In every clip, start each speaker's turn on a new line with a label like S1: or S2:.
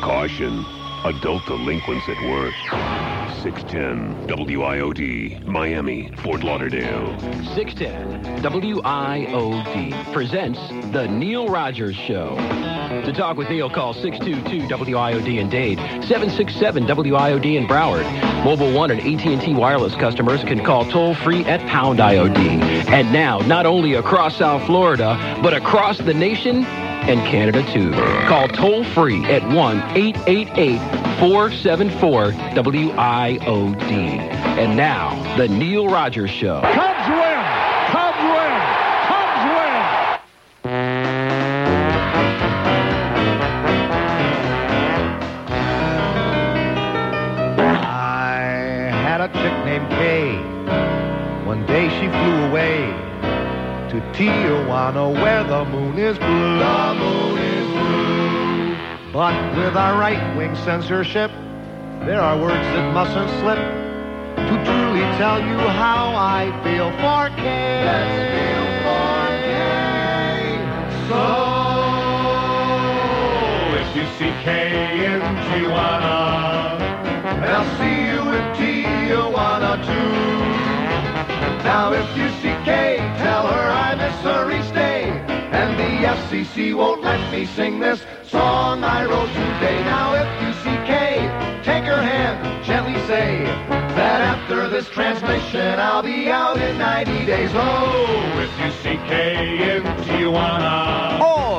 S1: Caution. Adult delinquents at work. 610 WIOD, Miami, Fort Lauderdale.
S2: 610 WIOD presents The Neil Rogers Show. To talk with Neil, call 622 WIOD in Dade, 767 WIOD in Broward. Mobile One and AT&T Wireless customers can call toll free at pound IOD. And now, not only across South Florida, but across the nation and Canada too. Call toll free at 1 888 474 WIOD. And now, The Neil Rogers Show.
S3: Cubs win! Cubs win! Cubs win!
S4: I had a chick named Kay. One day she flew away to Tijuana where the moon is blue. The moon is blue. But with our right-wing censorship, there are words that mustn't slip. To truly tell you how I feel for Kay. So if you see Kay in Tijuana, I'll see you in Tijuana too. Now if you see Kay, tell her I miss her each day. And the FCC won't let me sing this song I wrote today. Now if you see Kay, take her hand, gently say that after this transmission I'll be out in 90 days. Oh, if you see Kay in Tijuana,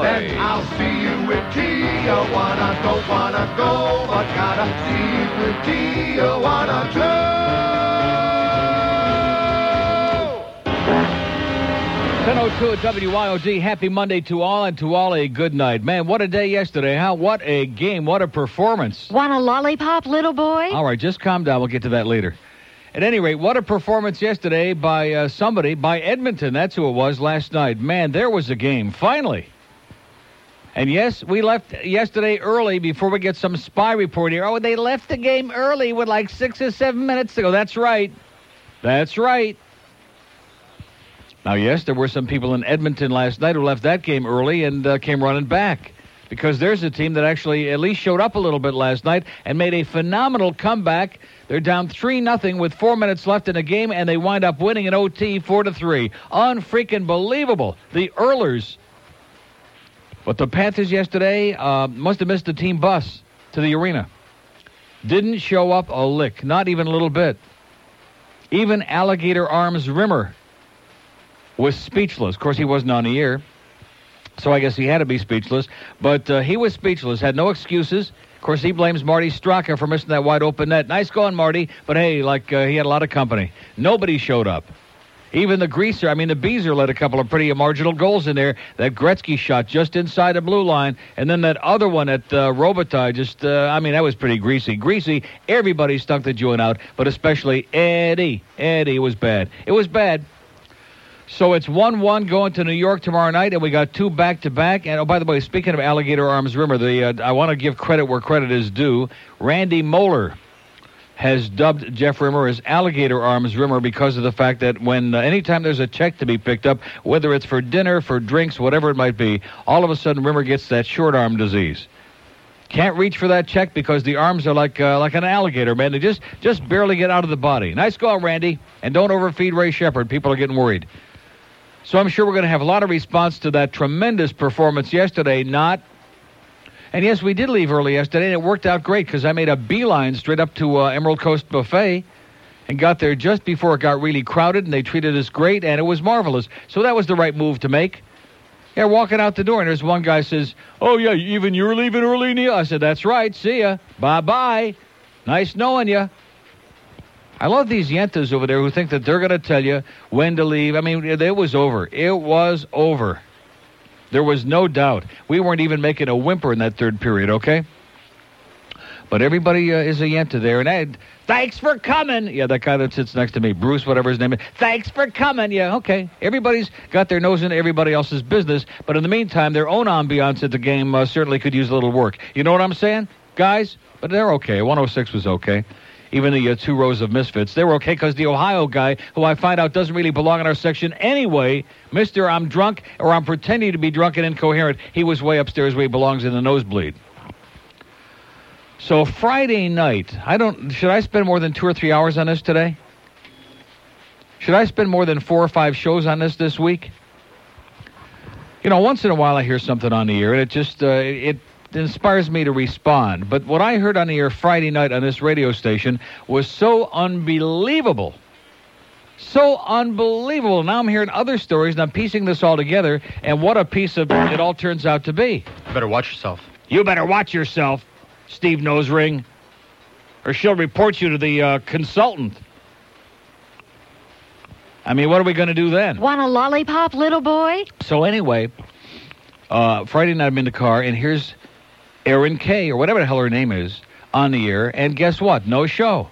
S4: then I'll see you in Tijuana. Don't wanna go, but gotta see you in Tijuana too.
S5: 1002 at WYOD. Happy Monday to all, and to all a good night. Man, what a day yesterday, huh? What a game. What a performance.
S6: Want a lollipop, little boy?
S5: All right, just calm down. We'll get to that later. At any rate, what a performance yesterday by uh, somebody, by Edmonton. That's who it was last night. Man, there was a game, finally. And yes, we left yesterday early before we get some spy report here. Oh, they left the game early with like six or seven minutes to go. That's right. That's right. Now, yes, there were some people in Edmonton last night who left that game early and uh, came running back because there's a team that actually at least showed up a little bit last night and made a phenomenal comeback. They're down 3 nothing with 4 minutes left in the game and they wind up winning an OT 4 to 3. Unfreaking believable. The Earlers. But the Panthers yesterday uh, must have missed the team bus to the arena. Didn't show up a lick, not even a little bit. Even Alligator Arms Rimmer was speechless. Of course, he wasn't on the air, so I guess he had to be speechless. But uh, he was speechless, had no excuses. Of course, he blames Marty Straka for missing that wide open net. Nice going, Marty, but hey, like uh, he had a lot of company. Nobody showed up. Even the greaser, I mean, the Beezer let a couple of pretty marginal goals in there. That Gretzky shot just inside the blue line, and then that other one at uh, Robitaille, just, uh, I mean, that was pretty greasy. Greasy, everybody stunk the joint out, but especially Eddie. Eddie was bad. It was bad. So it's 1 1 going to New York tomorrow night, and we got two back to back. And oh, by the way, speaking of Alligator Arms Rimmer, the, uh, I want to give credit where credit is due. Randy Moeller has dubbed Jeff Rimmer as Alligator Arms Rimmer because of the fact that when uh, anytime there's a check to be picked up, whether it's for dinner, for drinks, whatever it might be, all of a sudden Rimmer gets that short arm disease. Can't reach for that check because the arms are like uh, like an alligator, man. They just just barely get out of the body. Nice goal, Randy, and don't overfeed Ray Shepard. People are getting worried. So I'm sure we're going to have a lot of response to that tremendous performance yesterday. Not, and yes, we did leave early yesterday, and it worked out great because I made a beeline straight up to uh, Emerald Coast Buffet and got there just before it got really crowded, and they treated us great, and it was marvelous. So that was the right move to make. Yeah, walking out the door, and there's one guy says, "Oh yeah, even you're leaving early, Neil." I said, "That's right. See ya. Bye bye. Nice knowing you." I love these yentas over there who think that they're going to tell you when to leave. I mean, it it was over. It was over. There was no doubt. We weren't even making a whimper in that third period. Okay. But everybody uh, is a yenta there, and I, thanks for coming. Yeah, that guy that sits next to me, Bruce, whatever his name is. Thanks for coming. Yeah, okay. Everybody's got their nose in everybody else's business, but in the meantime, their own ambiance at the game uh, certainly could use a little work. You know what I'm saying, guys? But they're okay. 106 was okay. Even the uh, two rows of misfits, they were okay because the Ohio guy, who I find out doesn't really belong in our section anyway, Mister, I'm drunk or I'm pretending to be drunk and incoherent. He was way upstairs where he belongs in the nosebleed. So Friday night, I don't. Should I spend more than two or three hours on this today? Should I spend more than four or five shows on this this week? You know, once in a while I hear something on the air, and it just uh, it inspires me to respond. But what I heard on the air Friday night on this radio station was so unbelievable. So unbelievable. Now I'm hearing other stories and I'm piecing this all together, and what a piece of it all turns out to be.
S7: Better watch yourself.
S5: You better watch yourself, Steve Nose Ring, or she'll report you to the uh, consultant. I mean, what are we going to do then?
S8: Want a lollipop, little boy?
S5: So anyway, uh, Friday night I'm in the car, and here's Erin Kay or whatever the hell her name is on the air, and guess what? No show.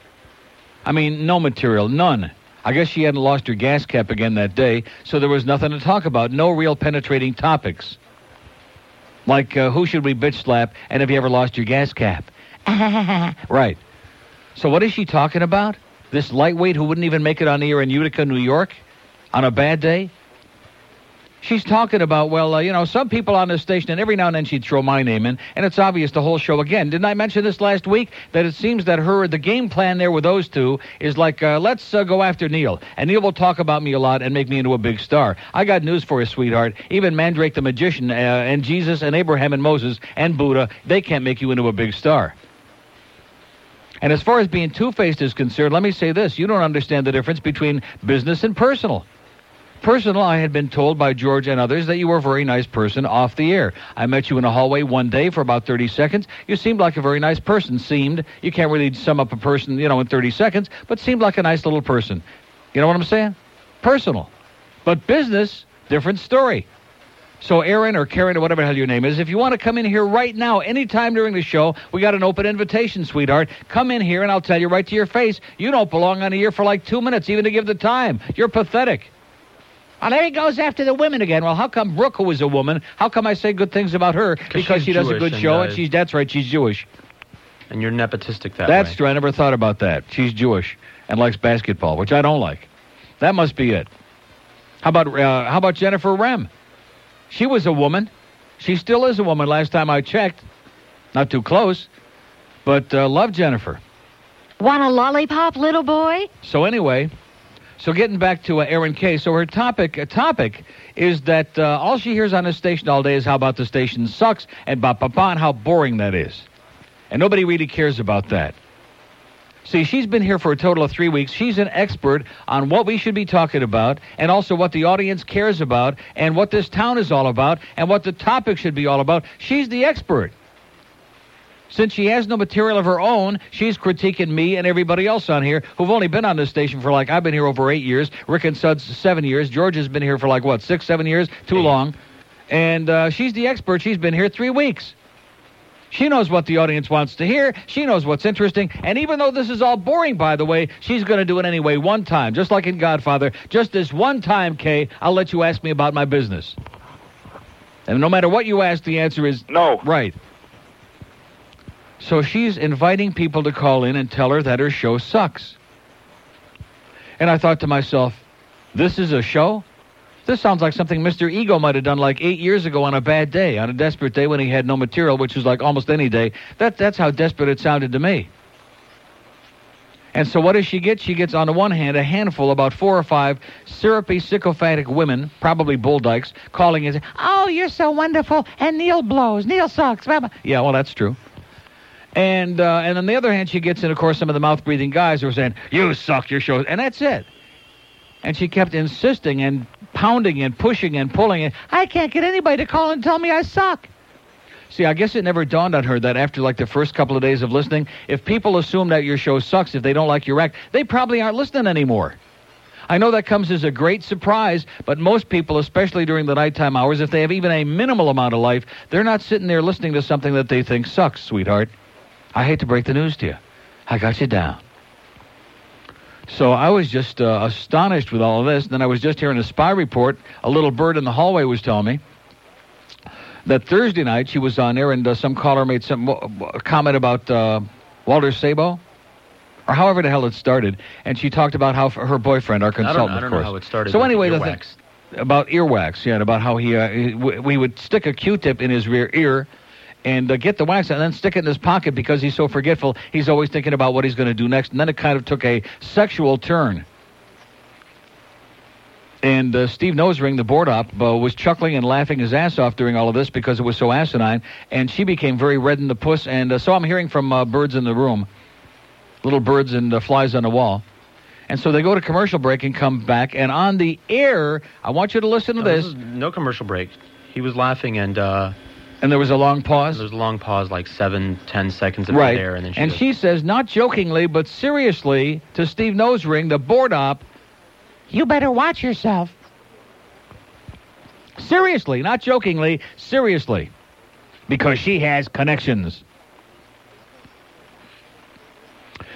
S5: I mean, no material, none. I guess she hadn't lost her gas cap again that day, so there was nothing to talk about. No real penetrating topics. Like, uh, who should we bitch slap, and have you ever lost your gas cap? right. So, what is she talking about? This lightweight who wouldn't even make it on the air in Utica, New York, on a bad day? She's talking about, well, uh, you know, some people on this station, and every now and then she'd throw my name in, and it's obvious the whole show again. Didn't I mention this last week that it seems that her, the game plan there with those two is like, uh, let's uh, go after Neil, and Neil will talk about me a lot and make me into a big star. I got news for you, sweetheart. Even Mandrake the magician, uh, and Jesus, and Abraham, and Moses, and Buddha, they can't make you into a big star. And as far as being two faced is concerned, let me say this you don't understand the difference between business and personal. Personal, I had been told by George and others that you were a very nice person off the air. I met you in a hallway one day for about 30 seconds. You seemed like a very nice person. Seemed. You can't really sum up a person, you know, in 30 seconds, but seemed like a nice little person. You know what I'm saying? Personal. But business, different story. So, Aaron or Karen or whatever the hell your name is, if you want to come in here right now, anytime during the show, we got an open invitation, sweetheart. Come in here and I'll tell you right to your face, you don't belong on the air for like two minutes, even to give the time. You're pathetic. Oh, there he goes after the women again. Well, how come Brooke, who is a woman, how come I say good things about her? Because
S7: she's
S5: she does a
S7: Jewish
S5: good
S7: and,
S5: show,
S7: uh,
S5: and she's that's right, she's Jewish.
S7: And you're nepotistic that
S5: That's
S7: way.
S5: true. I never thought about that. She's Jewish and likes basketball, which I don't like. That must be it. How about uh, how about Jennifer Rem? She was a woman. She still is a woman. Last time I checked, not too close, but uh, love Jennifer.
S8: Want a lollipop, little boy?
S5: So anyway, so getting back to uh, Aaron Kay. So her topic uh, topic is that uh, all she hears on this station all day is how about the station sucks and ba ba ba and how boring that is, and nobody really cares about that. See, she's been here for a total of three weeks. She's an expert on what we should be talking about and also what the audience cares about and what this town is all about and what the topic should be all about. She's the expert. Since she has no material of her own, she's critiquing me and everybody else on here who've only been on this station for like, I've been here over eight years, Rick and Suds seven years, George has been here for like, what, six, seven years? Too long. And uh, she's the expert. She's been here three weeks. She knows what the audience wants to hear. She knows what's interesting. And even though this is all boring, by the way, she's going to do it anyway, one time, just like in Godfather. Just this one time, Kay, I'll let you ask me about my business. And no matter what you ask, the answer is
S9: No.
S5: Right. So she's inviting people to call in and tell her that her show sucks. And I thought to myself, this is a show? This sounds like something Mr. Ego might have done like eight years ago on a bad day, on a desperate day when he had no material, which is like almost any day. That, that's how desperate it sounded to me. And so what does she get? She gets, on the one hand, a handful, about four or five syrupy, sycophantic women, probably bull dykes, calling and saying, Oh, you're so wonderful, and Neil blows. Neil sucks. blah, blah." Yeah, well, that's true. And uh, and on the other hand, she gets in, of course, some of the mouth breathing guys who are saying, "You suck, your show," and that's it. And she kept insisting and pounding and pushing and pulling. And I can't get anybody to call and tell me I suck. See, I guess it never dawned on her that after like the first couple of days of listening, if people assume that your show sucks, if they don't like your act, they probably aren't listening anymore. I know that comes as a great surprise, but most people, especially during the nighttime hours, if they have even a minimal amount of life, they're not sitting there listening to something that they think sucks, sweetheart. I hate to break the news to you. I got you down. So I was just uh, astonished with all of this. Then I was just hearing a spy report. A little bird in the hallway was telling me that Thursday night she was on air and uh, some caller made some mo- mo- comment about uh, Walter Sabo. Or however the hell it started, and she talked about how f- her boyfriend, our
S7: I don't,
S5: consultant,
S7: I don't
S5: of
S7: know
S5: course.
S7: how it started.
S5: So
S7: with
S5: anyway, the thing,
S7: earwax.
S5: about earwax, yeah, and about how he uh, he- we we would stick a Q-tip in his rear ear, and uh, get the wax and then stick it in his pocket because he's so forgetful. He's always thinking about what he's going to do next. And then it kind of took a sexual turn. And uh, Steve Nosering, the board op, uh, was chuckling and laughing his ass off during all of this because it was so asinine. And she became very red in the puss. And uh, so I'm hearing from uh, birds in the room, little birds and uh, flies on the wall. And so they go to commercial break and come back. And on the air, I want you to listen to
S10: No,
S5: this.
S10: is no commercial break. He was laughing, and uh,
S5: and there was a long pause.
S10: There was a long pause, like seven, ten seconds of
S5: right.
S10: there, and then she. goes,
S5: she says, not jokingly, but seriously, to Steve Nosering, the board op, you better watch yourself. Seriously, not jokingly, seriously. Because she has connections.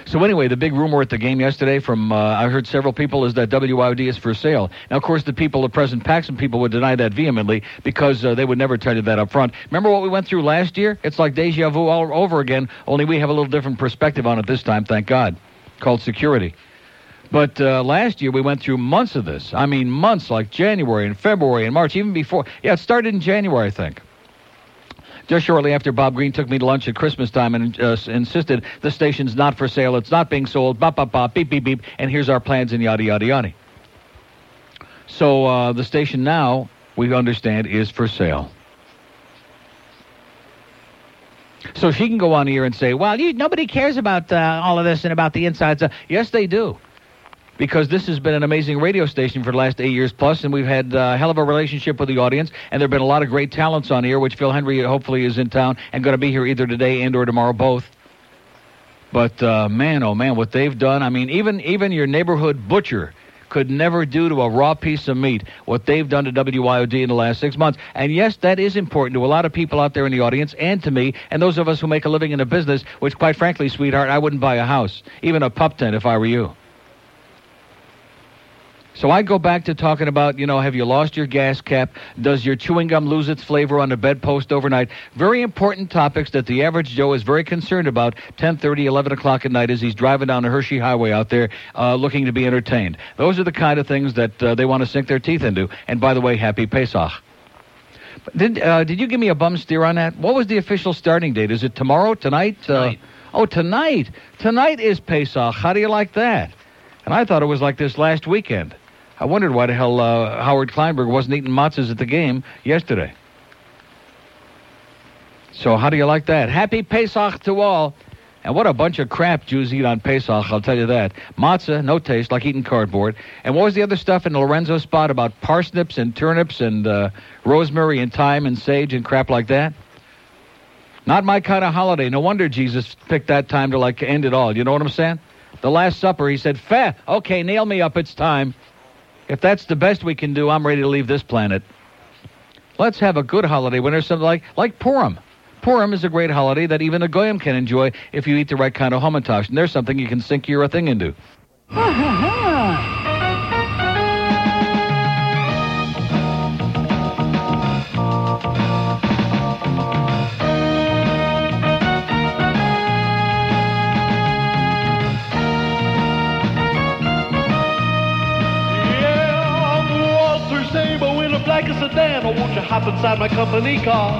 S5: So anyway, the big rumor at the game yesterday from uh, I heard several people is that WIOD is for sale. Now, of course, the people, the present Paxson people, would deny that vehemently because uh, they would never tell you that up front. Remember what we went through last year? It's like deja vu all over again. Only we have a little different perspective on it this time, thank God. Called security. But uh, last year we went through months of this. I mean, months like January and February and March, even before. Yeah, it started in January, I think. Just shortly after Bob Green took me to lunch at Christmas time and uh, s- insisted the station's not for sale, it's not being sold, bop, bop, bop, beep, beep, beep, and here's our plans and yada, yada, yada. So uh, the station now, we understand, is for sale. So she can go on here and say, well, you, nobody cares about uh, all of this and about the insides. Uh, yes, they do. Because this has been an amazing radio station for the last eight years plus, and we've had uh, a hell of a relationship with the audience, and there have been a lot of great talents on here, which Phil Henry hopefully is in town and going to be here either today and or tomorrow, both. But uh, man, oh man, what they've done! I mean, even even your neighborhood butcher could never do to a raw piece of meat what they've done to WYOD in the last six months. And yes, that is important to a lot of people out there in the audience and to me and those of us who make a living in a business. Which, quite frankly, sweetheart, I wouldn't buy a house, even a pup tent, if I were you. So I go back to talking about, you know, have you lost your gas cap? Does your chewing gum lose its flavor on the bedpost overnight? Very important topics that the average Joe is very concerned about 10:30, 11 o'clock at night as he's driving down the Hershey Highway out there, uh, looking to be entertained. Those are the kind of things that uh, they want to sink their teeth into. And by the way, happy Pesach. But Did uh, did you give me a bum steer on that? What was the official starting date? Is it tomorrow? Tonight? tonight. oh, tonight. Tonight is Pesach. How do you like that? And I thought it was like this last weekend. I wondered why the hell uh, Howard Kleinberg wasn't eating matzahs at the game yesterday. So how do you like that? Happy Pesach to all. And what a bunch of crap Jews eat on Pesach, I'll tell you that. Matzah, no taste, like eating cardboard. And what was the other stuff in the Lorenzo spot about parsnips and turnips and uh, rosemary and thyme and sage and crap like that? Not my kind of holiday. No wonder Jesus picked that time to like end it all. You know what I'm saying? The Last Supper, he said, "Feh, okay, nail me up. It's time. If that's the best we can do, I'm ready to leave this planet. Let's have a good holiday when there's something like like Purim. Purim is a great holiday that even a goyim can enjoy if you eat the right kind of hamantash. And there's something you can sink your thing into.
S3: Yeah, I'm Walter Sabo in a black sedan. Oh, won't you hop inside my company car?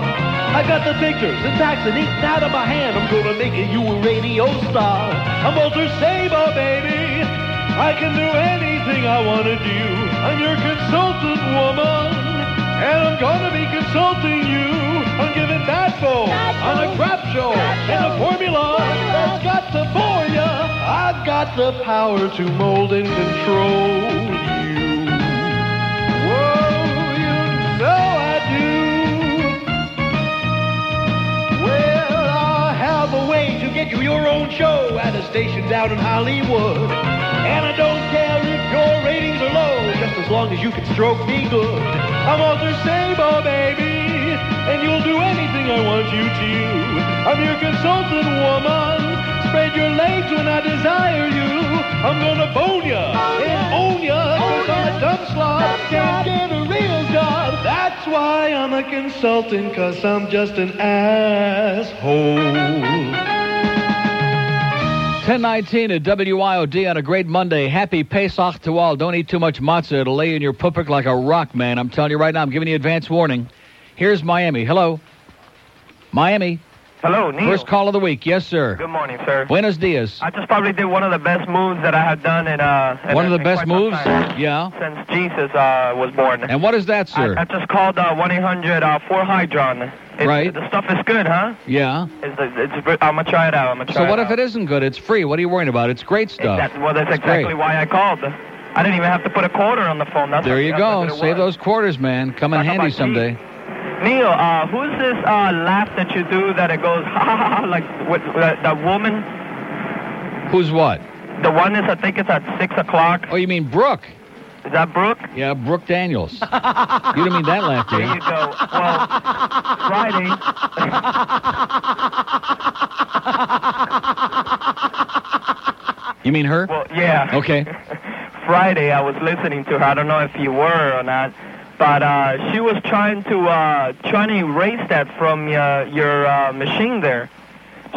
S3: I got the pictures and tax and eating out of my hand. I'm gonna make it you a radio star. I'm Walter Sabo, baby. I can do anything I wanna do. I'm your consultant woman, and I'm gonna be consulting you. I'm giving Dadbo on a crap show and a formula that's got the for ya. I've got the power to mold and control know I do. Well, I have a way to get you your own show at a station down in Hollywood. And I don't care if your ratings are low, just as long as you can stroke me good. I'm Arthur Sabo, baby, and you'll do anything I want you to. I'm your consultant woman. Spread your legs when I desire you. I'm gonna bone ya and own ya. Cause I'm a dumb slob, can't get a real job. That's why I'm a consultant, cause I'm just an asshole.
S5: 1019 at WIOD on a great Monday. Happy Pesach to all. Don't eat too much matzah. It'll lay you in your pupik like a rock, man. I'm telling you right now. I'm giving you advance warning. Here's Miami. Hello. Miami.
S11: Hello, Neil.
S5: First call of the week. Yes, sir.
S11: Good morning, sir.
S5: Buenos dias.
S11: I just probably did one of the best moves that I have done in uh. in-
S5: One of the
S11: in
S5: best
S11: quite some
S5: moves?
S11: time.
S5: Yeah.
S11: Since Jesus uh was born.
S5: And what is that, sir?
S11: I, I just called uh one eight hundred uh four hydron.
S5: Right.
S11: The stuff is good, huh?
S5: yeah.
S11: It's, it's, it's, I'm gonna try it out. I'm gonna try.
S5: So what
S11: it
S5: if it isn't good? It's free. What are you worrying about? It's great stuff.
S11: Exactly. Well, that's
S5: It's
S11: exactly
S5: great.
S11: why I called. I didn't even have to put a quarter on the phone. That's
S5: There you
S11: that's what
S5: go.
S11: it
S5: Save
S11: was.
S5: those quarters, man. Come in handy someday.
S11: Neil, uh, who's this uh, laugh that you do that it goes ha ha ha like with, with that, that woman?
S5: Who's what?
S11: The one is I think it's at six o'clock.
S5: Oh, you mean Brooke?
S11: Is that Brooke?
S5: Yeah, Brooke Daniels. you don't mean that laugh, do
S11: There
S5: you?
S11: you go. Well, Friday.
S5: You mean her?
S11: Well, yeah.
S5: Okay.
S11: Friday, I was listening to her. I don't know if you were or not, but uh, she was trying to uh, trying to erase that from uh, your uh, machine there.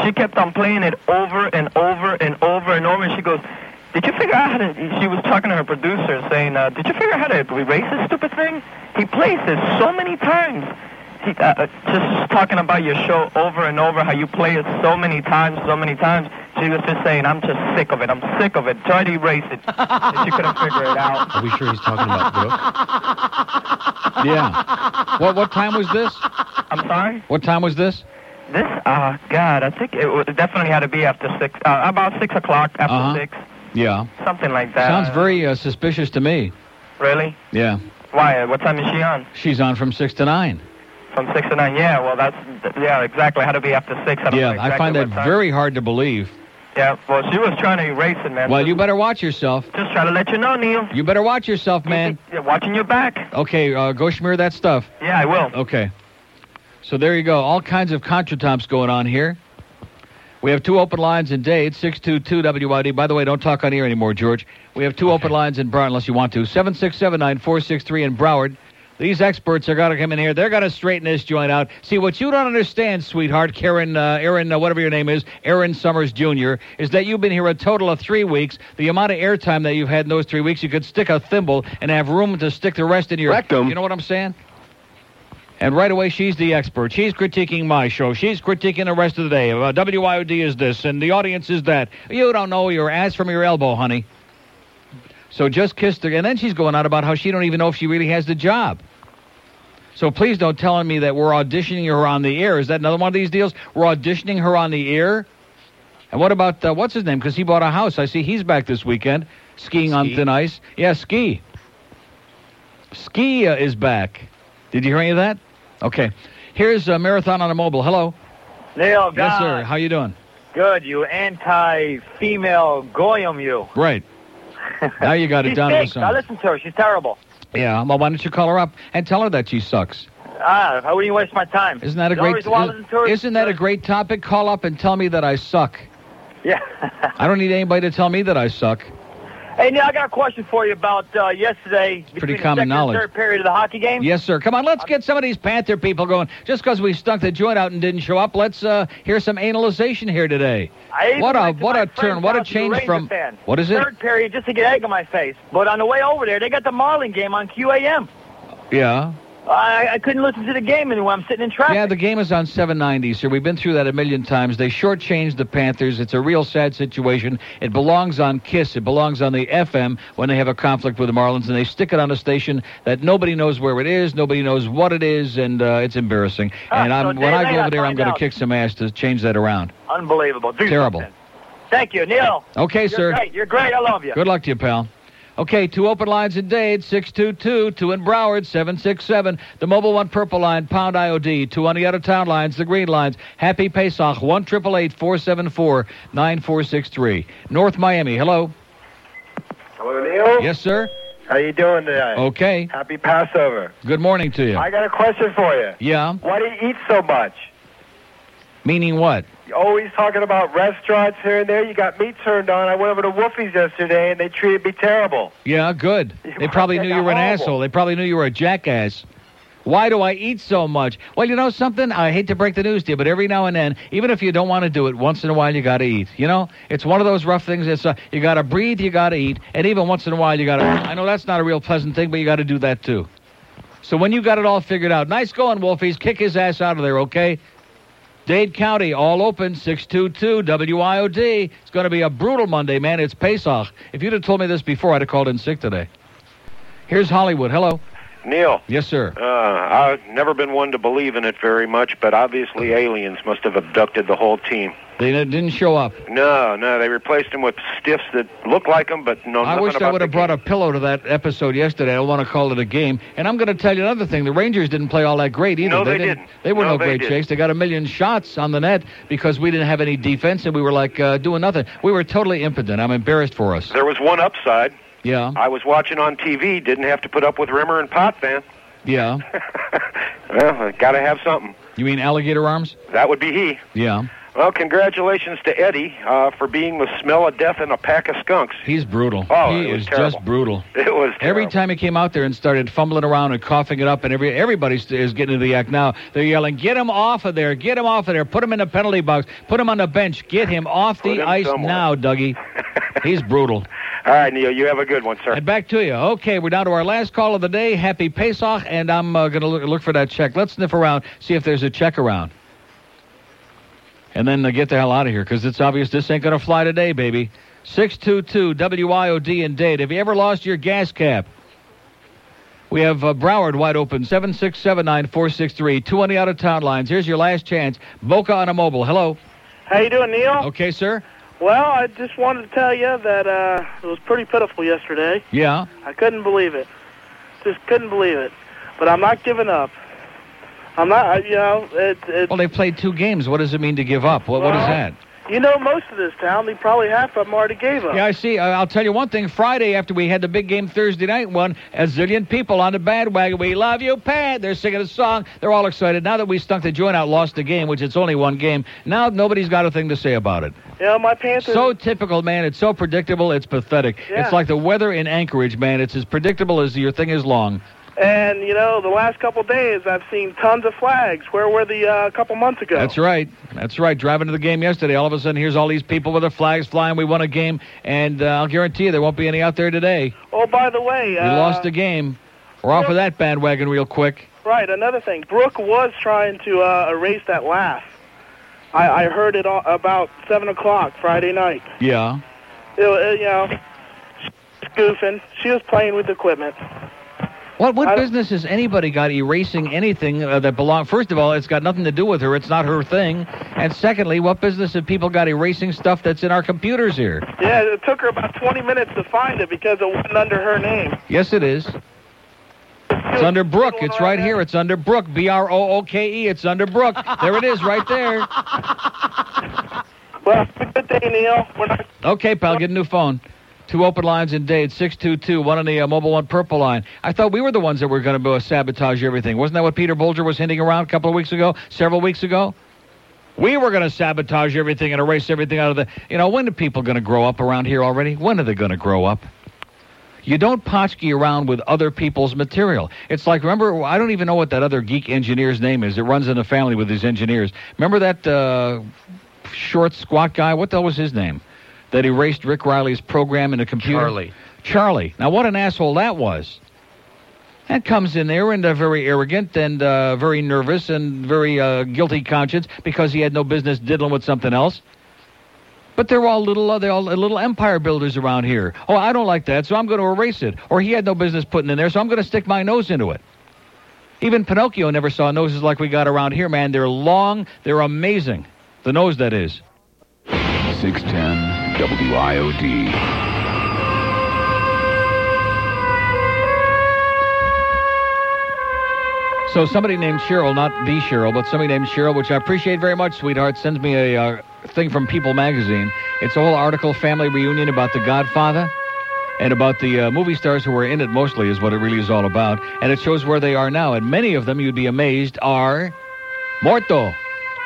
S11: She kept on playing it over and over and over and over. And she goes, "Did you figure out how to?" She was talking to her producer, saying, uh, "Did you figure out how to erase this stupid thing? He plays this so many times." He, uh, uh, just talking about your show over and over, how you play it so many times, so many times. She was just saying, "I'm just sick of it. I'm sick of it. Try to erase it." and she couldn't figure it out.
S3: Are we sure he's talking about Brooke?
S5: Yeah. What what time was this?
S11: I'm sorry.
S5: What time was this?
S11: This, uh, God, I think it wa- definitely had to be after six, uh, about six o'clock, after
S5: Uh-huh.
S11: six,
S5: Yeah.
S11: something like that.
S5: Sounds very uh, suspicious to me.
S11: Really?
S5: Yeah.
S11: Why? What time is she on?
S5: She's on from six to nine.
S11: From six to nine. Yeah. Well, that's th- yeah, exactly. Had to be after six. I don't
S5: Yeah,
S11: know exactly
S5: I find that
S11: what time.
S5: very hard to believe.
S11: Yeah. Well, she was trying to erase it, man.
S5: Well, you better watch yourself.
S11: just try to let you know, Neil.
S5: You better watch yourself, man.
S11: You're watching your back.
S5: Okay, uh, go smear that stuff.
S11: Yeah, I will.
S5: Okay. So there you go. All kinds of contretemps going on here. We have two open lines in Dade, 622 WID. By the way, don't talk on air anymore, George. We have two open lines in Broward unless you want to. 767 9463 in Broward. These experts are going to come in here. They're going to straighten this joint out. See, what you don't understand, sweetheart, Karen, uh, Aaron, uh, whatever your name is, Aaron Summers Jr., is that you've been here a total of three weeks. The amount of airtime that you've had in those three weeks, you could stick a thimble and have room to stick the rest in your
S12: Rectum.
S5: You know what I'm saying? And right away, she's the expert. She's critiquing my show. She's critiquing the rest of the day. Uh, WIOD is this, and the audience is that. You don't know your ass from your elbow, honey. So just kiss her. And then she's going on about how she don't even know if she really has the job. So please don't tell me that we're auditioning her on the air. Is that another one of these deals? We're auditioning her on the air? And what about, uh, what's his name? Because he bought a house. I see he's back this weekend skiing on
S3: Ski?
S5: thin ice. Yeah, ski. Ski uh, is back. Did you hear any of that? Okay. Here's uh, Marathon on a Mobile. Hello.
S13: Neil, Oh, God,
S5: Yes, sir. How you doing?
S13: good. You anti-female goyim, you.
S5: Right. Now you got
S13: she
S5: it down to the
S13: stinks. I
S5: sun.
S13: listen to her. She's terrible.
S5: Yeah. Well, why don't you call her up and tell her that she sucks?
S13: Ah, I wouldn't even waste my time.
S5: Isn't that a
S13: The
S5: great?
S13: only
S5: uh,
S13: reason why I listen to her is-
S5: Isn't that a great topic? Call up and tell me that I suck.
S13: Yeah.
S5: I don't need anybody to tell me that I suck.
S13: hey, Neil, I got a question for you about uh, yesterday. between the
S5: common
S13: second
S5: knowledge.
S13: And third period of the hockey game.
S5: Yes, sir. Come on, let's get some of these Panther people going. Just because we stunk the joint out and didn't show up, let's uh, hear some analyzation here today.
S13: I even
S5: What a
S13: went to
S5: what
S13: my
S5: a turn!
S13: friend's
S5: What a
S13: house, who's
S5: change
S13: Ranger
S5: from
S13: fan.
S5: what is it?
S13: Third period, just to get egg in my face. But on the way over there, they got the Marlin game on QAM.
S5: Yeah,
S13: I, I couldn't listen to the game anyway. I'm sitting in traffic.
S5: yeah. The game is on 790, sir. We've been through that a million times. They shortchanged the Panthers. It's a real sad situation. It belongs on Kiss. It belongs on the FM when they have a conflict with the Marlins, and they stick it on a station that nobody knows where it is, nobody knows what it is, and uh, it's embarrassing.
S13: Ah,
S5: and
S13: so
S5: I'm,
S13: a
S5: when
S13: day
S5: I go
S13: later,
S5: over
S13: I
S5: there, I'm
S13: find
S5: going to
S13: out.
S5: kick some ass to change that around.
S13: Unbelievable. Do
S5: Terrible.
S13: something. Thank you, Neil.
S5: Okay,
S13: You're
S5: sir.
S13: great. You're great. I love you.
S5: Good luck to you, pal. Okay, two open lines in Dade, 622, two in Broward, 767. The mobile one purple line, pound IOD. Two on the out of town lines, the green lines. Happy Pesach, 1 474 9463. North Miami, hello.
S14: Hello, Neil.
S5: Yes, sir.
S14: How you doing today?
S5: Okay.
S14: Happy Passover.
S5: Good morning to you.
S14: I got a question for you.
S5: Yeah.
S14: Why do you eat so much?
S5: Meaning what?
S14: You're always talking about restaurants here and there. You got me turned on. I went over to Wolfie's yesterday, and they treated me terrible.
S5: Yeah, good. They probably knew you were an
S14: Horrible.
S5: asshole. They probably knew you were a jackass. Why do I eat so much? Well, you know something? I hate to break the news to you, but every now and then, even if you don't want to do it, once in a while you got to eat. You know, it's one of those rough things. It's uh, you got to breathe, you got to eat, and even once in a while you got to. I know that's not a real pleasant thing, but you got to do that too. So when you got it all figured out, nice going, Wolfies. Kick his ass out of there, okay? Dade County, all open, 622 WIOD. It's going to be a brutal Monday, man. It's Pesach. If you'd have told me this before, I'd have called in sick today. Here's Hollywood. Hello.
S15: Neil.
S5: Yes, sir.
S15: Uh, I've never been one to believe in it very much, but obviously aliens must have abducted the whole team.
S5: They n- didn't show up.
S15: No, no, they replaced them with stiffs that look like them, but no.
S5: I
S15: nothing
S5: wish I
S15: about
S5: would have
S15: the-
S5: brought a pillow to that episode yesterday. I don't want to call it a game. And I'm going to tell you another thing. The Rangers didn't play all that great either.
S15: No, they
S5: didn't.
S15: didn't.
S5: They were
S15: No,
S5: no,
S15: they
S5: great
S15: didn't.
S5: chase. They got a million shots on the net because we didn't have any defense and we were like uh, doing nothing. We were totally impotent. I'm embarrassed for us.
S15: There was one upside.
S5: Yeah.
S15: I was watching on TV. Didn't have to put up with Rimmer and Potvin.
S5: Yeah.
S15: Well, got to have something.
S5: You mean alligator arms?
S15: That would be he.
S5: Yeah.
S15: Well, congratulations to Eddie uh, for being the smell of death in a pack of skunks.
S5: He's brutal.
S15: Oh,
S5: he
S15: it was
S5: is
S15: terrible.
S5: just brutal.
S15: It was
S5: Every time he came out there and started fumbling around and coughing it up, and every everybody st- is getting into the act now. They're yelling, "Get him off of there! Get him off of there! Put him in the penalty box! Put him on the bench! Get him off the ice now, Dougie!" He's brutal.
S15: All right, Neil, you have a good one, sir.
S5: And back to you. Okay, we're down to our last call of the day. Happy Pesach, and I'm uh, going to look, look for that check. Let's sniff around, see if there's a check around. And then uh, get the hell out of here because it's obvious this ain't going to fly today, baby. 622 WIOD and date. Have you ever lost your gas cap? We have uh, Broward wide open, 7679463, two on the out of town lines. Here's your last chance. Boca on a mobile. Hello.
S14: How you doing, Neil?
S5: Okay, sir.
S14: Well, I just wanted to tell you that uh, it was pretty pitiful yesterday.
S5: Yeah.
S14: I couldn't believe it. Just couldn't believe it. But I'm not giving up. I'm not. I- You know, it, it,
S5: Well, they played two games. What does it mean to give up? What, what is
S14: Well,
S5: that?
S14: you know, most of this town, they probably half of them already gave up.
S5: Yeah, I see. I- I'll tell you one thing. Friday, after we had the big game Thursday night one, a zillion people on the bandwagon. We love you, Pat. They're singing a song. They're all excited. Now that we stunk the joint out, lost the game, which it's only one game, now nobody's got a thing to say about it.
S14: You know, my Panthers.
S5: So typical, man. It's so predictable. It's pathetic.
S14: Yeah.
S5: It's like the weather in Anchorage, man. It's as predictable as your thing is long.
S14: and you know, the last couple days, I've seen tons of flags. Where were the uh, couple months ago?
S5: That's right. That's right. Driving to the game yesterday, all of a sudden, here's all these people with their flags flying. We won a game, and uh, I'll guarantee you there won't be any out there today.
S14: Oh, by the way,
S5: we
S14: uh,
S5: lost the game. We're off of that bandwagon real quick.
S14: Right, another thing. Brooke was trying to uh, erase that laugh. I, I heard it all, about 7 o'clock Friday night.
S5: Yeah.
S14: It, wa- uh, you know, she was goofing. She was playing with equipment.
S5: What what business has anybody got erasing anything uh, that belong? First of all, it's got nothing to do with her. It's not her thing. And secondly, what business have people got erasing stuff that's in our computers here?
S14: Yeah, it took her about 20 minutes to find it because it wasn't under her name.
S5: Yes, it is. It's under Brook. It's right here. It's under Brook. B R O O K E. It's under Brook. There it is, right there.
S14: Good day, Neil. We're not
S5: Okay, pal, get a new phone. Two open lines in Dade, 622, one on the uh, mobile, one purple line. I thought we were the ones that were going to uh, sabotage everything. Wasn't that what Peter Bolger was hinting around a couple of weeks ago, several weeks ago? We were going to sabotage everything and erase everything out of the. You know, when are people going to grow up around here already? When are they going to grow up? You don't potchkey around with other people's material. It's like, remember, I don't even know what that other geek engineer's name is. It runs in the family with his engineers. Remember that uh, short, squat guy? What the hell was his name? That erased Rick Riley's program in a computer? Charlie. Charlie. Now, what an asshole that was. That comes in there and uh, very arrogant and uh, very nervous and very uh, guilty conscience because he had no business diddling with something else. But they're all little, uh, they're all little empire builders around here. Oh, I don't like that, so I'm going to erase it. Or he had no business putting in there, so I'm going to stick my nose into it. Even Pinocchio never saw noses like we got around here, man. They're long, they're amazing. The nose that is.
S16: 610 WIOD.
S5: So somebody named Cheryl, not the Cheryl, but somebody named Cheryl, which I appreciate very much, sweetheart, sends me a uh, thing from People Magazine. It's a whole article, family reunion about The Godfather, and about the uh, movie stars who were in it. Mostly is what it really is all about, and it shows where they are now. And many of them, you'd be amazed, are morto,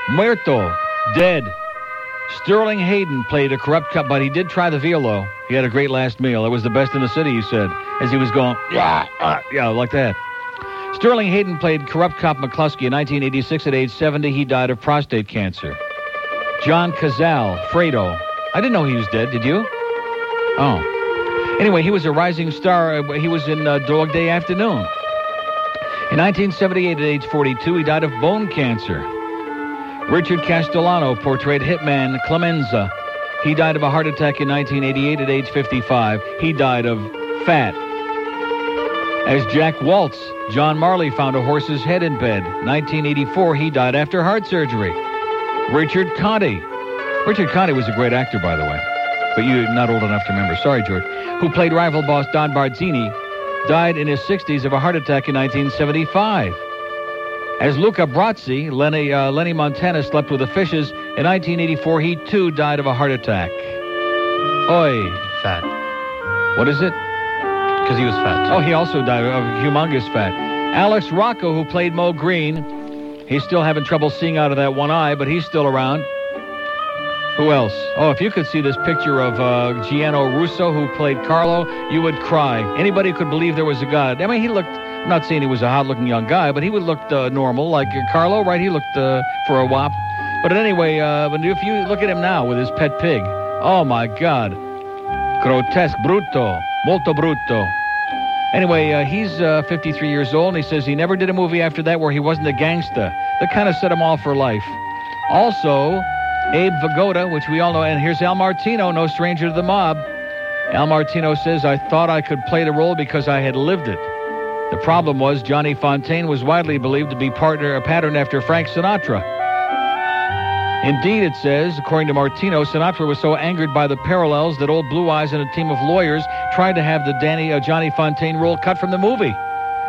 S5: muerto, dead. Sterling Hayden played a corrupt cop, but he did try the viola. He had a great last meal. It was the best in the city, he said, as he was going, yeah, uh, yeah, like that. Sterling Hayden played corrupt cop McCluskey in 1986 at age 70. He died of prostate cancer. John Cazal, Fredo. I didn't know he was dead, did you? Oh. Anyway, he was a rising star. Uh, He was in uh, Dog Day Afternoon. In 1978, at age 42, he died of bone cancer. Richard Castellano portrayed hitman Clemenza. He died of a heart attack in 1988 at age 55. He died of fat. As Jack Waltz, John Marley found a horse's head in bed. 1984, he died after heart surgery. Richard Conti. Richard Conti was a great actor, by the way, but you're not old enough to remember. Sorry, George. Who played rival boss Don Bardzini, died in his 60s of a heart attack in 1975. As Luca Brazzi, Lenny, uh, Lenny Montana slept with the fishes. In 1984, he too died of a heart attack. Oi. Fat. What is it? Because he was fat. Oh, he also died of humongous fat. Alex Rocco, who played Mo Green, he's still having trouble seeing out of that one eye, but he's still around. Who else? Oh, if you could see this picture of uh, Gianno Russo, who played Carlo, you would cry. Anybody could believe there was a god. I mean, he looked. I'm not saying he was a hot-looking young guy, but he would looked uh, normal, like uh, Carlo, right? He looked uh, for a wop. But anyway, uh, but if you look at him now with his pet pig, oh my God, grotesque, brutto, molto brutto. Anyway, uh, he's uh, 53 years old, and he says he never did a movie after that where he wasn't a gangster. That kind of set him off for life. Also, Abe Vigoda, which we all know, and here's Al Martino, no stranger to the mob. Al Martino says, I thought I could play the role because I had lived it. The problem was Johnny Fontaine was widely believed to be partner a pattern after Frank Sinatra. Indeed, it says, according to Martino, Sinatra was so angered by the parallels that old Blue Eyes and a team of lawyers tried to have the Danny uh, Johnny Fontaine role cut from the movie.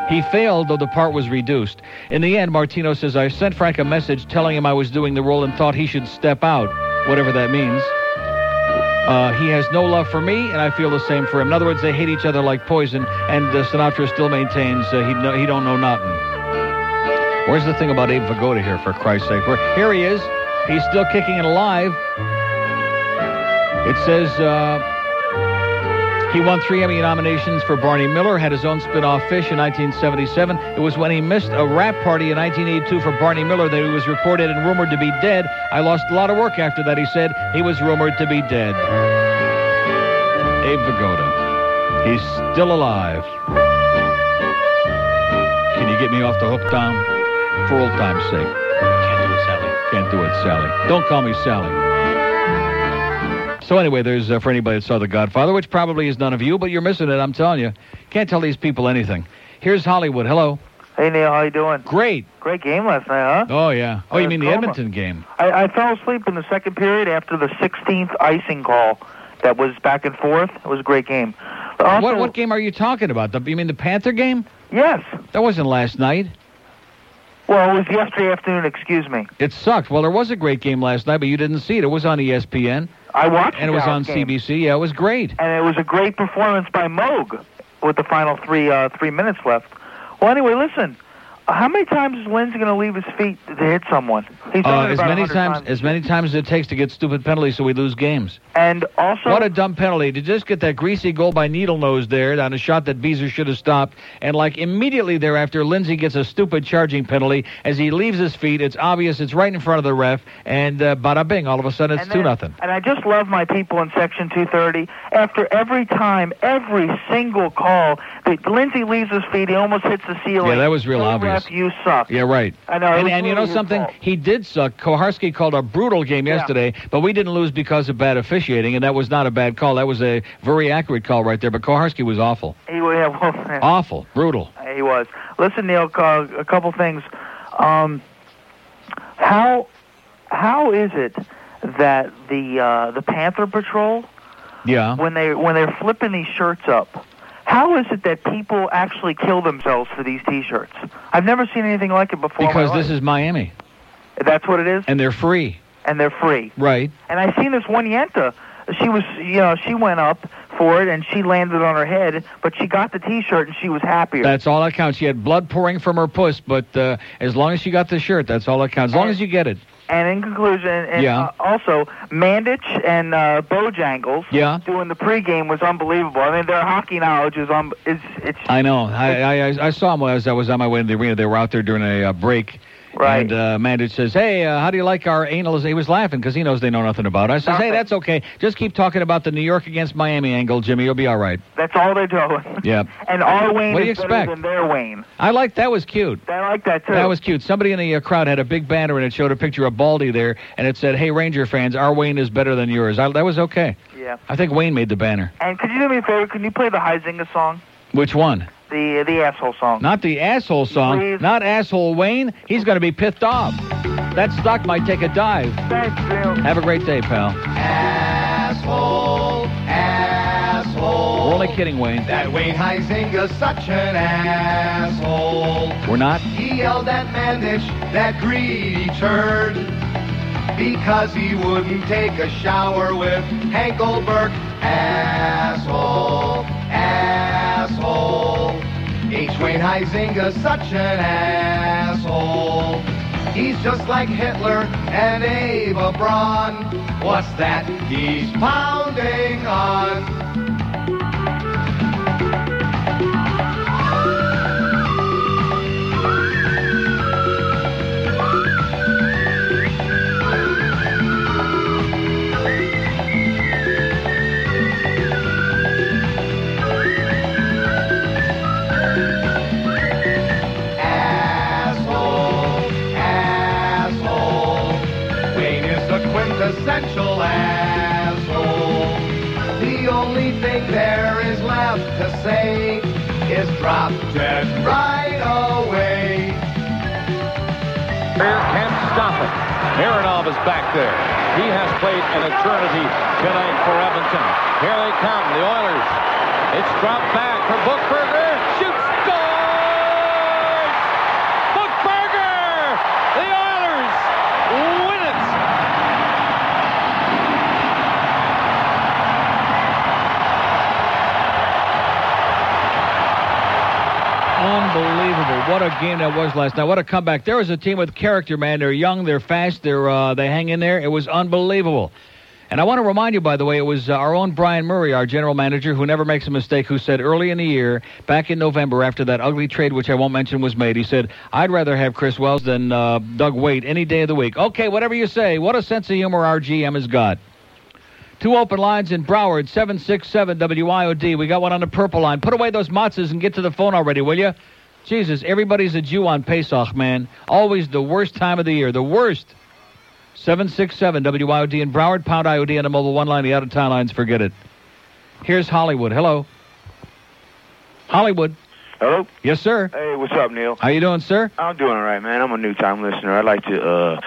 S5: He failed, though the part was reduced. In the end, Martino says, I sent Frank a message telling him I was doing the role and thought he should step out, whatever that means. Uh, he has no love for me, and I feel the same for him. In other words, they hate each other like poison, and uh, Sinatra still maintains uh, he, no, he don't know nothing. Where's the thing about Abe Vigoda here, for Christ's sake? Where, here he is. He's still kicking and alive. It says uh, he won three Emmy nominations for Barney Miller, had his own spin-off Fish in 1977. It was when he missed a rap party in 1982 for Barney Miller that he was reported and rumored to be dead. I lost a lot of work after that, he said. He was rumored to be dead. Abe Vigoda. He's still alive. Can you get me off the hook, Tom? For old time's sake. Can't do it, Sally. Can't do it, Sally. Don't call me Sally. So anyway, there's uh, for anybody that saw The Godfather, which probably is none of you, but you're missing it. I'm telling you, can't tell these people anything. Here's Hollywood. Hello.
S17: Hey Neil, how you doing?
S5: Great.
S17: Great game last night, huh?
S5: Oh yeah. Oh, you
S17: There's
S5: mean the
S17: Coma.
S5: Edmonton game?
S17: I, I fell asleep in the second period after the 16th icing call. That was back and forth. It was a great game. Also-
S5: what what game are you talking about? The, you mean the Panther game?
S17: Yes.
S5: That wasn't last night.
S17: Well, it was yesterday afternoon. Excuse me.
S5: It sucked. Well, there was a great game last night, but you didn't see it. It was on E ESPN.
S17: I watched
S5: And it was
S17: that
S5: on
S17: game.
S5: CBC. Yeah, it was great.
S17: and it was a great performance by Moog with the final three uh, three minutes left. Well, anyway, listen. How many times is Lindsay going to leave his feet to hit someone? He's done
S5: Uh,
S17: it
S5: as
S17: about
S5: many
S17: 100
S5: times, as many times as it takes to get stupid penalties, so we lose games.
S17: And also,
S5: what a dumb penalty to just get that greasy goal by Needle Nose there on a shot that Beezer should have stopped, and like immediately thereafter, Lindsay gets a stupid charging penalty as he leaves his feet. It's obvious, it's right in front of the ref, and uh, bada bing, all of a sudden it's two nothing.
S17: And I just love my people in Section 230. After every time, every single call, that Lindsay leaves his feet, he almost hits the ceiling.
S5: Yeah, that was real
S17: "Oh,
S5: obvious.
S17: Ref, you suck.
S5: Yeah, right.
S17: I know, it
S5: And,
S17: was
S5: and you
S17: really
S5: know
S17: his
S5: something? He did suck. Koharski called a brutal game yesterday, but we didn't lose because of bad officiating, and that was not a bad call. That was a very accurate call right there. But Koharski was awful,
S17: He, yeah, well,
S5: awful, brutal.
S17: he was. Listen, Neil, uh, a couple things. Um, how how is it that the uh, the Panther Patrol
S5: Yeah.
S17: when they when they're flipping these shirts up? How is it that people actually kill themselves for these T-shirts? I've never seen anything like it before. in my
S5: Because
S17: life.
S5: this is Miami,
S17: That's what it is,
S5: and they're free,
S17: and they're free.
S5: right?
S17: And I seen this one yenta. She was, you know, she went up for it and she landed on her head, but she got the T-shirt and she was happier.
S5: That's all that counts. She had blood pouring from her puss, but uh, as long as she got the shirt, that's all that counts. As long as you get it.
S17: and in conclusion, and
S5: Yeah.
S17: uh, also Mandich and uh, Bojangles
S5: Yeah.
S17: doing the pregame was unbelievable. I mean, their hockey knowledge is um, is it's
S5: I know. I I, I- I saw them as I was on my way to the arena. They were out there during a uh, break, Right. And uh, Mandich says, "Hey, uh, how do you like our anal?" He was laughing because he knows they know nothing about it. I says, "Hey, that's okay. Just keep talking about the New York against Miami angle, Jimmy. You'll be all right."
S17: That's all they're doing.
S5: Yeah.
S17: And our Wayne
S5: What do you
S17: is better
S5: expect?
S17: than their Wayne.
S5: I like that was cute.
S17: I like that too.
S5: That was cute. Somebody in the uh, crowd had a big banner and it showed a picture of Baldy there, and it said, "Hey, Ranger fans, our Wayne is better than yours." I, that was okay.
S17: Yeah.
S5: I think Wayne made the banner.
S17: And could you do me a favor? Can you play the Heisinger song?
S5: Which one?
S17: The the asshole song.
S5: Not the asshole song.
S17: Please.
S5: Not asshole Wayne. He's going to be pithed off. That stock might take a dive.
S17: Thanks, Bill.
S5: Have a great day, pal.
S4: Asshole, asshole.
S5: We're only kidding, Wayne.
S4: That Wayne Heisinger's such an asshole.
S5: We're not.
S4: He yelled at Mandich, that greedy turd, because he wouldn't take a shower with Hank Goldberg. Asshole, asshole. H. Wayne Heisinger's such an asshole. He's just like Hitler and Eva Braun. What's that he's pounding on? asshole, asshole. Wayne is the quintessential asshole. The only thing there is left to say is drop dead right away.
S3: Bear can't stop it. Marinov is back there. He has played an eternity tonight for Edmonton. Here they come, the Oilers. It's dropped back for Bookberger. Shoots, scores! Bookberger! The Oilers win it!
S5: Unbelievable. What a game that was last night. What a comeback. There was a team with character, man. They're young, they're fast, they're, uh, they hang in there. It was unbelievable. And I want to remind you, by the way, it was uh, our own Brian Murray, our general manager, who never makes a mistake, who said early in the year, back in November, after that ugly trade, which I won't mention was made, he said, I'd rather have Chris Wells than uh, Doug Waite any day of the week. Okay, whatever you say. What a sense of humor our GM has got. Two open lines in Broward, 767 WIOD. We got one on the purple line. Put away those matzahs and get to the phone already, will you? Jesus, everybody's a Jew on Pesach, man. Always the worst time of the year. The worst. 767 WIOD in Broward, pound IOD on the mobile one line. The out of town lines, forget it. Here's Hollywood. Hello. Hollywood.
S18: Hello.
S5: Yes, sir.
S18: Hey, what's up, Neil?
S5: How you doing, sir?
S18: I'm doing all right, man. I'm a new time listener. I'd like to uh,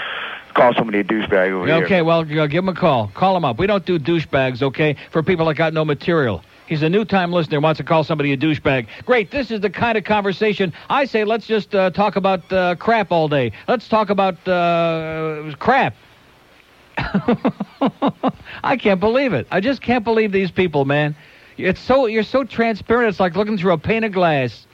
S18: call somebody a douchebag over here.
S5: Okay, well, g- give him a call. Call him up. We don't do douchebags, okay, for people that got no material. He's a new time listener, wants to call somebody a douchebag. Great, this is the kind of conversation I say let's just uh, talk about uh, crap all day. Let's talk about uh, crap. I can't believe it. I just can't believe these people, man. It's so you're so transparent. It's like looking through a pane of glass.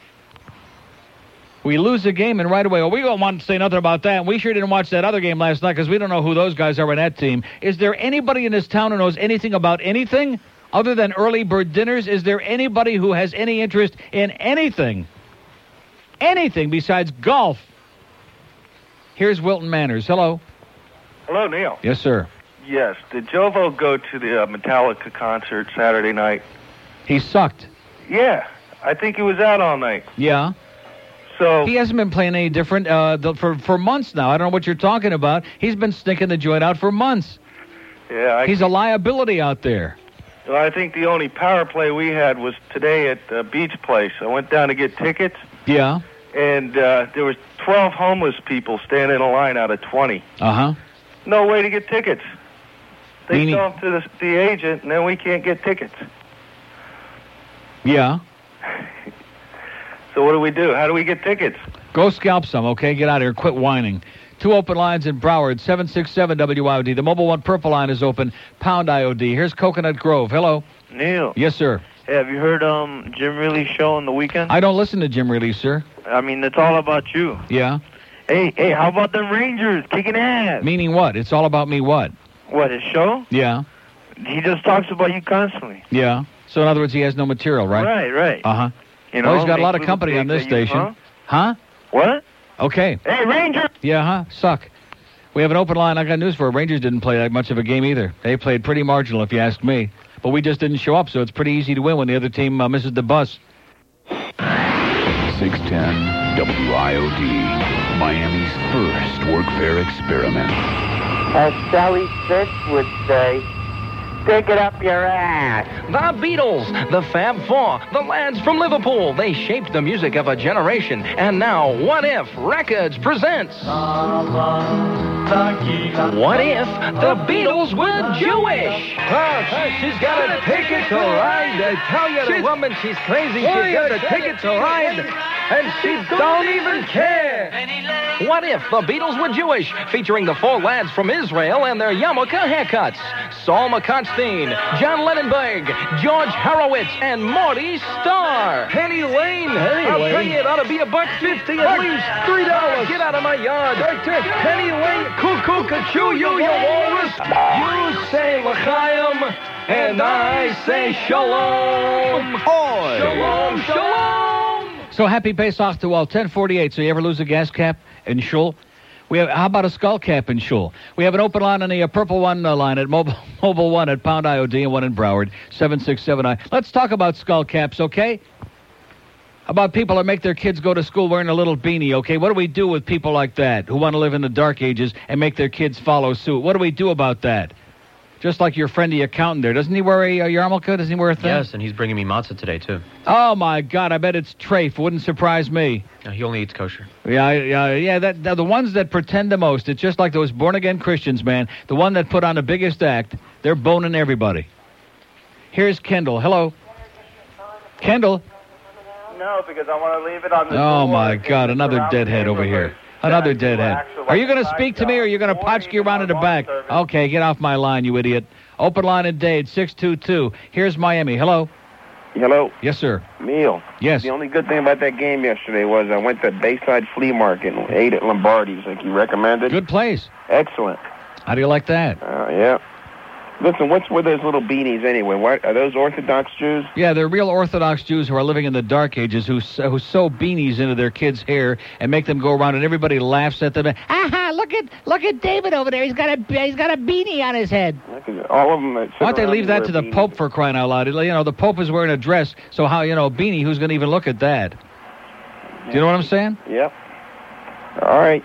S5: We lose the game, and right away, well, we don't want to say nothing about that. We sure didn't watch that other game last night because we don't know who those guys are in that team. Is there anybody in this town who knows anything about anything other than early bird dinners? Is there anybody who has any interest in anything? Anything besides golf? Here's Wilton Manners. Hello.
S14: Hello, Neil.
S5: Yes, sir.
S14: Yes, did Jovo go to the uh, Metallica concert Saturday night?
S5: He sucked.
S14: Yeah, I think he was out all night.
S5: Yeah.
S14: So
S5: he hasn't been playing any different uh, the, for for months now. I don't know what you're talking about. He's been stinking the joint out for months.
S14: Yeah, I,
S5: He's a liability out there.
S14: well, I think the only power play we had was today at uh, Beach Place. I went down to get tickets,
S5: Yeah.
S14: and uh, there was 12 homeless people standing in a line out of 20.
S5: Uh huh.
S14: No way to get tickets. They
S5: Meaning-
S14: sell them to the, the agent, and then we can't get tickets.
S5: Yeah.
S14: So what do we do? How do we get tickets?
S5: Go scalp some, okay? Get out of here. Quit whining. Two open lines in Broward, 767 WIOD. The mobile one purple line is open, pound IOD. Here's Coconut Grove. Hello.
S19: Neil,
S5: Yes, sir.
S19: have you heard um Jim Reilly's show on the weekend?
S5: I don't listen to Jim Reilly, sir.
S19: I mean, it's all about you.
S5: Yeah.
S19: Hey, hey, how about the Rangers kicking ass?
S5: Meaning what? It's all about me what?
S19: What his show?
S5: Yeah.
S19: He just talks about you constantly.
S5: Yeah. So, in other words, he has no material, right?
S19: right. right.
S5: Uh huh.
S19: You
S5: well,
S19: know,
S5: he's got a lot of
S19: makes little
S5: company on
S19: digs
S5: this
S19: at you,
S5: station. Huh?
S19: What?
S5: Okay.
S20: Hey, Ranger!
S5: Yeah, huh? Suck. We have an open line. I got news for you. Rangers didn't play that much of a game either. They played pretty marginal, if you ask me. But we just didn't show up, so it's pretty easy to win when the other team uh, misses the bus.
S16: 610 WIOD, Miami's first workfare experiment.
S21: As Sally Fitz would say, stick it up your ass.
S3: The Beatles, the Fab Four, the lads from Liverpool. They shaped the music of a generation. And now, What If Records presents. What if the Beatles were Jewish?
S22: she's got a ticket to ride. I tell you, the woman, she's crazy. She's got a ticket to ride. And she don't even care.
S3: What if the Beatles were Jewish? Featuring the four lads from Israel and their yarmulke haircuts. Saul McConstein, John Lennonberg, George Horowitz, and Morty Starr. Penny Lane.
S22: I'll tell you, it
S3: ought to be a buck fifty at least. Three dollars. Get out of my yard.
S22: Penny Lane, cuckoo, cuckoo, you, you walrus. You say l'chaim, and I say shalom.
S3: Oi.
S22: Shalom, shalom.
S5: So happy Pesach to all. 1048. So you ever lose a gas cap in Shul? We have, how about a skull cap in Shul? We have an open line on the uh, purple one uh, line at mobile, mobile one at Pound IOD and one in Broward, 7679. Let's talk about skull caps, okay? About people that make their kids go to school wearing a little beanie, okay? What do we do with people like that who want to live in the dark ages and make their kids follow suit? What do we do about that? Just like your friend, the accountant there. Doesn't he wear a, a yarmulke? Doesn't he wear a thing?
S10: Yes, and he's bringing me matzah today too.
S5: Oh my God! I bet it's trafe. Wouldn't surprise me.
S10: No, he only eats kosher.
S5: Yeah, I- yeah, yeah. That, the- the ones that pretend the most. It's just like those born again Christians, man. The one that put on the biggest act. They're boning everybody. Here's Kendall. Hello, Kendall.
S23: No, because I want to leave it on the.
S5: Oh my God! Another deadhead over here. Another deadhead. Are you going to speak to me, or are you going to potch you around in the back? Okay, get off my line, you idiot. Open line in Dade, six two two. Here's Miami. Hello.
S15: Hello,
S5: Yes, sir.
S15: Neil.
S5: Yes.
S15: The only good thing about that game yesterday was I went to Bayside Flea Market and ate at Lombardi's like you recommended.
S5: Good place.
S15: Excellent.
S5: How do you like that?
S15: Uh, yeah. Listen, what's with those little beanies anyway? What, are those Orthodox Jews?
S5: Yeah, they're real Orthodox Jews who are living in the Dark Ages who, s- who sew beanies into their kids' hair and make them go around and everybody laughs at them.
S24: Aha! Look at look at David over there. He's got a he's got a beanie on his head.
S15: All of them. That sit
S5: Why don't they
S15: around
S5: leave
S15: and
S5: that
S15: wear
S5: to the
S15: beanies.
S5: Pope for crying out loud? You know, the Pope is wearing a dress, so how, you know, beanie, who's going to even look at that? Do you know what I'm saying?
S15: Yep. All right.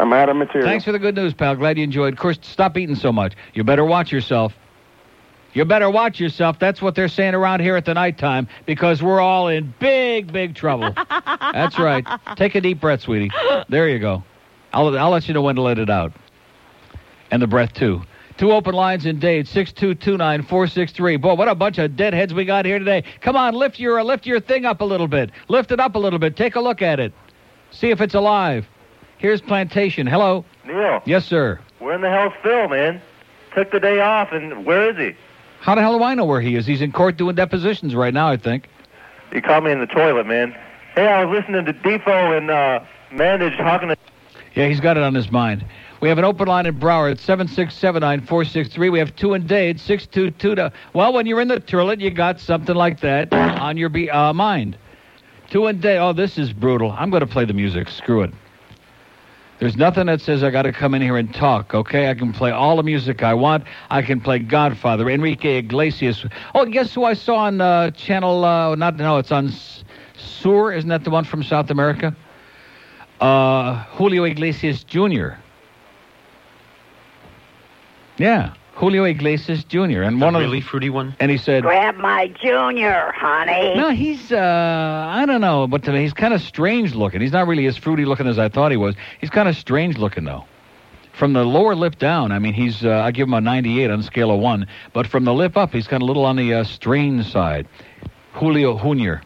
S15: I'm out of material.
S5: Thanks for the good news, pal. Glad you enjoyed. Of course, stop eating so much. You better watch yourself. You better watch yourself. That's what they're saying around here at the nighttime because we're all in big, big trouble. That's right. Take a deep breath, sweetie. There you go. I'll, I'll let you know when to let it out. And the breath, too. Two open lines in Dade, 6229463. Boy, what a bunch of deadheads we got here today. Come on, lift your, lift your thing up a little bit. Lift it up a little bit. Take a look at it. See if it's alive. Here's Plantation. Hello.
S14: Neil,
S5: Yes, sir.
S14: where in the hell's Phil, man? Took the day off, and where is
S5: How the hell do I know where he is? He's in court doing depositions right now, I think.
S14: he? He caught me in the toilet, man. Hey, I was listening to Defo and uh, Manage talking to.
S5: Yeah, he's got it on his mind. We have an open line in Broward, 7679463. We have two in Dade, 622. to- Well, when you're in the toilet, you got something like that on your be- uh, mind. Two in Dade. Oh, this is brutal. I'm going to play the music. Screw it. There's nothing that says I got to come in here and talk, okay? I can play all the music I want. I can play Godfather, Enrique Iglesias. Oh, guess who I saw on uh, channel, uh, not, no, it's on S- Sur. Isn't that the one from South America? uh, Julio Iglesias Jr. Yeah, Julio Iglesias Jr. And one
S10: really
S5: of
S10: fruity one.
S5: and he said,
S25: Grab my junior, honey.
S5: "No, he's uh, I don't know, but to me, he's kind of strange looking. He's not really as fruity looking as I thought he was. He's kind of strange looking though." From the lower lip down, I mean, he's, uh, I give him a 98 on a scale of 1, but from the lip up, he's kind of a little on the uh, strain side. Julio Junior.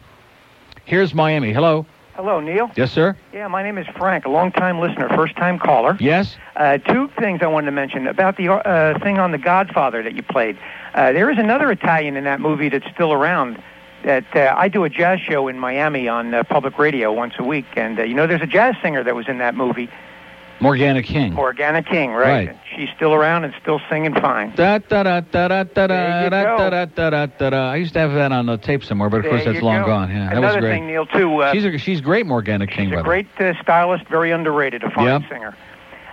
S5: Here's Miami. Hello.
S26: Hello, Neil.
S5: Yes, sir?
S26: Yeah, my name is Frank, a long-time listener, first-time caller.
S5: Yes?
S26: Uh, two things I wanted to mention about the uh, thing on The Godfather that you played. Uh, there is another Italian in that movie that's still around. That uh, I do a jazz show in Miami on uh, public radio once a week, and uh, you know, there's a jazz singer that was in that movie.
S5: Morgana King.
S26: Morgana King, right?
S5: Hmm. Right.
S26: She's still around and still singing fine.
S5: Da da da da da da
S26: There
S5: da
S26: you go.
S5: da da da da da da. I used to have that on a tape somewhere, but of
S26: There
S5: course that's
S26: you
S5: long
S26: go.
S5: gone. Yeah, that was
S26: Another
S5: great.
S26: thing, Neil, too, uh,
S5: she's a, she's great, Morgana King. by
S26: a
S5: the
S26: great uh, stylist, very underrated, a fine
S5: Yep.
S26: singer.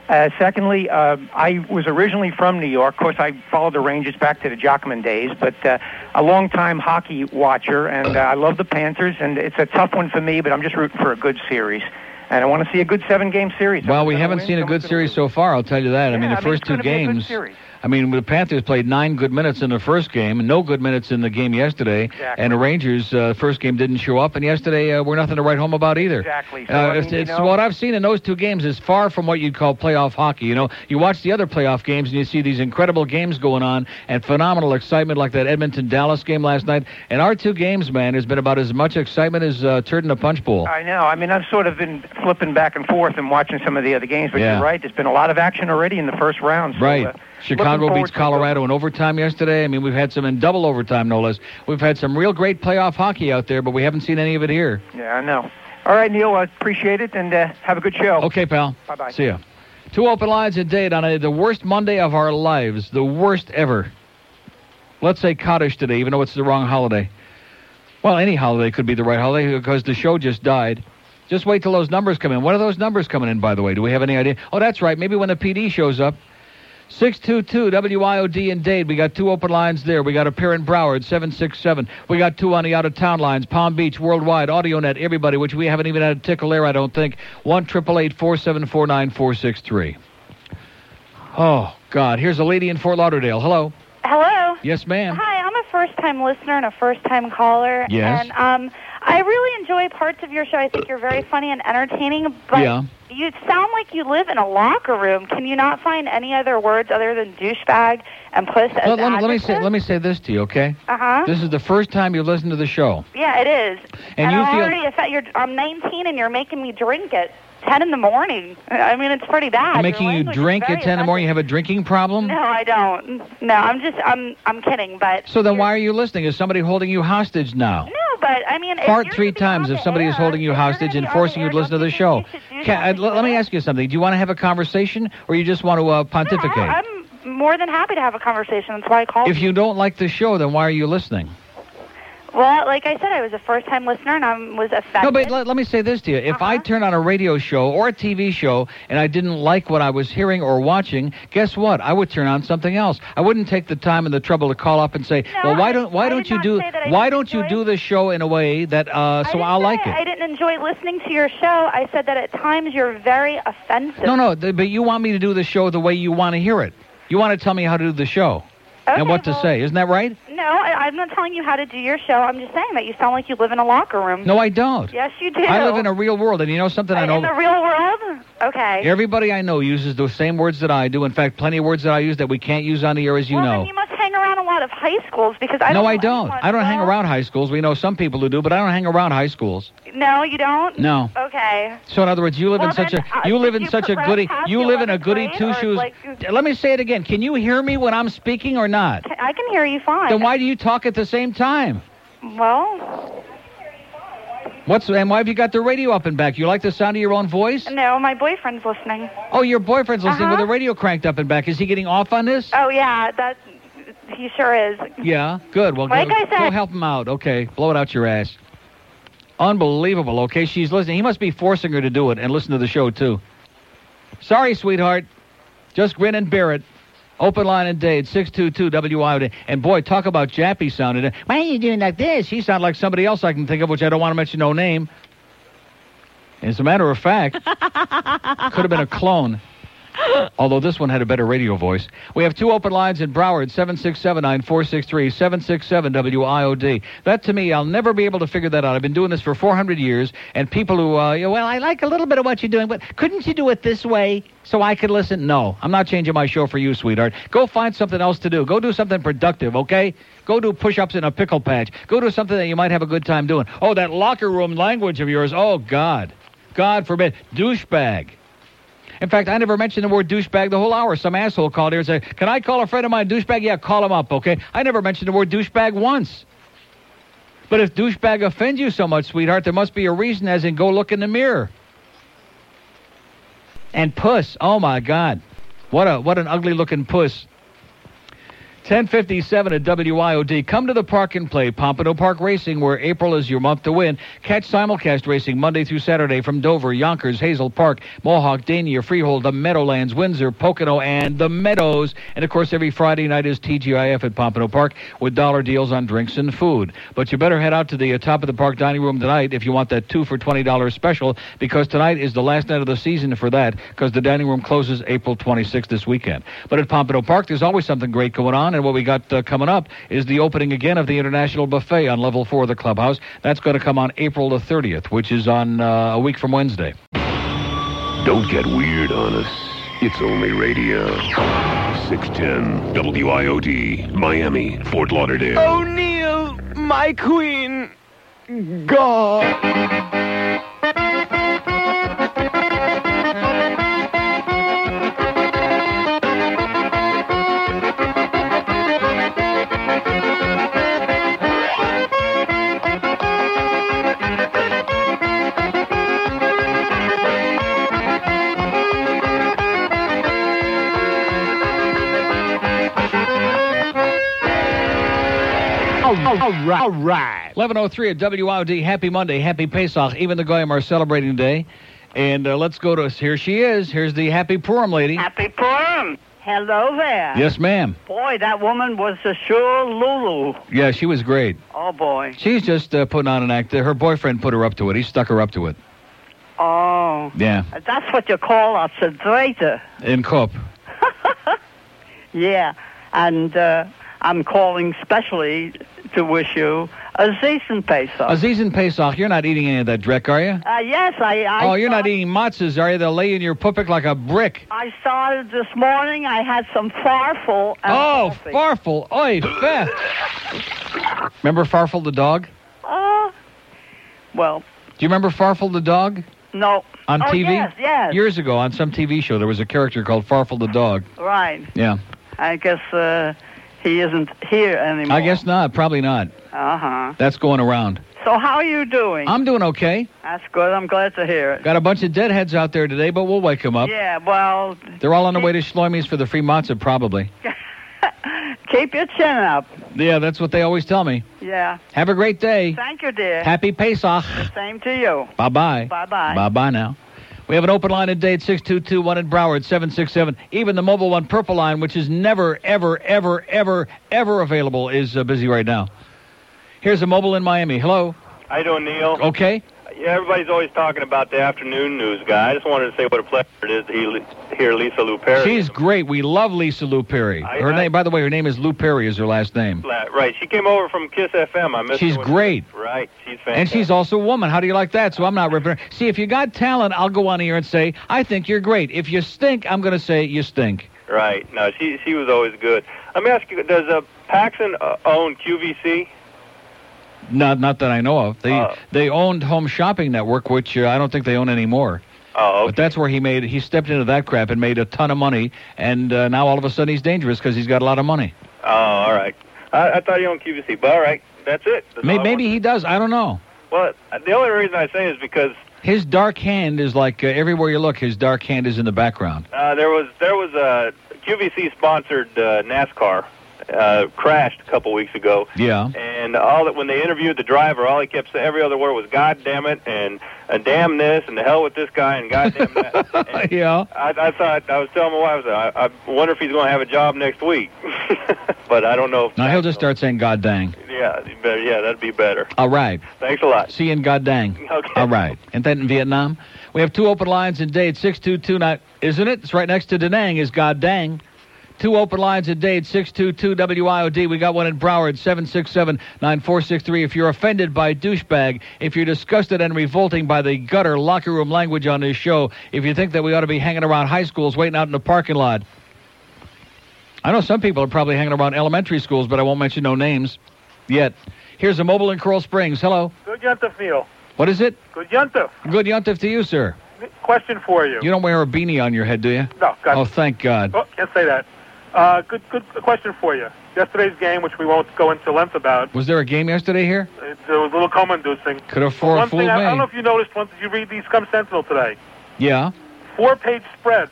S26: Uh, secondly, uh, I was originally from New York. Of course, I followed the Rangers back to the Jockman days, but uh, a longtime hockey watcher, and uh, I love the Panthers. And it's a tough one for me, but I'm just rooting for a good series, and I want to see a good seven-game series.
S5: Well, we haven't seen a good series so far. I'll tell you that. I mean, the
S26: I mean,
S5: first
S26: it's
S5: two
S26: gonna be a good
S5: games.
S26: series.
S5: I mean, the Panthers played nine good minutes in the first game, and no good minutes in the game yesterday.
S26: Exactly.
S5: And the Rangers' uh, first game didn't show up, and yesterday uh, were nothing to write home about either.
S26: Exactly. So,
S5: uh,
S26: I mean,
S5: it's,
S26: you
S5: it's
S26: know-
S5: what I've seen in those two games is far from what you'd call playoff hockey. You know, you watch the other playoff games and you see these incredible games going on and phenomenal excitement, like that Edmonton Dallas game last night. And our two games, man, has been about as much excitement as uh, turd in a punch bowl.
S26: I know. I mean, I've sort of been flipping back and forth and watching some of the other games, but
S5: Yeah.
S26: you're right. There's been a lot of action already in the first round. So,
S5: Right.
S26: uh, looking
S5: Chicago
S26: forward
S5: beats Colorado in overtime yesterday. I mean, we've had some in double overtime, no less. We've had some real great playoff hockey out there, but we haven't seen any of it here.
S26: Yeah, I know. All right, Neil, I appreciate it, and uh, have a good show.
S5: Okay, pal.
S26: Bye-bye.
S5: See ya. Two open lines a date on a, the worst Monday of our lives, the worst ever. Let's say Kaddish today, even though it's the wrong holiday. Well, any holiday could be the right holiday because the show just died. Just wait till those numbers come in. What are those numbers coming in, by the way? Do we have any idea? Oh, that's right. Maybe when the PD shows up. 622 WIOD in Dade. We got two open lines there. We got a pair in Broward, 767. We got two on the out of town lines, Palm Beach, Worldwide, AudioNet, everybody, which we haven't even had a tickle there, I don't think. 1 474 9463. Oh, God. Here's a lady in Fort Lauderdale. Hello.
S27: Hello.
S5: Yes, ma'am.
S27: Hi, I'm a first-time listener and a first-time caller.
S5: Yes.
S27: And um, I really enjoy parts of your show. I think you're very funny and entertaining. But
S5: Yeah.
S27: you sound like you live in a locker room. Can you not find any other words other than douchebag and puss as
S5: Let, let me, let me say, let me say this to you, okay?
S27: Uh huh.
S5: This is the first time you've listened to the show.
S27: Yeah, it is.
S5: And you
S27: I'm
S5: feel-
S27: already affect- you're, I'm 19 and you're making me drink at 10 in the morning. I mean, it's pretty bad. Ah,
S5: I'm
S27: Your
S5: making you
S27: language is
S5: drink at
S27: very
S5: 10 in the morning. You have a drinking problem?
S27: No, I don't. No, I'm just I'm I'm kidding, but
S5: So then why are you listening? Is somebody holding you hostage now?
S27: no, but I mean, if
S5: Fart
S27: you're
S5: three times if somebody is holding you hostage and forcing you to listen to the show. Ca- uh, let let me ask you something. Do you want to have a conversation or you just want to uh, pontificate?
S27: I'm more than happy to have a conversation. That's why I called.
S5: If you don't like the show, then why are you listening?
S27: well, like I said, I was a first-time listener and I was affected.
S5: No, but let, let me say this to you. If
S27: Uh-huh.
S5: I turned on a radio show or a TV show and I didn't like what I was hearing or watching, guess what? I would turn on something else. I wouldn't take the time and the trouble to call up and say, "Well, why don't why don't you do why don't you do this show in a way that uh, so I'll like it?"
S27: I didn't enjoy listening to your show. I said that at times you're very offensive.
S5: No, no, th- but you want me to do the show the way you want to hear it. You want to tell me how to do the show and what to say. Isn't that right?
S27: No, I, I'm not telling you how to do your show. I'm just saying that you sound like you live in a locker room.
S5: No, I don't.
S27: Yes, you do.
S5: I live in a real world, and you know something I know.
S27: In the real world? Okay.
S5: Everybody I know uses those same words that I do. In fact, plenty of words that I use that we can't use on the air, as you know.
S27: You must hang around a lot of high schools because I
S5: no,
S27: don't
S5: I
S27: know
S5: don't. I don't hang around high schools. We know some people who do, but I don't hang around high schools.
S27: anyone- No, you don't.
S5: No.
S27: Okay.
S5: So in other words, you live in
S27: Well,
S5: such
S27: then,
S5: a you
S27: uh,
S5: live
S27: did
S5: in
S27: you
S5: such a
S27: progress
S5: goody
S27: past
S5: you
S27: the
S5: live in a
S27: 11th
S5: goody
S27: grade,
S5: two
S27: or,
S5: shoes.
S27: like-
S5: Let me say it again. Can you hear me when I'm speaking or not?
S27: Ca- I can hear you fine.
S5: Then why do you talk at the same time?
S27: Well,
S5: What's and why have you got the radio up and back? You like the sound of your own voice?
S27: no, my boyfriend's listening.
S5: Oh, your boyfriend's listening
S27: Uh-huh.
S5: with the radio cranked up and back. Is he getting off on this?
S27: Oh yeah, that he sure is.
S5: Yeah, good. Well,
S27: Like
S5: go,
S27: I said-
S5: go help him out. Okay, blow it out your ass. Unbelievable. Okay, she's listening. He must be forcing her to do it and listen to the show too. Sorry, sweetheart. Just grin and bear it. Open line and Dade, 622 WIOD. And boy, talk about Jappy sounding. Why are you doing like this? He sounded like somebody else I can think of, which I don't want to mention no name. As a matter of fact, could have been a clone. Although this one had a better radio voice. We have two open lines in Broward, 767-9463, 767-WIOD. That to me, I'll never be able to figure that out. I've been doing this for 400 years, and people who, uh, you know, well, I like a little bit of what you're doing, but couldn't you do it this way so I could listen? No, I'm not changing my show for you, sweetheart. Go find something else to do. Go do something productive, okay? Go do push-ups in a pickle patch. Go do something that you might have a good time doing. Oh, that locker room language of yours. Oh, God. God forbid. Douchebag. In fact, I never mentioned the word douchebag the whole hour. Some asshole called here and said, Can I call a friend of mine douchebag? Yeah, call him up, okay? I never mentioned the word douchebag once. But if douchebag offends you so much, sweetheart, there must be a reason, as in go look in the mirror. And puss. Oh my God. What a what an ugly looking puss. 1057 at WIOD. Come to the park and play Pompano Park Racing, where April is your month to win. Catch simulcast racing Monday through Saturday from Dover, Yonkers, Hazel Park, Mohawk, Dania, Freehold, the Meadowlands, Windsor, Pocono, and the Meadows. And of course, every Friday night is TGIF at Pompano Park with dollar deals on drinks and food. But you better head out to the uh, top of the park dining room tonight if you want that two for $20 special, because tonight is the last night of the season for that, because the dining room closes April 26th this weekend. But at Pompano Park, there's always something great going on, and what we got uh, coming up is the opening again of the International Buffet on level four of the clubhouse. That's going to come on April the 30th, which is on uh, a week from Wednesday.
S1: Don't get weird on us. It's only radio. 610 WIOD, Miami, Fort Lauderdale.
S3: O'Neill, my queen. God.
S5: All right. All right. 1103 at WIOD. Happy Monday. Happy Pesach. Even the Goyim are celebrating today. And uh, let's go to us. Here she is. Here's the Happy Purim lady.
S28: Happy Purim. Hello there.
S5: Yes, ma'am.
S28: Boy, that woman was a sure Lulu.
S5: Yeah, she was great.
S28: Oh, boy.
S5: She's just uh, putting on an act. Her boyfriend put her up to it. He stuck her up to it.
S28: Oh.
S5: Yeah.
S28: That's what you call a sedator.
S5: In Kop.
S28: Yeah. And uh, I'm calling specially to wish you a season Pesach.
S5: Aziz and Pesach, you're not eating any of that dreck, are you?
S28: Uh, yes, I. I
S5: oh, you're not eating matzahs, are you? They'll lay in your pupik like a brick.
S28: I started this morning. I had some farfel. and
S5: Oh,
S28: coffee.
S5: Farfel. Oi, Beth. Remember Farfel the dog?
S28: Uh, well,
S5: Do you remember Farfel the dog
S28: no.
S5: on
S28: oh,
S5: TV?
S28: Yes, yes.
S5: Years ago on some TV show, there was a character called Farfel the dog.
S28: right.
S5: Yeah.
S28: I guess uh, he isn't here anymore.
S5: I guess not. Probably not.
S28: Uh huh.
S5: That's going around.
S28: So how are you doing?
S5: I'm doing okay.
S28: That's good. I'm glad to hear it.
S5: Got a bunch of deadheads out there today, but we'll wake them up.
S28: Yeah. Well,
S5: They're all on their way to Schloimy's for the free matzah, probably.
S28: keep your chin up.
S5: Yeah, that's what they always tell me.
S28: Yeah.
S5: Have a great day.
S28: Thank you, dear.
S5: Happy Pesach.
S28: Same to you.
S5: Bye bye.
S28: Bye-bye.
S5: Bye bye now. We have an open line at date 6221 in Broward, 767. Even the mobile one purple line, which is never, ever, ever, ever, ever available, is uh, busy right now. Here's a mobile in Miami. Hello.
S23: How you doing, Neil?
S5: Okay.
S23: Yeah, everybody's always talking about the afternoon news guy. I just wanted to say what a pleasure it is to he- hear Lisa Lou Perry.
S5: She's great. We love Lisa Lou Perry.
S23: I-
S5: her
S23: I-
S5: name, by the way, her name is Lou Perry, is her last name.
S23: Flat, Right, she came over from Kiss FM. I missed
S5: She's
S23: her when she-
S5: great.
S23: Right, she's fantastic.
S5: And she's also a woman. How do you like that? So I'm not ripping her. See, if you got talent, I'll go on here and say, I think you're great. If you stink, I'm going to say you stink.
S23: Right. No, she she was always good. Let me ask you: Does uh, Paxson uh, own QVC?
S5: Not, not that I know of. They,
S23: Oh.
S5: they owned Home Shopping Network, which uh, I don't think they own anymore.
S23: Oh,
S5: But that's where he made, he stepped into that crap and made a ton of money. And uh, now all of a sudden he's dangerous because he's got a lot of money.
S23: Oh, all right. I, I thought he owned QVC, but all right, that's it. That's
S5: May
S23: all I
S5: maybe he does. I don't know.
S23: want- Well, the only reason I say is because
S5: His dark hand is like uh, everywhere you look, his dark hand is in the background.
S23: uh, there was there was a QVC sponsored uh, NASCAR uh, crashed a couple weeks ago.
S5: Yeah.
S23: And all that when they interviewed the driver, all he kept saying every other word was "God damn it" and uh, "damn this" and "the hell with this guy" and "God damn that."
S5: yeah.
S23: I, I thought I was telling my wife, I, was, I wonder if he's going to have a job next week, but I don't know. If,
S5: Now he'll just start saying, God dang.
S23: yeah, better, yeah, that'd be better.
S5: All right.
S23: Thanks a lot.
S5: See you in God dang.
S23: Okay.
S5: All right. And then in Vietnam, we have two open lines in Dade, 6229, isn't it? It's right next to Da Nang is God dang. Two open lines in Dade, 622 WIOD. We got one in Broward, 767 9463. If you're offended by douchebag, if you're disgusted and revolting by the gutter locker room language on this show, if you think that we ought to be hanging around high schools waiting out in the parking lot, I know some people are probably hanging around elementary schools, but I won't mention no names yet. Here's a mobile in Coral Springs. Hello.
S9: Good yontif, Neil.
S5: What is it?
S9: Good yontif.
S5: Good yontif to you, sir.
S9: Question for you.
S5: You don't wear a beanie on your head, do you?
S9: No, God.
S5: Oh, thank God.
S9: Oh, can't say that. Uh, good, good question for you. Yesterday's game, which we won't go into length about,
S5: Was there a game yesterday here?
S9: it, it was a little coma-inducing.
S5: Could have
S9: But
S5: four
S9: one
S5: fooled
S9: thing, I, I don't know
S5: me.
S9: if you noticed once you read the Scum Sentinel today.
S5: Yeah.
S9: four-page spread,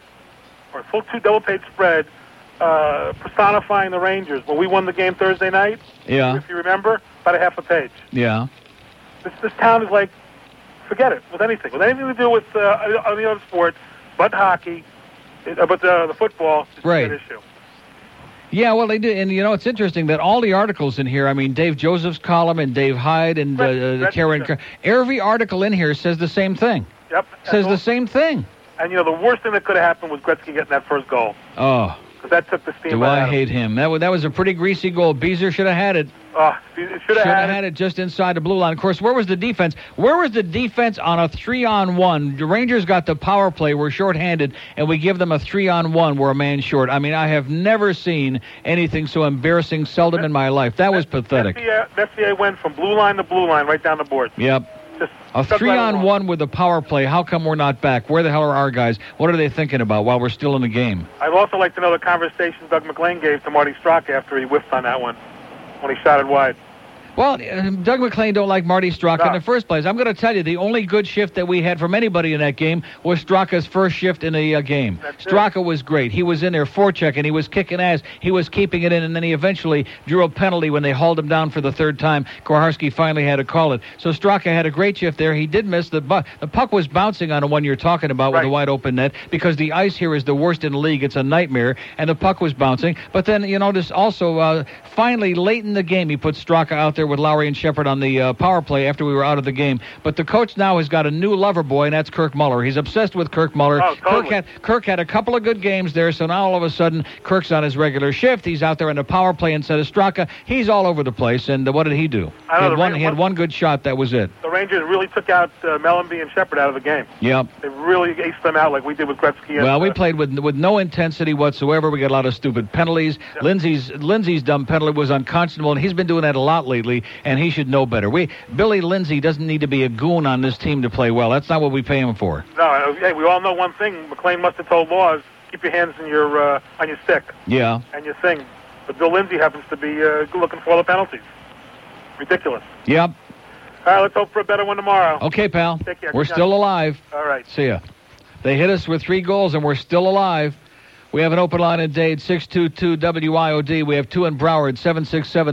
S9: or full two double-page spread, uh, personifying the Rangers. When we won the game Thursday night,
S5: Yeah.
S9: if you remember, about a half a page.
S5: Yeah.
S9: This, this town is like, forget it with anything, with anything to do with uh, any other sport, but hockey, uh, but uh, the football is
S5: Right.
S9: an issue.
S5: Yeah, well, they do, and you know it's interesting that all the articles in here. I mean, Dave Joseph's column and Dave Hyde and uh, uh, Karen. Every article in here says the same thing.
S9: Yep.
S5: Says the same thing.
S9: And you know the worst thing that could have happened was Gretzky getting that first goal
S5: Oh,
S9: because that took the steam
S5: do
S9: out
S5: I
S9: of him.
S5: hate him? That was that was a pretty greasy goal. Beezer should have had it.
S9: Uh, it should have
S5: had, it just inside the blue line. Of course, where was the defense? Where was the defense on a three-on-one? The Rangers got the power play. We're shorthanded, and we give them a three-on-one. We're a man short. I mean, I have never seen anything so embarrassing. Seldom in my life. That was pathetic.
S9: Messier, Messier went from blue line to blue line right down the board.
S5: Yep.
S9: Just
S5: A
S9: stuck
S5: three
S9: right
S5: on
S9: along.
S5: one with a power play. How come we're not back? Where the hell are our guys? What are they thinking about while we're still in the game?
S9: I'd also like to know the conversation Doug McLean gave to Marty Strock after he whiffed on that one when he shot it wide.
S5: Well, uh, Doug McLean don't like Marty Straka in the first place. I'm going to tell you, the only good shift that we had from anybody in that game was Straka's first shift in a uh, game. Straka was great. He was in there forechecking. He was kicking ass. He was keeping it in, and then he eventually drew a penalty when they hauled him down for the third time. Koharski finally had to call it. So Straka had a great shift there. He did miss the bu- the puck was bouncing on the one you're talking about with a wide open net because the ice here is the worst in the league. It's a nightmare, and the puck was bouncing. But then you notice also uh, finally late in the game he put Straka out there with Lowry and Shepard on the uh, power play after we were out of the game. But the coach now has got a new lover boy, and that's Kirk Muller. He's obsessed with Kirk Muller.
S29: Oh, totally.
S5: Kirk had Kirk had a couple of good games there, so now all of a sudden Kirk's on his regular shift. He's out there in the power play instead of Straka. He's all over the place. And uh, what did he do?
S9: I know, the
S5: He had one.
S9: Ra-
S5: He had one good shot. That was it.
S9: The Rangers really took out uh, Mellenby and Shepard out of the game.
S5: Yep.
S9: They really aced them out like we did with Gretzky. And,
S5: Well, we
S9: uh,
S5: played with with no intensity whatsoever. We got a lot of stupid penalties. Lindsey's Lindsey's dumb penalty was unconscionable, and he's been doing that a lot lately. And he should know better. We Billy Lindsey doesn't need to be a goon on this team to play well. That's not what we pay him for.
S9: no, uh, hey, we all know one thing. McLean must have told Laws, keep your hands in your uh, on your stick
S5: Yeah.
S9: and your thing. But Bill Lindsay happens to be uh, looking for all the penalties. Ridiculous.
S5: Yep.
S9: All right, let's hope for a better one tomorrow.
S5: Okay, pal.
S9: Take care.
S5: Oh, We're
S9: Good night.
S5: still alive.
S9: All right.
S5: See ya. They hit us with three goals, and we're still alive. We have an open line in Dade, 622-WIOD. We have two in Broward,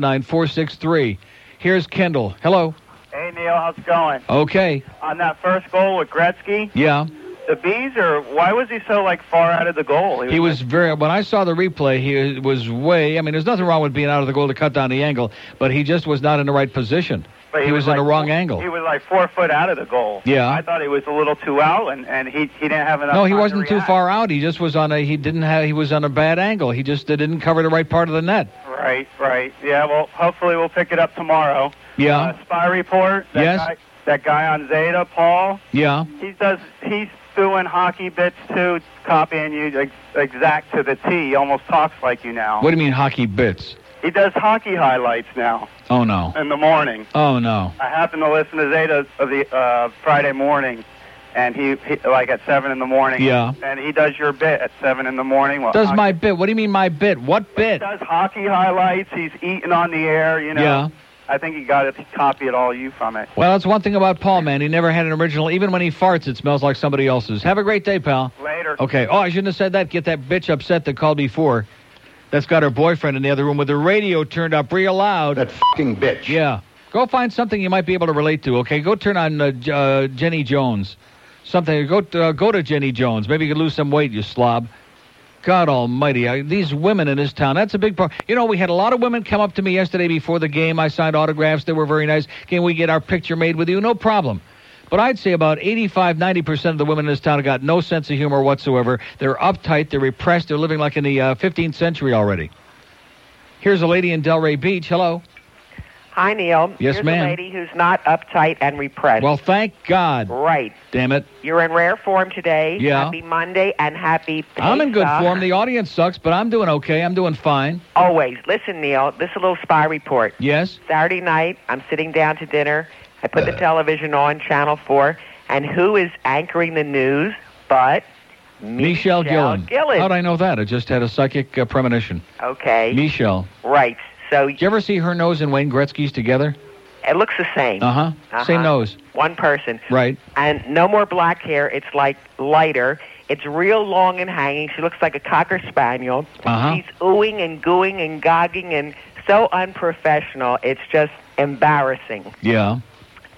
S5: 7679463. Here's Kendall. Hello.
S30: Hey Neil, how's it going?
S5: Okay.
S30: On that first goal with Gretzky,
S5: Yeah.
S30: the Beezer, why was he so like far out of the goal?
S5: He was very. When I saw the replay, he was way. I mean, there's nothing wrong with being out of the goal to cut down the angle, but he just was not in the right position.
S30: But
S5: he, was, in the
S30: like-
S5: wrong angle.
S30: He was like four foot out of the goal.
S5: Yeah.
S30: I thought he was a little too out, and and he he didn't have enough.
S5: no, he
S30: time to
S5: wasn't too far out. He just was on a. He didn't have. He was on a bad angle. He just didn't cover the right part of the net.
S30: Right, right. Yeah, well, hopefully we'll pick it up tomorrow.
S5: Yeah.
S30: Uh, spy report. That
S5: Yes.
S30: Guy, that guy on Zeta, Paul.
S5: yeah.
S30: He does. He's doing hockey bits too, copying you ex- exact to the T. He almost talks like you now.
S5: What do you mean hockey bits?
S30: He does hockey highlights now
S5: Oh no.
S30: in the morning.
S5: Oh no.
S30: I happened to listen to Zeta of the uh, Friday morning, and he, he like at seven in the morning.
S5: Yeah.
S30: And he does your bit at seven in the morning. Well,
S5: Does
S30: hockey-
S5: my bit? What do you mean my bit? What bit?
S30: does hockey highlights? He's eating on the air. You know.
S5: Yeah.
S30: I think he got it. He copied all you from it.
S5: Well, that's one thing about Paul, man. He never had an original. Even when he farts, it smells like somebody else's. Have a great day, pal.
S30: Later.
S5: Okay. Oh, I shouldn't have said that. Get that bitch upset that called before. That's got her boyfriend in the other room with the radio turned up real loud. That fucking bitch. Yeah. Go find something you might be able to relate to. Okay. Go turn on uh, J- uh, Jenny Jones. Something. Go to, uh, go to Jenny Jones. Maybe you could lose some weight, you slob. God Almighty! I, these women in this town—that's a big part. You know, we had a lot of women come up to me yesterday before the game. I signed autographs; they were very nice. Can we get our picture made with you? No problem. But I'd say about 85, 90 percent of the women in this town have got no sense of humor whatsoever. They're uptight. They're repressed. They're living like in the uh, 15th century already. Here's a lady in Delray Beach. Hello.
S31: Hi, Neil.
S5: Yes,
S31: Here's
S5: ma'am.
S31: a lady who's not uptight and repressed.
S5: Well, thank God.
S31: Right.
S5: Damn it.
S31: You're in rare form today.
S5: Yeah.
S31: Happy Monday and happy.
S5: I'm in good
S31: Pesach.
S5: form. The audience sucks, but I'm doing okay. I'm doing fine.
S31: Always. Listen, Neil, this is a little spy report.
S5: Yes. Uh.
S31: Saturday night, I'm sitting down to dinner. I put the television on, Channel 4, and who is anchoring the news but.
S5: Michelle, Gillen.
S31: Gillen.
S5: How'd I know that? I just had a psychic uh, premonition.
S31: Okay.
S5: Michelle.
S31: Right. So
S5: Did you ever see her nose and Wayne Gretzky's together?
S31: It looks the same.
S5: Uh huh. Same
S31: Uh-huh.
S5: nose.
S31: One person.
S5: Right.
S31: And no more black hair. It's like lighter. It's real long and hanging. She looks like a cocker spaniel.
S5: Uh-huh.
S31: She's oohing and gooing and gogging and so unprofessional. It's just embarrassing.
S5: Yeah.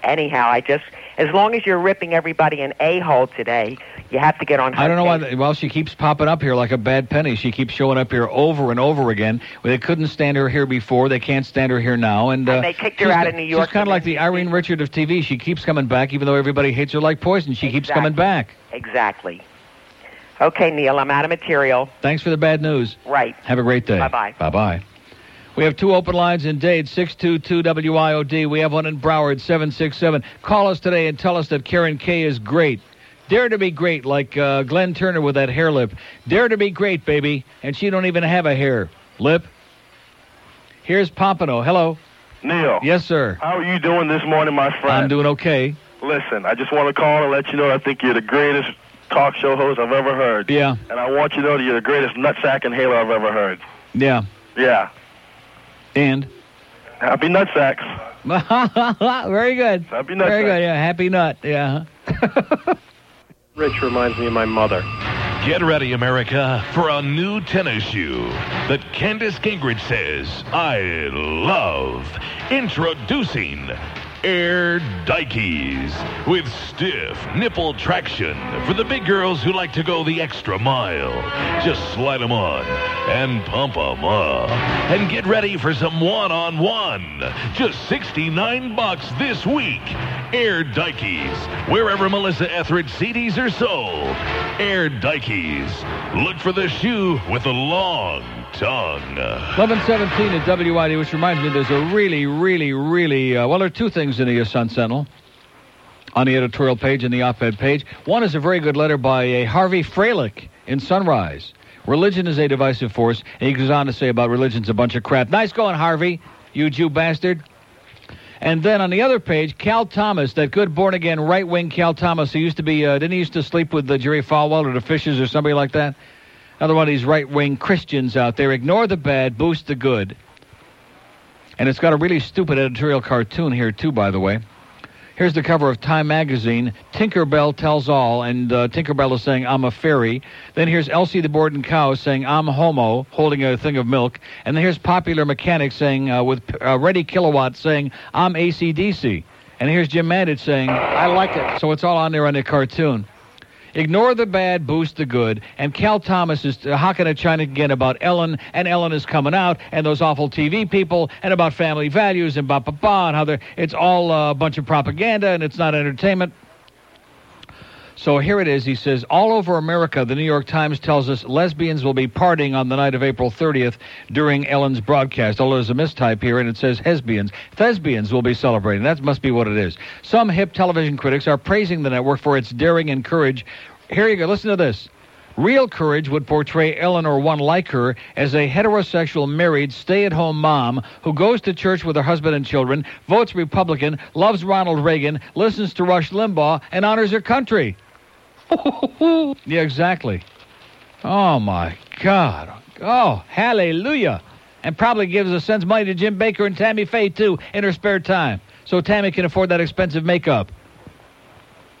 S31: Anyhow, I just as long as you're ripping everybody an a hole today, you have to get on. Her
S5: I don't know why. th- Well, she keeps popping up here like a bad penny. She keeps showing up here over and over again. They couldn't stand her here before. They can't stand her here now. And, uh,
S31: And they kicked her
S5: she's
S31: out
S5: ki-
S31: of New York
S5: She's kind of like the Irene Richard of TV. She keeps coming back, even though everybody hates her like poison. She keeps coming back.
S31: Exactly. Okay, Neil, I'm out of material.
S5: Thanks for the bad news.
S31: Right.
S5: Have a great day.
S31: Bye-bye.
S5: Bye bye. We have two open lines in Dade, 622 WIOD. We have one in Broward, 767. Call us today and tell us that Karen K is great. Dare to be great, like uh, Glenn Turner with that hair lip. Dare to be great, baby. And she don't even have a hair lip. Here's Pompano. Hello.
S14: Neil.
S5: Yes, sir.
S14: How are you doing this morning, my Oh. friend?
S5: I'm doing okay.
S14: Listen, I just want to call and let you know I think you're the greatest talk show host I've ever heard.
S5: Yeah.
S14: And I want you to know that you're the greatest nutsack inhaler I've ever heard.
S5: Yeah.
S14: Yeah.
S5: And?
S14: Happy nutsacks.
S5: Very good.
S14: Happy nutsacks.
S5: Very good. Yeah. Happy nut. Yeah.
S32: Rich reminds me of my mother.
S33: Get ready, America, for a new tennis shoe that Candace Gingrich says, I love. Introducing Air Dikes with stiff nipple traction for the big girls who like to go the extra mile. Just slide them on and pump them up. And get ready for some one-on-one. Just 69 bucks this week. Air Dikes, wherever Melissa Etheridge CDs are sold. Air Dikes. Look for the shoe with the long tongue.
S5: 1117 at WID, which reminds me there's a really, really, really, uh, well, there are two things in the uh, Sun Sentinel on the editorial page and the op ed page. One is a very good letter by a Harvey Freilich in Sunrise. Religion is a divisive force, and he goes on to say about religion's a bunch of crap. Nice going, Harvey, you Jew bastard. And then on the other page, Cal Thomas, that good born again right wing Cal Thomas, who used to be, uh, didn't he used to sleep with uh, Jerry Falwell or the Fishers or somebody like that? Another one of these right wing Christians out there. Ignore the bad, boost the good. And it's got a really stupid editorial cartoon here, too, by the way. Here's the cover of Time magazine. Tinkerbell tells all, and uh, Tinkerbell is saying, I'm a fairy. Then here's Elsie the Borden Cow saying, I'm homo, holding a thing of milk. And then here's Popular Mechanic saying, uh, with uh, Reddy Kilowatt saying, I'm ACDC. And here's Jim Mandich saying, I like it. So it's all on there on the cartoon. Ignore the bad, boost the good. And Cal Thomas is uh, hocking a China again about Ellen, and Ellen is coming out, and those awful TV people, and about family values, and ba ba ba, and how they're, it's all uh, a bunch of propaganda, and it's not entertainment. So here it is. He says, All over America, the New York Times tells us lesbians will be partying on the night of April 30th during Ellen's broadcast. Although there's a mistype here, and it says lesbians. Thesbians will be celebrating. That must be what it is. Some hip television critics are praising the network for its daring and courage. Here you go. Listen to this. Real courage would portray Ellen or one like her as a heterosexual, married, stay at home mom who goes to church with her husband and children, votes Republican, loves Ronald Reagan, listens to Rush Limbaugh, and honors her country. yeah, exactly. Oh my God. Oh, hallelujah. And probably gives us sends money to Jim Baker and Tammy Faye too in her spare time. So Tammy can afford that expensive makeup.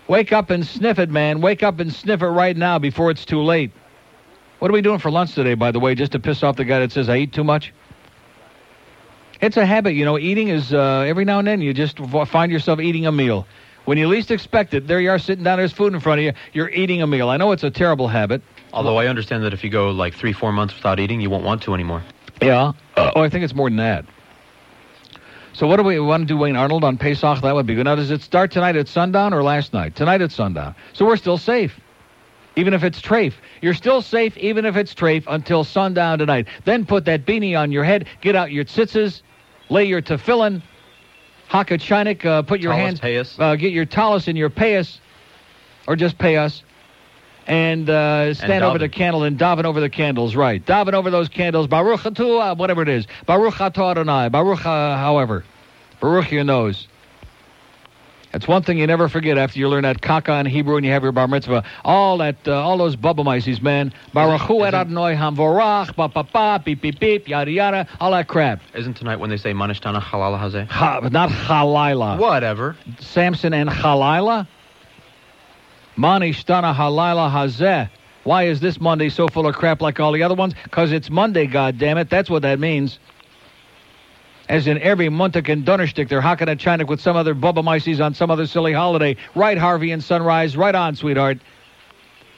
S5: Wake up and sniff it, man. Wake up and sniff it right now before it's too late. What are we doing for lunch today, by the way, just to piss off the guy that says I eat too much? It's a habit, you know. Eating is uh, every now and then you just v- find yourself eating a meal when you least expect it. There you are sitting down. There's food in front of you. You're eating a meal. I know it's a terrible habit.
S10: Although I understand that if you go like three, four months without eating, you won't want to anymore.
S5: Yeah. oh, I think it's more than that. So what do we want to do, Wayne Arnold on Pesach? That would be good. Now, does it start tonight at sundown or last night? Tonight at sundown. So we're still safe, even if it's trafe. You're still safe, even if it's trafe, until sundown tonight. Then put that beanie on your head, get out your tzitzis, lay your tefillin, haka chinik, uh, put your
S10: Tallis,
S5: hands, Uh, get your tallis and your payas, or just pay us and uh, stand over
S10: daven.
S5: the candle and daven over the candles, right? Daven over those candles, Baruch Atu, uh, whatever it is, Baruch Atu Adonai, Baruch, uh, however, Baruch your nose. That's one thing you never forget after you learn that kaka in Hebrew and you have your bar mitzvah. All that, uh, all those bubble mices, man. Baruch Hu et Adonai Hamvorach, ba ba ba, beep beep beep, yada yada, all that crap.
S10: Isn't tonight when they say Manishtana Halal Haze?
S5: Ha, but not Halila.
S10: Whatever.
S5: Samson and Halila? Mani Shtana Halila Hazeh. Why is this Monday so full of crap like all the other ones? Because it's Monday, God damn it. That's what that means. As in every Muntich and Donnerstick, they're hocking a Chinook with some other Bubba Mices on some other silly holiday. Right, Harvey and Sunrise. Right on, sweetheart.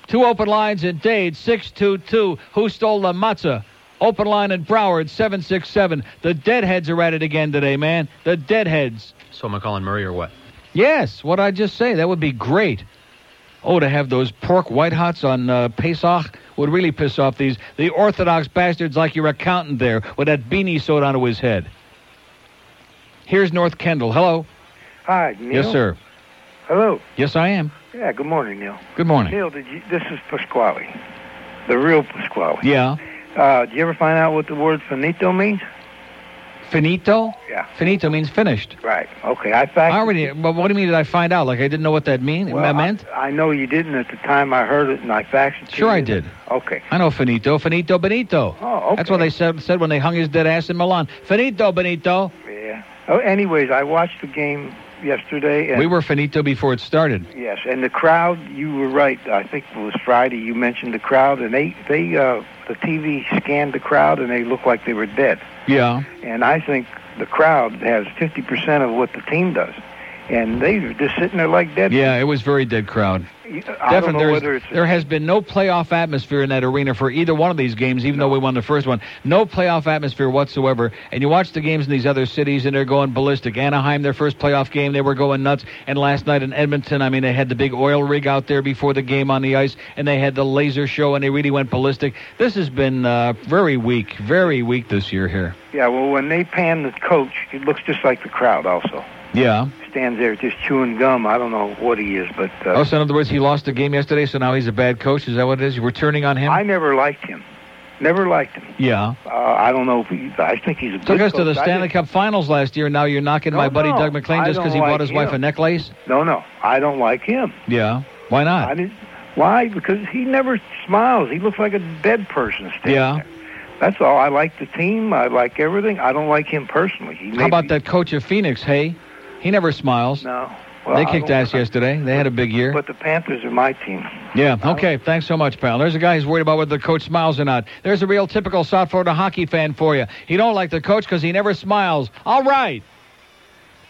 S5: Two open lines in Dade, 622. Who stole the matzah? Open line in Broward, 767. The Deadheads are at it again today, man. The Deadheads.
S10: So am I calling Murray or what?
S5: Yes, what I just say. That would be great. Oh, to have those pork white hots on uh, Pesach would really piss off these the orthodox bastards like your accountant there with that beanie sewed onto his head. Here's North Kendall. Hello.
S34: Hi, Neil.
S5: Yes, sir.
S34: Hello.
S5: Yes, I am.
S34: Yeah, good morning, Neil.
S5: Good morning.
S34: Neil, did you, this is Pasquale, the real Pasquale.
S5: Yeah.
S34: Uh, did you ever find out what the word finito means?
S5: Finito?
S34: Yeah.
S5: Finito means finished.
S34: Right. Okay. I fact.
S5: I already. But what do you mean? Did I find out? Like I didn't know what that mean
S34: Well,
S5: meant.
S34: I, I know you didn't at the time I heard it, and I faxed it. to
S5: Sure,
S34: you.
S5: I did.
S34: Okay.
S5: I know finito, finito, benito.
S34: Oh, okay.
S5: That's what they said, said when they hung his dead ass in Milan. Finito, benito.
S34: Yeah. Oh, anyways, I watched the game yesterday, and
S5: We were finito before it started.
S34: yes, and the crowd. You were right. I think it was Friday. You mentioned the crowd, and they they uh, the TV scanned the crowd, and they looked like they were dead.
S5: Yeah.
S34: And I think the crowd has 50% of what the team does. And they were just sitting there like dead.
S5: Yeah, it was very dead crowd.
S34: I don't know
S5: there, is-
S34: whether it's.
S5: there has been no playoff atmosphere in that arena for either one of these games, even though we won the first one. No playoff atmosphere whatsoever. And you watch the games in these other cities, and they're going ballistic. Anaheim, their first playoff game, they were going nuts. And last night in Edmonton, I mean, they had the big oil rig out there before the game on the ice, and they had the laser show, and they really went ballistic. This has been uh, very weak, very weak this year here.
S34: Yeah, well, when they pan the coach, it looks just like the crowd also.
S5: Yeah.
S34: Stands there just chewing gum. I don't know what he is, but uh,
S5: Oh, so in other words, he lost the game yesterday, so now he's a bad coach. Is that what it is? You were turning on him?
S34: I never liked him. Never liked him.
S5: yeah.
S34: Uh, I don't know if he, I think he's a good
S5: Took us to
S34: coach.
S5: the
S34: I
S5: Stanley Cup Finals last year, and now you're knocking
S34: No,
S5: my buddy
S34: no,
S5: Doug McLean
S34: I
S5: just because
S34: don't
S5: he bought
S34: like
S5: his wife
S34: him.
S5: a necklace?
S34: didn't- No, no, I don't like him.
S5: Yeah. Why
S34: I
S5: not?
S34: didn't, why? Because he never smiles. He looks like a dead person. standing
S5: Yeah.
S34: That's all. I like the team. I like everything. I don't like him personally. He may
S5: How about that coach of Phoenix, hey? He never smiles.
S34: No.
S5: they
S34: Well, I
S5: kicked
S34: don't-
S5: ass yesterday. They had a big year.
S34: But the Panthers are my team.
S5: Yeah. Okay. Thanks so much, pal. There's a guy who's worried about whether the coach smiles or not. There's a real typical South Florida hockey fan for you. He don't like the coach because he never smiles. All right.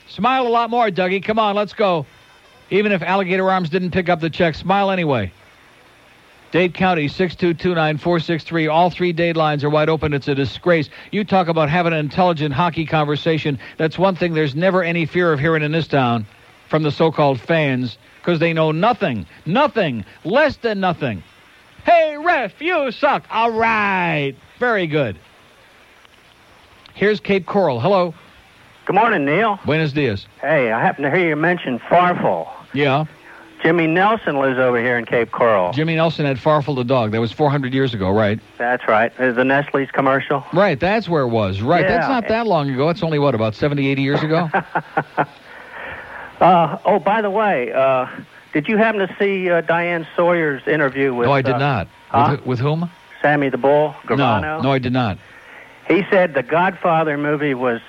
S5: Smile a lot more, Dougie. Come on, let's go. Even if Alligator Arms didn't pick up the check, smile anyway. Dade County, 6229463. All three Dade lines are wide open. It's a disgrace. You talk about having an intelligent hockey conversation. That's one thing there's never any fear of hearing in this town from the so called fans because they know nothing. Nothing. Less than nothing. Hey, ref, you suck. All right. Very good. Here's Cape Coral. Hello.
S17: Good morning, Neil.
S5: Buenos dias.
S17: Hey, I happen to hear you mention Farfel.
S5: Yeah.
S17: Jimmy Nelson lives over here in Cape Coral.
S5: Jimmy Nelson had Farfel the dog. That was 400 years ago, right?
S17: That's right. Is The Nestle's commercial.
S5: Right, that's where it was. Right, that's
S17: Yeah.
S5: not that long ago. It's only what about 70, 80 years ago.
S17: Uh, oh, by the way, uh, did you happen to see uh, Diane Sawyer's interview with?
S5: no, I did
S17: uh,
S5: not.
S17: huh?
S5: With, who- with whom?
S17: Sammy the Bull
S5: No,
S17: Gravano.
S5: no, I did not.
S17: He said the Godfather movie was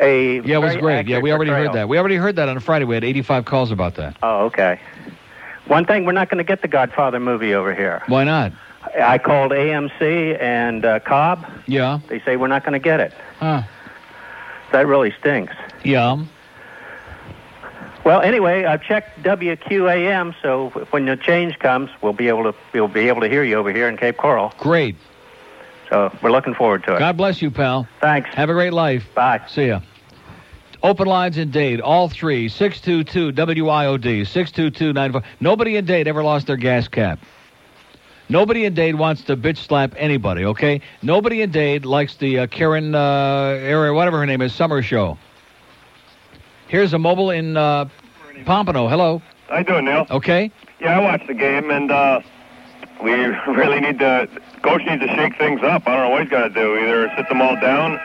S17: a
S5: Yeah, it was
S17: very
S5: great. Yeah,
S17: accurate
S5: we already
S17: portrayal.
S5: heard that. We already heard that on Friday. We had 85 calls about that.
S17: Oh, okay. One thing, we're not going to get the Godfather movie over here.
S5: Why not?
S17: I called AMC and uh, Cobb.
S5: Yeah.
S17: They say we're not going to get it.
S5: Huh.
S17: That really stinks.
S5: Yeah.
S17: Well, anyway, I've checked WQAM, so when the change comes, we'll be able to we'll be able to hear you over here in Cape Coral.
S5: Great.
S17: So we're looking forward to it.
S5: God bless you, pal.
S17: Thanks.
S5: Have a great life.
S17: Bye.
S5: See ya. Open lines in Dade, all three, 622 WIOD, 622 Nobody in Dade ever lost their gas cap. Nobody in Dade wants to bitch slap anybody, okay? Nobody in Dade likes the uh, Karen, uh, area, whatever her name is, summer show. Here's a mobile in uh, Pompano. Hello.
S35: How you doing, Neil?
S5: Okay.
S35: Yeah, I watched the game, and uh, we really need to. Coach needs to shake things up. I don't know what he's got to do. Either sit them all down,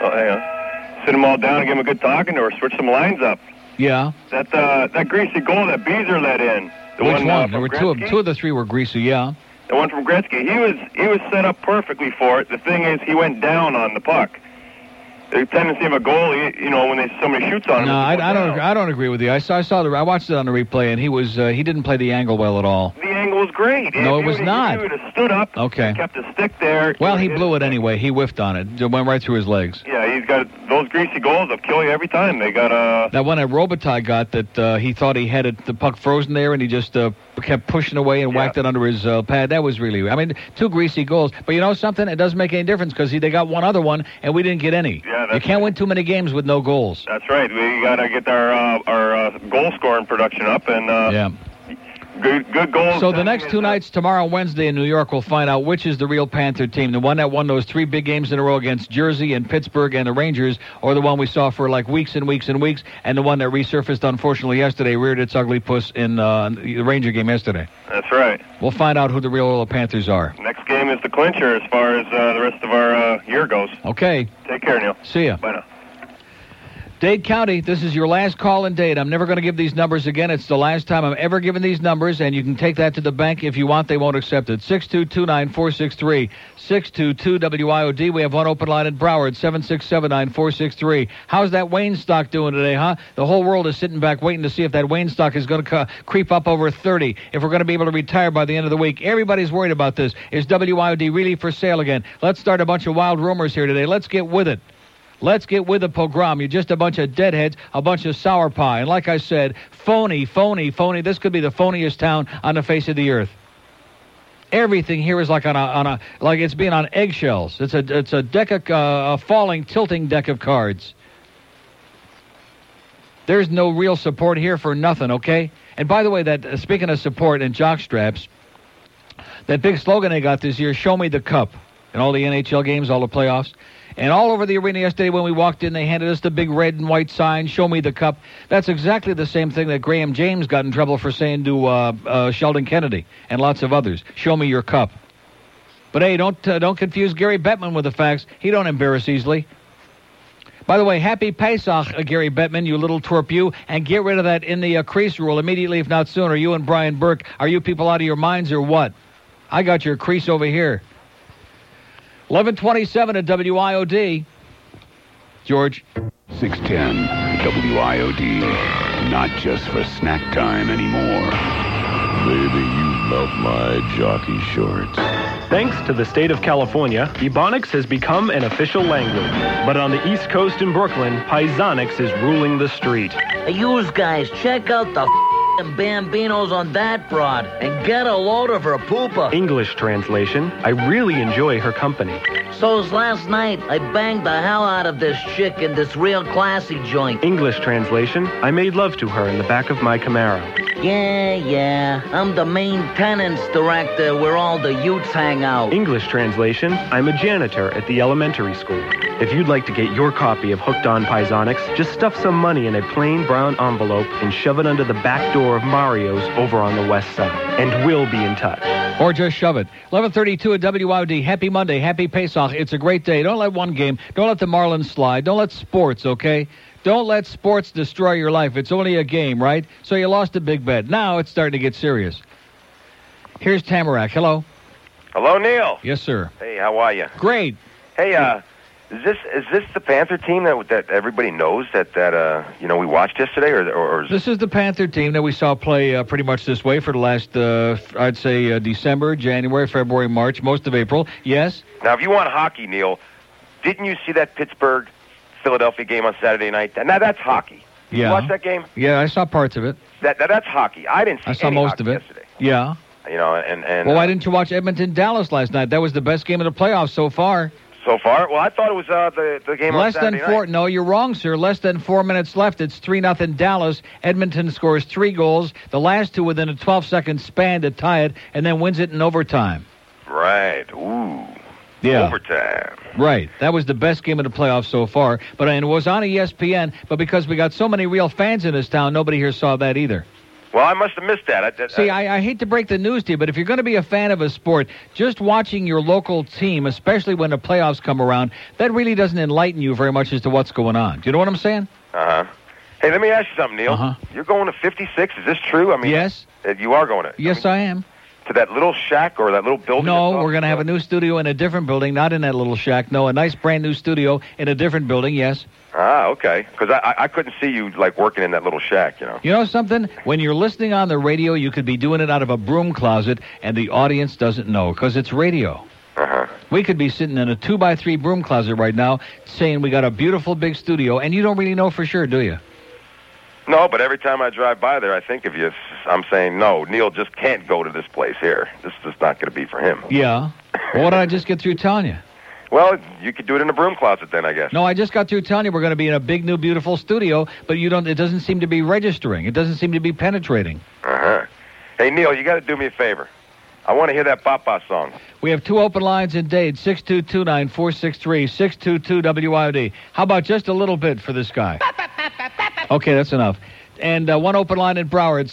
S35: oh, hang on. sit them all down and give them a good talking, or switch some lines up.
S5: Yeah.
S35: That uh, that greasy goal that Beezer let in, the
S5: Which
S35: one,
S5: one?
S35: uh,
S5: there
S35: from
S5: were two of,
S35: Gretzky?
S5: two of the three were greasy, yeah.
S35: the one from Gretzky, he was he was set up perfectly for it. The thing is, he went down on the puck. The tendency of a goalie, you know, when they, somebody shoots on him,
S5: No, I, I don't. I don't agree with you. I saw. I saw the. I watched it on the replay, and he was. Uh, he didn't play the angle well at all.
S35: the angle was great.
S5: No,
S35: If
S5: it
S35: he
S5: was
S35: would've-
S5: not.
S35: He would have stood up,
S5: Okay.
S35: kept a stick there.
S5: Well, he blew it anyway. He whiffed on it. It went right through his legs.
S35: Yeah, he's got those greasy goals. They'll kill you every time. They got uh,
S5: That one that Robitaille got that uh, he thought he had it, the puck frozen there, and he just uh, kept pushing away and whacked it under his uh, pad. That was really, I mean, two greasy goals. But you know something? It doesn't make any difference because they got one other one, and we didn't get any.
S35: Yeah,
S5: you can't win too many games with no goals.
S35: That's right. We got to get our uh, our uh, goal scoring production up and uh,
S5: yeah.
S35: good good goals.
S5: So the next two nights, tomorrow and Wednesday in New York, we'll find out which is the real Panther team, the one that won those three big games in a row against Jersey and Pittsburgh and the Rangers, or the one we saw for like weeks and weeks and weeks, and the one that resurfaced, unfortunately, yesterday, reared its ugly puss in uh, the Ranger game yesterday.
S35: That's right.
S5: We'll find out who the real Oil Panthers are.
S35: Next game is the clincher as far as uh, the rest of our uh, year goes.
S5: Okay.
S35: Take care, Neil.
S5: See ya.
S35: Bye now.
S5: Dade County, this is your last call and date. I'm never going to give these numbers again. It's the last time I'm ever giving these numbers, and you can take that to the bank if you want. They won't accept it. 6229463. 622-WIOD. We have one open line in Broward, 7679463. How's that Wayne stock doing today, huh? The whole world is sitting back waiting to see if that Wayne stock is going to co- creep up over 30, if we're going to be able to retire by the end of the week. Everybody's worried about this. Is WIOD really for sale again? Let's start a bunch of wild rumors here today. Let's get with it. Let's get with the pogrom. You're just a bunch of deadheads, a bunch of sour pie. And like I said, phony, phony, phony. This could be the phoniest town on the face of the earth. Everything here is like on a, on a like it's being on eggshells. It's a it's a deck of uh, a falling, tilting deck of cards. There's no real support here for nothing, okay? And by the way, that uh, speaking of support and jockstraps, that big slogan they got this year, "Show me the cup," in all the NHL games, all the playoffs, and all over the arena yesterday when we walked in, they handed us the big red and white sign, "Show me the cup." That's exactly the same thing that Graham James got in trouble for saying to uh, uh, Sheldon Kennedy and lots of others, "Show me your cup." But hey, don't uh, don't confuse Gary Bettman with the facts. He don't embarrass easily. By the way, happy Pesach, uh, Gary Bettman, you little twerp you, and get rid of that in the uh, crease rule immediately, if not sooner. You and Brian Burke, are you people out of your minds or what? I got your crease over here. 1127 at WIOD. George.
S16: 610 WIOD. Not just for snack time anymore. Baby, you love my jockey shorts.
S14: Thanks to the state of California, Ebonics has become an official language. But on the East Coast in Brooklyn, Paisonics is ruling the street.
S19: Yous guys, check out the f***ing Bambinos on that broad and get a load of her pooper.
S14: English translation, I really enjoy her company.
S19: So's last night, I banged the hell out of this chick in this real classy joint.
S14: English translation, I made love to her in the back of my Camaro.
S19: Yeah, yeah, I'm the main tenants director where all the Utes hang out.
S14: English translation, I'm a janitor at the elementary school. If you'd like to get your copy of Hooked on Paisonics, just stuff some money in a plain brown envelope and shove it under the back door of Mario's over on the west side. And we'll be in touch.
S5: Or just shove it. 1132 at WIOD. Happy Monday. Happy Pesach. It's a great day. Don't let one game, don't let the Marlins slide. Don't let sports, okay? Don't let sports destroy your life. It's only a game, right? So you lost a big bet. Now it's starting to get serious. Here's Tamarack. Hello.
S36: Hello, Neil.
S5: Yes, sir.
S36: Hey, how are you?
S5: Great.
S36: Hey, uh, is this is this the Panther team that that everybody knows that that uh you know we watched yesterday, or or, or is
S5: This is the Panther team that we saw play uh, pretty much this way for the last, uh, f- I'd say, uh, December, January, February, March, most of April. Yes.
S36: now if you want hockey, Neil, didn't you see that Pittsburgh Philadelphia game on Saturday night? Now that's hockey. Did
S5: Yeah.
S36: You watch that game?
S5: Yeah, I saw parts of it.
S36: That, that that's hockey. I didn't see
S5: I saw
S36: any
S5: most
S36: hockey
S5: of it. Yeah.
S36: Yesterday, you know, and and
S5: Well,
S36: uh,
S5: why didn't you watch Edmonton Dallas last night? That was the best game of the playoffs so far.
S36: uh, so far, well, I thought it was uh the the game
S5: Less
S36: on
S5: than
S36: Saturday
S5: four.
S36: night.
S5: No, you're wrong, sir. Less than four minutes left. It's three nothing Dallas. Edmonton scores three goals. The last two within a 12 second span to tie it, and then wins it in overtime.
S36: Right. Ooh.
S5: Yeah.
S36: Overtime.
S5: Right. That was the best game of the playoffs so far. But and it was on E ESPN. But because we got so many real fans in this town, nobody here saw that either.
S36: Well, I must have missed that. I, that
S5: See, I, I hate to break the news to you, but if you're going to be a fan of a sport, just watching your local team, especially when the playoffs come around, that really doesn't enlighten you very much as to what's going on. Do you know what I'm saying?
S36: Uh huh. Hey, let me ask you something, Neil.
S5: Uh-huh.
S36: You're going to 56. Is this true? I mean,
S5: Yes.
S36: uh, you are going to
S5: Yes, I am.
S36: to that little shack or that little building.
S5: No, we're going to have a new studio in a different building, not in that little shack. No, a nice brand new studio in a different building. Yes.
S36: Ah, okay. Because I, I I couldn't see you like working in that little shack, you know.
S5: You know something? When you're listening on the radio, you could be doing it out of a broom closet, and the audience doesn't know because it's radio.
S36: Uh-huh.
S5: We could be sitting in a two by three broom closet right now, saying we got a beautiful big studio, and you don't really know for sure, do you?
S36: No, but every time I drive by there, I think of you. I'm saying no, Neil just can't go to this place here. This is not going to be for him.
S5: Yeah. Well, what did I just get through telling you?
S36: Well, you could do it in a broom closet then, I guess.
S5: No, I just got through telling you we're going to be in a big new beautiful studio, but you don't. It doesn't seem to be registering. It doesn't seem to be penetrating.
S36: Uh huh. Hey Neil, you got to do me a favor. I want to hear that Pop Pop song.
S5: We have two open lines in Dade, 622-9463, 622-WIOD. How about just a little bit for this guy? Okay, that's enough. And uh, one open line in Broward,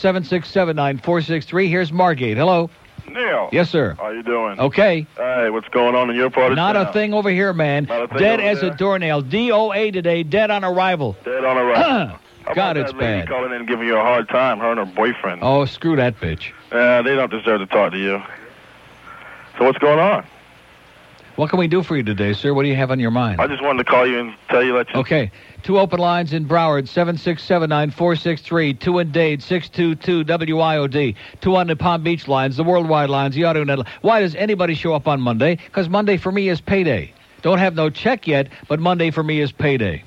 S5: 7679463. Here's Margate. Hello.
S29: Neil.
S5: Yes, sir.
S29: How you doing?
S5: Okay.
S29: Hey, what's going on in your part of
S5: Not
S29: town?
S5: a thing over here, man.
S29: Not a thing
S5: Dead
S29: over
S5: as a
S29: there.
S5: doornail. DOA today, dead on arrival.
S29: Dead on arrival. How
S5: God,
S29: about
S5: it's
S29: that lady
S5: bad.
S29: calling in and giving you a hard time, her and her boyfriend.
S5: Oh, screw that bitch.
S29: Yeah, they don't deserve to talk to you. So what's going on?
S5: What can we do for you today, sir? What do you have on your mind?
S29: I just wanted to call you and tell you that you
S5: Okay. Two open lines in Broward, 7679463. Two in Dade, 622-WIOD. Two on the Palm Beach lines, the worldwide lines, the auto net. li- Why does anybody show up on Monday? Because Monday for me is payday. Don't have no check yet, but Monday for me is payday.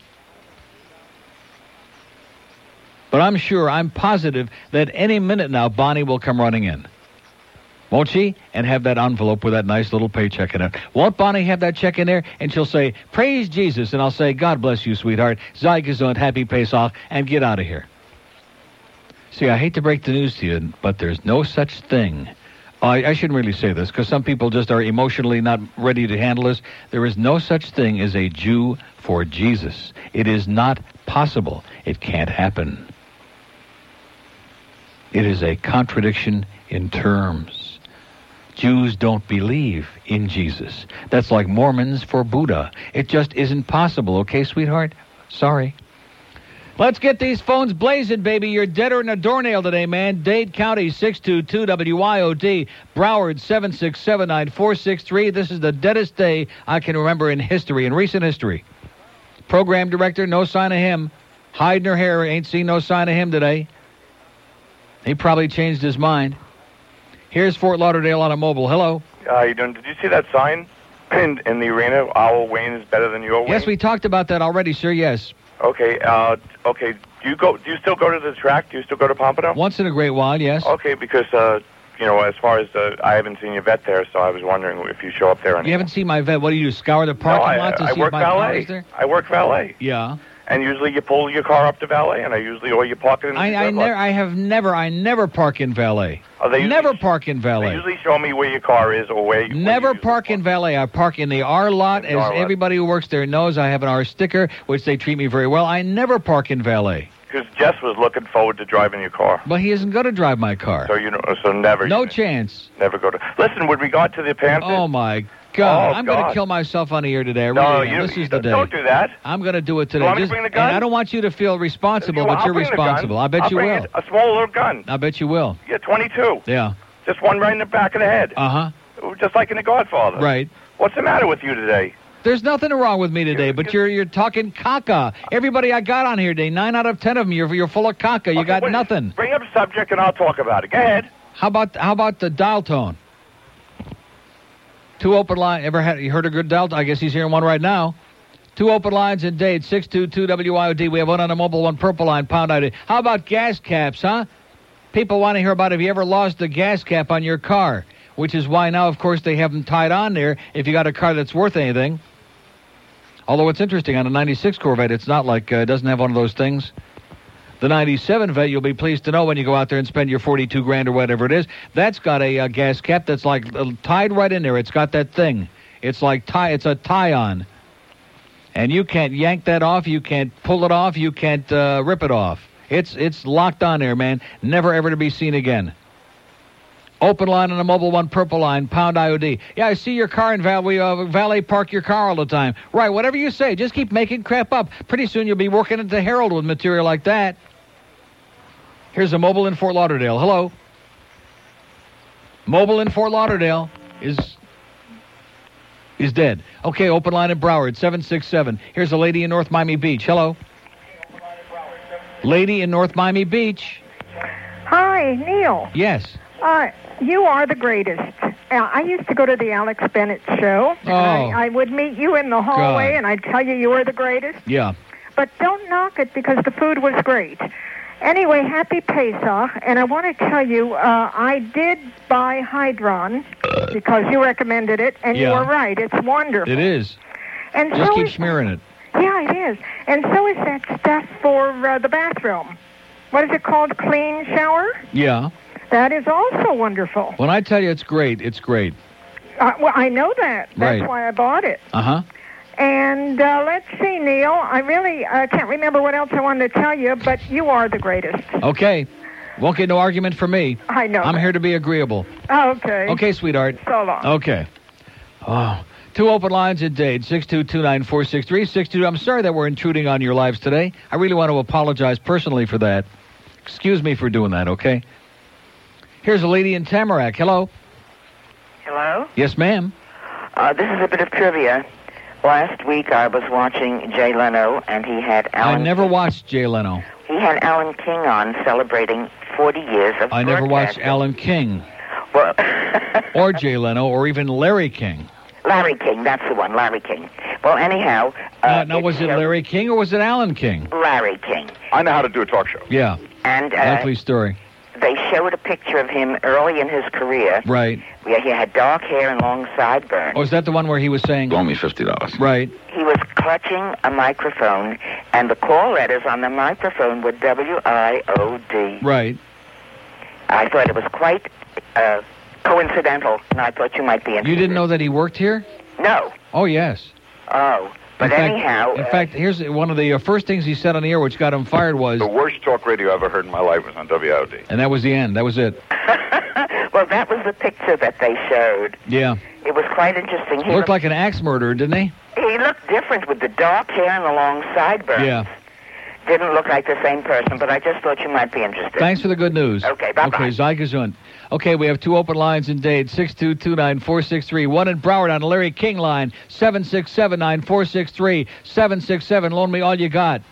S5: But I'm sure, I'm positive that any minute now, Bonnie will come running in. Won't she? And have that envelope with that nice little paycheck in it. Won't Bonnie have that check in there? And she'll say, Praise Jesus. And I'll say, God bless you, sweetheart. Sei gesund, happy Pesach, and get out of here. See, I hate to break the news to you, but there's no such thing. I, I shouldn't really say this because some people just are emotionally not ready to handle this. There is no such thing as a Jew for Jesus. It is not possible. It can't happen. It is a contradiction in terms. Jews don't believe in Jesus. That's like Mormons for Buddha. It just isn't possible, okay, sweetheart? Sorry. Let's get these phones blazing, baby. You're deader than a doornail today, man. Dade County, 622-WYOD. Broward, 7679463. This is the deadest day I can remember in history, in recent history. Program director, no sign of him. Hiding her hair, ain't seen no sign of him today. He probably changed his mind. Here's Fort Lauderdale on a mobile. Hello.
S37: Uh, you doing? Did you see that sign in, in the arena? Our Wayne is better than your Wayne.
S5: Yes, we talked about that already, sir. Yes.
S37: Okay. Uh, okay. Do you go? Do you still go to the track? Do you still go to Pompano?
S5: Once in a great while, yes.
S37: Okay, because uh, you know, as far as uh, I haven't seen your vet there, so I was wondering if you show up there. And
S5: You haven't seen my vet. What do you do? Scour the
S37: no,
S5: parking
S37: I,
S5: lot to
S37: I
S5: see
S37: work
S5: if my car
S37: valet.
S5: is there?
S37: I work valet,
S5: Yeah.
S37: and usually you pull your car up to valet, and I usually or you park it in the
S5: I, I,
S37: reserve lot.
S5: never, I have never, I never park in valet.
S37: Oh, they usually-
S5: never park in
S37: They
S5: valet.
S37: usually show me where your car is or where. You,
S5: Never park in valet. I park in the R lot,
S37: The
S5: as
S37: R lot.
S5: everybody who works there knows. I have an R sticker, which they treat me very well. I never park in valet.
S37: Because Jess was looking forward to driving your car,
S5: But he isn't going to drive my car.
S37: so you know, so never,
S5: No chance.
S37: never go to. Listen, with regard to the Panthers.
S5: Oh my God!
S37: Oh,
S5: I'm going
S37: God.
S5: to kill myself on the air today. I
S37: No,
S5: really am.
S37: you-
S5: this
S37: you
S5: is the
S37: don't- don't
S5: day.
S37: do that.
S5: I'm going to do it today.
S37: want me to
S5: Just-
S37: bring the
S5: and
S37: gun?
S5: I don't want you to feel responsible,
S37: You-
S5: but
S37: I'll
S5: you're
S37: bring the gun.
S5: responsible. I bet
S37: I'll
S5: you
S37: bring
S5: will.
S37: it- A small little gun.
S5: I bet you will.
S37: Yeah, 22.
S5: Yeah.
S37: Just one right in the back of the head.
S5: Uh huh.
S37: Just like in The Godfather.
S5: Right.
S37: What's the matter with you today?
S5: There's nothing wrong with me today, but you're you're talking caca. Everybody I got on here today, nine out of ten of them, you're you're full of caca. You got nothing.
S37: Bring up a subject and I'll talk about it. Go ahead.
S5: How about how about the dial tone? Two open line. Ever had you heard a good dial? I guess he's hearing one right now. Two open lines in Dade, six two two WIOD. We have one on a mobile, one purple line, pound ID. How about gas caps, huh? People want to hear about if you ever lost a gas cap on your car, which is why now, of course, they have them tied on there. If you got a car that's worth anything. Although it's interesting on a '96 Corvette, it's not like uh, it doesn't have one of those things. The 97 vet, you'll be pleased to know when you go out there and spend your 42 grand or whatever it is, that's got a uh, gas cap that's like uh, tied right in there. It's got that thing. It's like tie. It's a tie-on, and you can't yank that off. You can't pull it off. You can't uh, rip it off. It's it's locked on there, man. Never ever to be seen again. Open line on a mobile one, purple line, pound IOD. Yeah, I see your car in valet, uh, valet park your car all the time. Right, whatever you say, just keep making crap up. Pretty soon you'll be working at the Herald with material like that. Here's a mobile in Fort Lauderdale. Hello. Mobile in Fort Lauderdale is is dead. Okay, open line in Broward, 767. Here's a lady in North Miami Beach. Hello. Lady in North Miami Beach.
S6: Hi, Neil.
S5: Yes.
S6: Uh, you are the greatest. Uh, I used to go to the Alex Bennett show. and
S5: Oh.
S6: I, I would meet you in the hallway,
S5: God.
S6: and I'd tell you you were the greatest.
S5: Yeah.
S6: But don't knock it because the food was great. Anyway, happy Pesach, and I want to tell you, uh, I did buy Hydron because you recommended it, and you
S5: Yeah.
S6: were right. It's wonderful.
S5: It is.
S6: And
S5: Just
S6: so
S5: keep
S6: is-
S5: smearing it.
S6: Yeah, it is. And so is that stuff for uh, the bathroom. What is it called? Clean shower?
S5: Yeah.
S6: That is also wonderful.
S5: When I tell you it's great, it's great.
S6: Uh, well, I know that. That's
S5: Right.
S6: why I bought it.
S5: Uh huh.
S6: And uh, let's see, Neil. I really uh, can't remember what else I wanted to tell you, but you are the greatest.
S5: Okay. Won't get no argument from me.
S6: I know.
S5: I'm here to be agreeable.
S6: Okay.
S5: Okay, sweetheart.
S6: So long.
S5: Okay. Oh, two open lines at Dade, 622946362. I'm sorry that we're intruding on your lives today. I really want to apologize personally for that. Excuse me for doing that, okay? Here's a lady in Tamarack. Hello.
S38: Hello?
S5: Yes, ma'am.
S38: Uh, this is a bit of trivia. Last week I was watching Jay Leno, and he had
S5: I
S38: Alan
S5: never watched Jay Leno.
S38: he had Alan King on celebrating 40 years of
S5: I never watched
S38: broadcast.
S5: Alan King
S38: Well,
S5: or Jay Leno or even Larry King.
S38: Larry King, that's the one, Larry King. Well, anyhow,
S5: Uh, now, was it Larry King or was it Alan King?
S38: Larry King,
S39: I know how to do a talk show.
S5: Yeah.
S38: and uh,
S5: Lovely story.
S38: they showed a picture of him early in his career.
S5: Right.
S38: Yeah, he had dark hair and long sideburns.
S5: Oh, is that the one where he was saying? Loan me fifty dollars. Right.
S38: He was clutching a microphone, and the call letters on the microphone were W I O D.
S5: Right.
S38: I thought it was quite uh, coincidental, and I thought you might be interested.
S5: You didn't know that he worked here?
S38: No.
S5: Oh yes.
S38: Oh. But
S5: in fact,
S38: anyhow,
S5: in
S38: uh,
S5: fact, here's one of the uh, first things he said on the air, which got him fired, was,
S39: The worst talk radio I ever heard in my life was on WIOD.
S5: and that was the end. That was it.
S38: well, that was the picture that they showed.
S5: Yeah.
S38: It was quite interesting. He
S5: Looked like an axe murderer, didn't he?
S38: He looked different with the dark hair and the long sideburns.
S5: Yeah.
S38: Didn't look like the same person, but I just thought you might be interested.
S5: Thanks for the good news.
S38: Okay, bye-bye.
S5: Okay, Zygazund. Okay, we have two open lines in Dade, 6229463. One in Broward on the Larry King line, 7679463. 767, loan me all you got.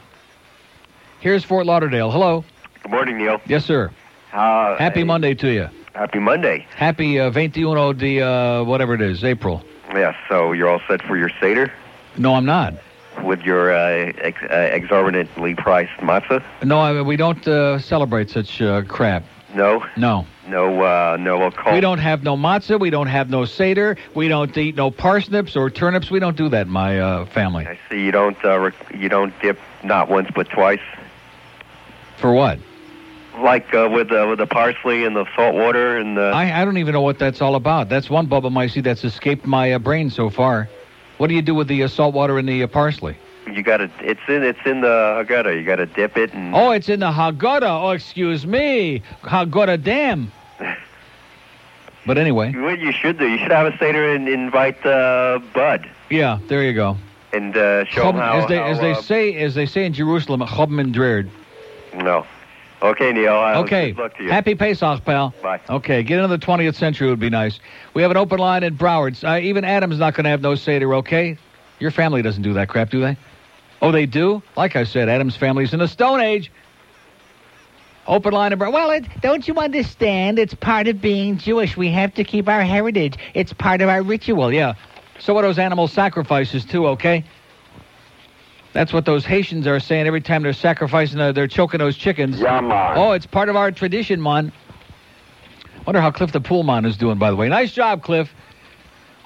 S5: Here's Fort Lauderdale. Hello.
S40: Good morning, Neil.
S5: Yes, sir.
S40: Uh,
S5: Happy Monday to you.
S40: Happy Monday.
S5: Happy uh, 21 de uh, whatever it is, April.
S40: Yeah, so you're all set for your Seder
S5: No, I'm not.
S40: with your uh, ex- uh, exorbitantly priced matzah?
S5: No, I, we don't uh, celebrate such uh, crap.
S40: No?
S5: No.
S40: No, uh, no occult?
S5: We don't have no matzah. We don't have no seder. We don't eat no parsnips or turnips. We don't do that in my uh, family.
S40: So you don't, uh, rec- you don't dip not once but twice?
S5: For what?
S40: Like uh, with, uh, with the parsley and the salt water and the...
S5: I, I don't even know what that's all about. That's one bubble micey that's escaped my uh, brain so far. What do you do with the uh, salt water and the uh, parsley?
S40: You got to, it's in, it's in the Haggadah. You got to dip it and...
S5: Oh, it's in the Haggadah. Oh, excuse me. Haggadah Dam. But anyway,
S40: What you should do, you should have a Seder and invite uh, Bud
S5: yeah, there you go.
S40: and uh, show him
S5: Chobm-
S40: how...
S5: as they,
S40: how,
S5: as they
S40: uh,
S5: say as they say in Jerusalem, Chobm and Dreerd.
S40: No. Okay, Neil. I'll
S5: Okay.
S40: Good luck to you.
S5: Happy Pesach, pal. Bye. Okay, get into the 20th century would be nice. We have an open line in Broward. Uh, even Adam's not going to have no Seder, okay? Your family doesn't do that crap, do they? Oh, they do? Like I said, Adam's family's in the Stone Age. Open line in Broward. Well, it, don't you understand? It's part of being Jewish. We have to keep our heritage. It's part of our ritual, yeah. So are those animal sacrifices, too, okay? That's what those Haitians are saying every time they're sacrificing, uh, they're choking those chickens. Oh, it's part of our tradition, Mon. Wonder how Cliff the Pool Mon is doing, by the way. Nice job, Cliff.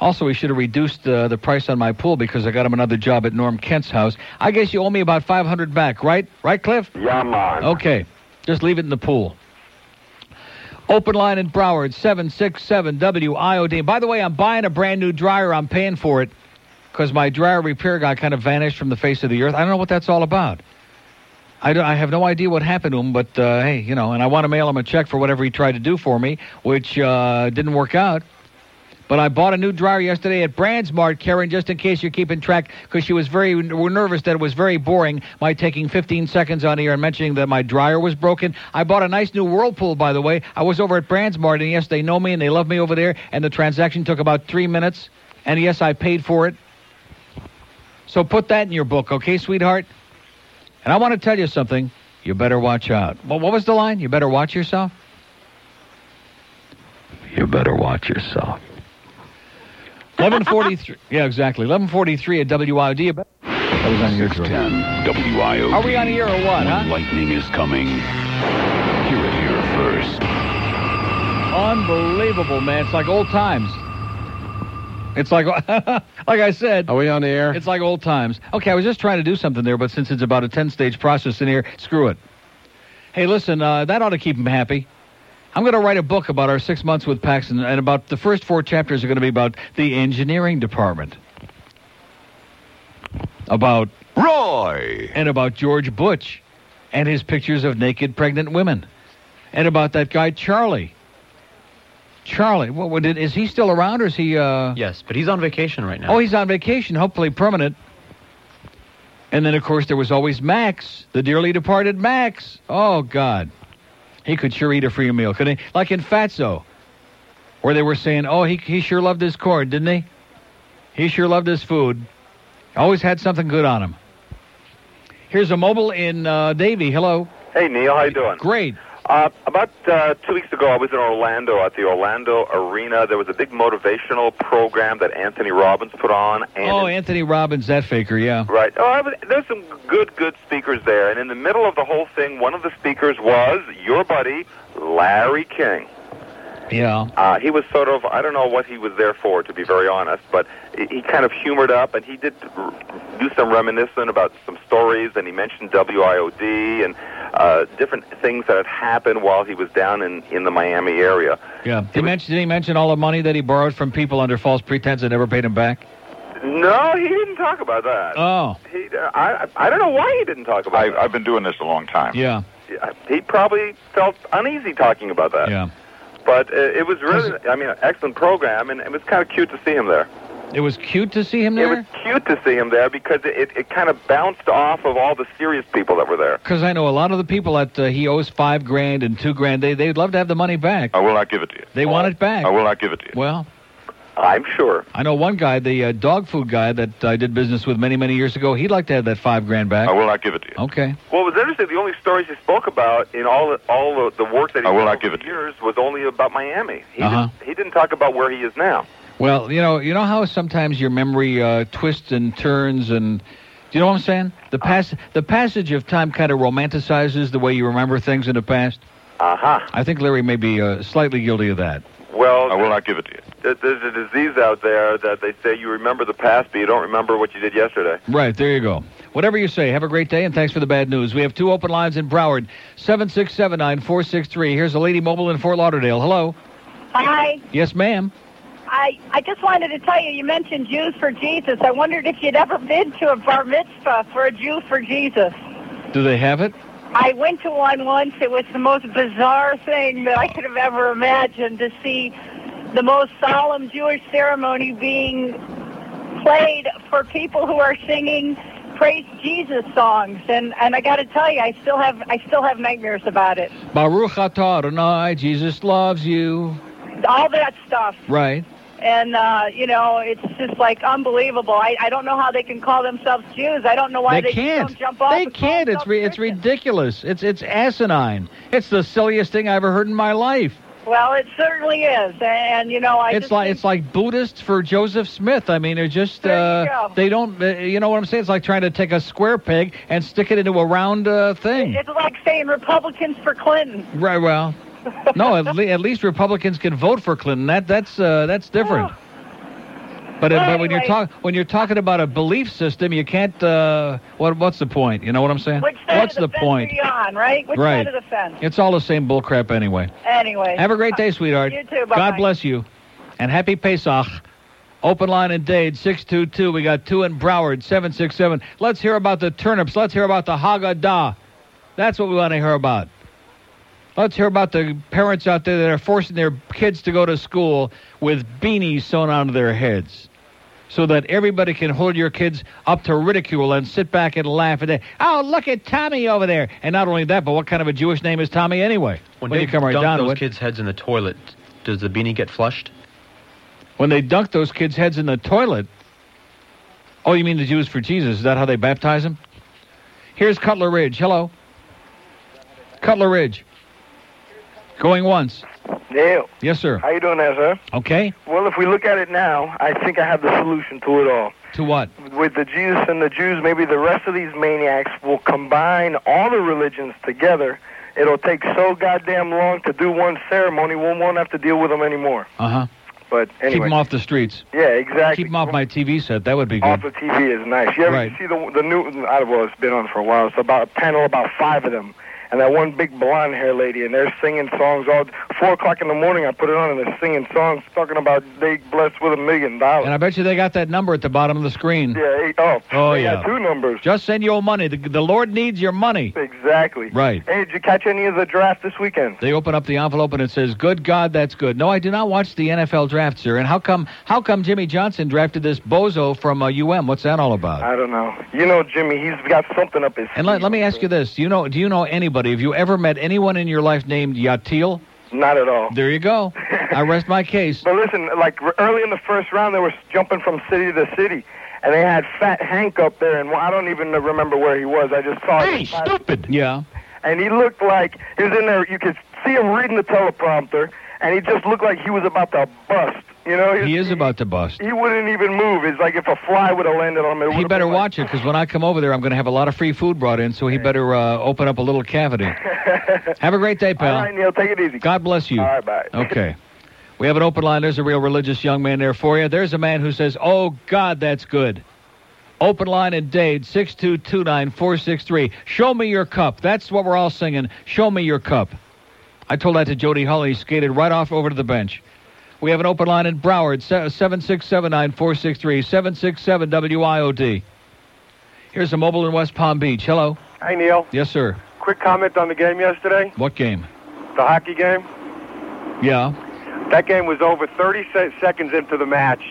S5: Also, we should have reduced uh, the price on my pool because I got him another job at Norm Kent's house. I guess you owe me about 500 back, right? Right, Cliff?
S40: Yeah, man.
S5: Okay. Just leave it in the pool. Open line in Broward, 767 WIOD. By the way, I'm buying a brand new dryer. I'm paying for it because my dryer repair guy kind of vanished from the face of the earth. I don't know what that's all about. I, don't, I have no idea what happened to him, but uh, hey, you know, and I want to mail him a check for whatever he tried to do for me, which uh, didn't work out. But I bought a new dryer yesterday at Brandsmart, Karen, just in case you're keeping track, because she was very were nervous that it was very boring, my taking 15 seconds on here and mentioning that my dryer was broken. I bought a nice new Whirlpool, by the way. I was over at Brandsmart, and yes, they know me and they love me over there, and the transaction took about three minutes. And yes, I paid for it. So put that in your book, okay, sweetheart? And I want to tell you something. You better watch out. Well, what was the line? You better watch yourself? You better watch yourself. 1143. yeah, exactly. 1143 at WIOD. About- That was on your drill.
S16: 10 WIOD.
S5: Are we on the air or what,
S16: When
S5: huh?
S16: lightning is coming, hear it here first.
S5: Unbelievable, man. It's like old times. It's like, like I said. Are we on the air? It's like old times. Okay, I was just trying to do something there, but since it's about a 10 stage process in here, screw it. Hey, listen, uh, that ought to keep them happy. I'm going to write a book about our six months with Paxton, and about the first four chapters are going to be about the engineering department, about Roy, and about George Butch, and his pictures of naked pregnant women, and about that guy Charlie. Charlie, what, what did, is he still around or is he? Uh...
S10: Yes, but he's on vacation right now.
S5: Oh, he's on vacation, hopefully permanent. And then, of course, there was always Max, the dearly departed Max. Oh, God. He could sure eat a free meal, couldn't he? Like in Fatso, where they were saying, oh, he, he sure loved his corn, didn't he? He sure loved his food. Always had something good on him. Here's a mobile in uh, Davie. Hello.
S39: Hey Neil, how you doing?
S5: Great.
S39: Uh, about uh, two weeks ago, I was in Orlando at the Orlando Arena. There was a big motivational program that Anthony Robbins put on, and
S5: Oh, Anthony Robbins, that faker, yeah.
S39: right, oh, I was, there's some good, good speakers there. And in the middle of the whole thing, one of the speakers was your buddy Larry King.
S5: Yeah.
S39: Uh, he was sort of, I don't know what he was there for, to be very honest, but he- he kind of humored up and he did r- do some reminiscing about some stories and he mentioned WIOD and uh, different things that had happened while he was down in, in the Miami area.
S5: Yeah. Did he, mention, did he mention all the money that he borrowed from people under false pretense and never paid him back?
S39: No, he didn't talk about that.
S5: Oh.
S39: He, I, I I don't know why he didn't talk about it. I've been doing this a long time.
S5: Yeah.
S39: He probably felt uneasy talking about that.
S5: Yeah.
S39: But uh, it was really, I mean, an excellent program, and it was kind of cute to see him there.
S5: It was cute to see him
S39: It
S5: there?
S39: was cute to see him there because it, it, it kind of bounced off of all the serious people that were there.
S5: Because I know a lot of the people that uh, he owes five grand and two grand, they they'd love to have the money back.
S39: I will not give it to you.
S5: They want it back.
S39: not give it to you.
S5: Well,
S39: I'm sure.
S5: I know one guy, the uh, dog food guy that I did business with many many years ago. He'd like to have that five grand back.
S39: I will not give it to you.
S5: Okay.
S39: Well, it was interesting. The only stories he spoke about in all the, all the, the work that he
S5: I will
S39: did
S5: not
S39: over the years was only about Miami. He,
S5: Uh huh.
S39: didn't, he didn't talk about where he is now.
S5: Well, you know, you know how sometimes your memory uh, twists and turns, and do you know what I'm saying? The pass, the passage of time kind of romanticizes the way you remember things in the past.
S39: Uh huh.
S5: I think Larry may be uh, slightly guilty of that.
S39: Well, I will not give it to you. There's a disease out there that they say you remember the past, but you don't remember what you did yesterday.
S5: Right, there you go. Whatever you say, have a great day and thanks for the bad news. We have two open lines in Broward, 7679463. Here's a lady mobile in Fort Lauderdale. Hello.
S25: Hi.
S5: Yes, ma'am.
S25: I, I just wanted to tell you, you mentioned Jews for Jesus. I wondered if you'd ever been to a bar mitzvah for a Jew for Jesus.
S5: Do they have it?
S25: I went to one once. It was the most bizarre thing that I could have ever imagined to see the most solemn Jewish ceremony being played for people who are singing praise Jesus songs. And and I got to tell you, I still have I still have nightmares about it.
S5: Baruch atah Adonai, Jesus loves you.
S25: All that stuff.
S5: Right.
S25: And uh, you know, it's just like unbelievable. I, I don't know how they can call themselves Jews. I don't know why
S5: they,
S25: they,
S5: can't.
S25: don't jump off.
S5: they
S25: and call
S5: can't. It's re- it's ridiculous. It's it's asinine. It's the silliest thing I ever heard in my life.
S25: them- Well, it certainly is. And you know, I
S5: it's
S25: just
S5: like it's like Buddhists for Joseph Smith. I mean, they're just uh, they don't. Uh, you know what I'm saying? It's like trying to take a square peg and stick it into a round uh, thing.
S25: it's like saying Republicans for Clinton.
S5: Right. Well, no. At, le- at least Republicans can vote for Clinton. That that's uh, that's different. But, uh,
S25: Well,
S5: but when you're
S25: anyway.
S5: talk when you're talking about a belief system, you can't. Uh, what what's the point? You know what I'm saying?
S25: Which side
S5: what's
S25: of the, fence
S5: point?
S25: Are you on, right? Which
S5: right.
S25: side of the fence?
S5: It's all the same bullcrap anyway.
S25: Anyway.
S5: Have a great day, sweetheart.
S25: You too. Bye.
S5: God bless you, and happy Pesach. Open line in Dade six two two. We got two in Broward seven six seven. Let's hear about the turnips. Let's hear about the Haggadah. That's what we want to hear about. Let's hear about the parents out there that are forcing their kids to go to school with beanies sewn onto their heads so that everybody can hold your kids up to ridicule and sit back and laugh at it. Oh, look at Tommy over there. And not only that, but what kind of a Jewish name is Tommy anyway?
S10: When,
S5: you
S10: they
S5: come right
S10: dump
S5: down
S10: those
S5: to it.
S10: kids' heads in the toilet, does the beanie get flushed?
S5: When they dunk those kids' heads in the toilet. Oh, you mean the Jews for Jesus? Is that how they baptize them? Here's Cutler Ridge. Hello. Cutler Ridge. Going once.
S14: Neil,
S5: Yes, sir.
S14: how you doing there, sir?
S5: Okay.
S14: Well, if we look at it now, I think I have the solution to it all.
S5: To what?
S14: With the Jesus and the Jews, maybe the rest of these maniacs will combine all the religions together. It'll take so goddamn long to do one ceremony, we won't have to deal with them anymore.
S5: Uh huh.
S14: But anyway,
S5: Keep them off the streets.
S14: yeah, exactly.
S5: Keep them off my TV set. That would be
S14: off
S5: good.
S14: the TV is nice. You ever
S5: Right.
S14: see the the new? I well, it's been on for a while. It's about a panel, about five of them, and that one big blonde hair lady, and they're singing songs all four o'clock in the morning. I put it on, and they're singing songs talking about they blessed with a million dollars.
S5: And I bet you they got that number at the bottom of the screen.
S14: Yeah, eight, oh,
S5: Oh,
S14: they
S5: yeah.
S14: got two numbers
S5: Just send your money. The, the Lord needs your money.
S14: exactly.
S5: Right.
S14: Hey, did you catch any of the draft this weekend?
S5: They open up the envelope and it says, "Good God, that's good." No, I do not watch the NFL draft, sir. And how come? How come Jimmy Johnson drafted this bozo from uh, UM? What's that all about?
S14: I don't know. You know, Jimmy, he's got something up his.
S5: And let, let me ask you this: Do you know? Do you know anybody? Have you ever met anyone in your life named Yatil?
S14: Not at all.
S5: There you go. I rest my case.
S14: But listen, like r- early in the first round, they were s- jumping from city to city, and they had Fat Hank up there, and well, I don't even remember where he was. I just saw him.
S5: stupid. Yeah.
S14: And he looked like he was in there. You could see him reading the teleprompter, and he just looked like he was about to bust. You know, he,
S5: He is about to bust.
S14: he wouldn't even move. It's like if a fly would have landed on him. It
S5: He
S14: would've
S5: better watch it because when I come over there, I'm going to have a lot of free food brought in. So he better uh, open up a little cavity. have a great day, pal.
S14: All right, Neil, take it easy.
S5: God bless you.
S14: All right, bye.
S5: Okay. We have an open line. There's a real religious young man there for you. There's a man who says, Oh, God, that's good. Open line in Dade, 6229463. Show me your cup. That's what we're all singing. Show me your cup. I told that to Jody Holly. He skated right off over to the bench. We have an open line in Broward, 7679463767 767 WIOD. Here's a mobile in West Palm Beach. Hello.
S41: Hey, Neil.
S5: Yes, sir.
S41: Quick comment on the game yesterday,
S5: What game?
S41: the hockey game.
S5: Yeah.
S41: That game was over 30 se- seconds into the match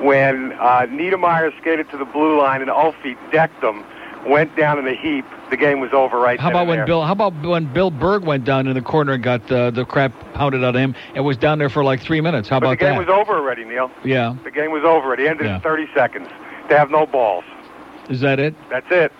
S41: when uh, Niedermeyer skated to the blue line and Ulfie decked him, went down in a heap. The game was over right
S5: How
S41: then
S5: about
S41: and
S5: when
S41: there.
S5: Bill? How about when Bill Berg went down in the corner and got uh, the crap pounded out of him and was down there for like three minutes? How
S41: but
S5: about
S41: the game was
S5: that?
S41: over already, Neil.
S5: yeah,
S41: The game was over. It ended
S5: Yeah.
S41: in 30 seconds. They have no balls.
S5: is that it?
S41: That's it.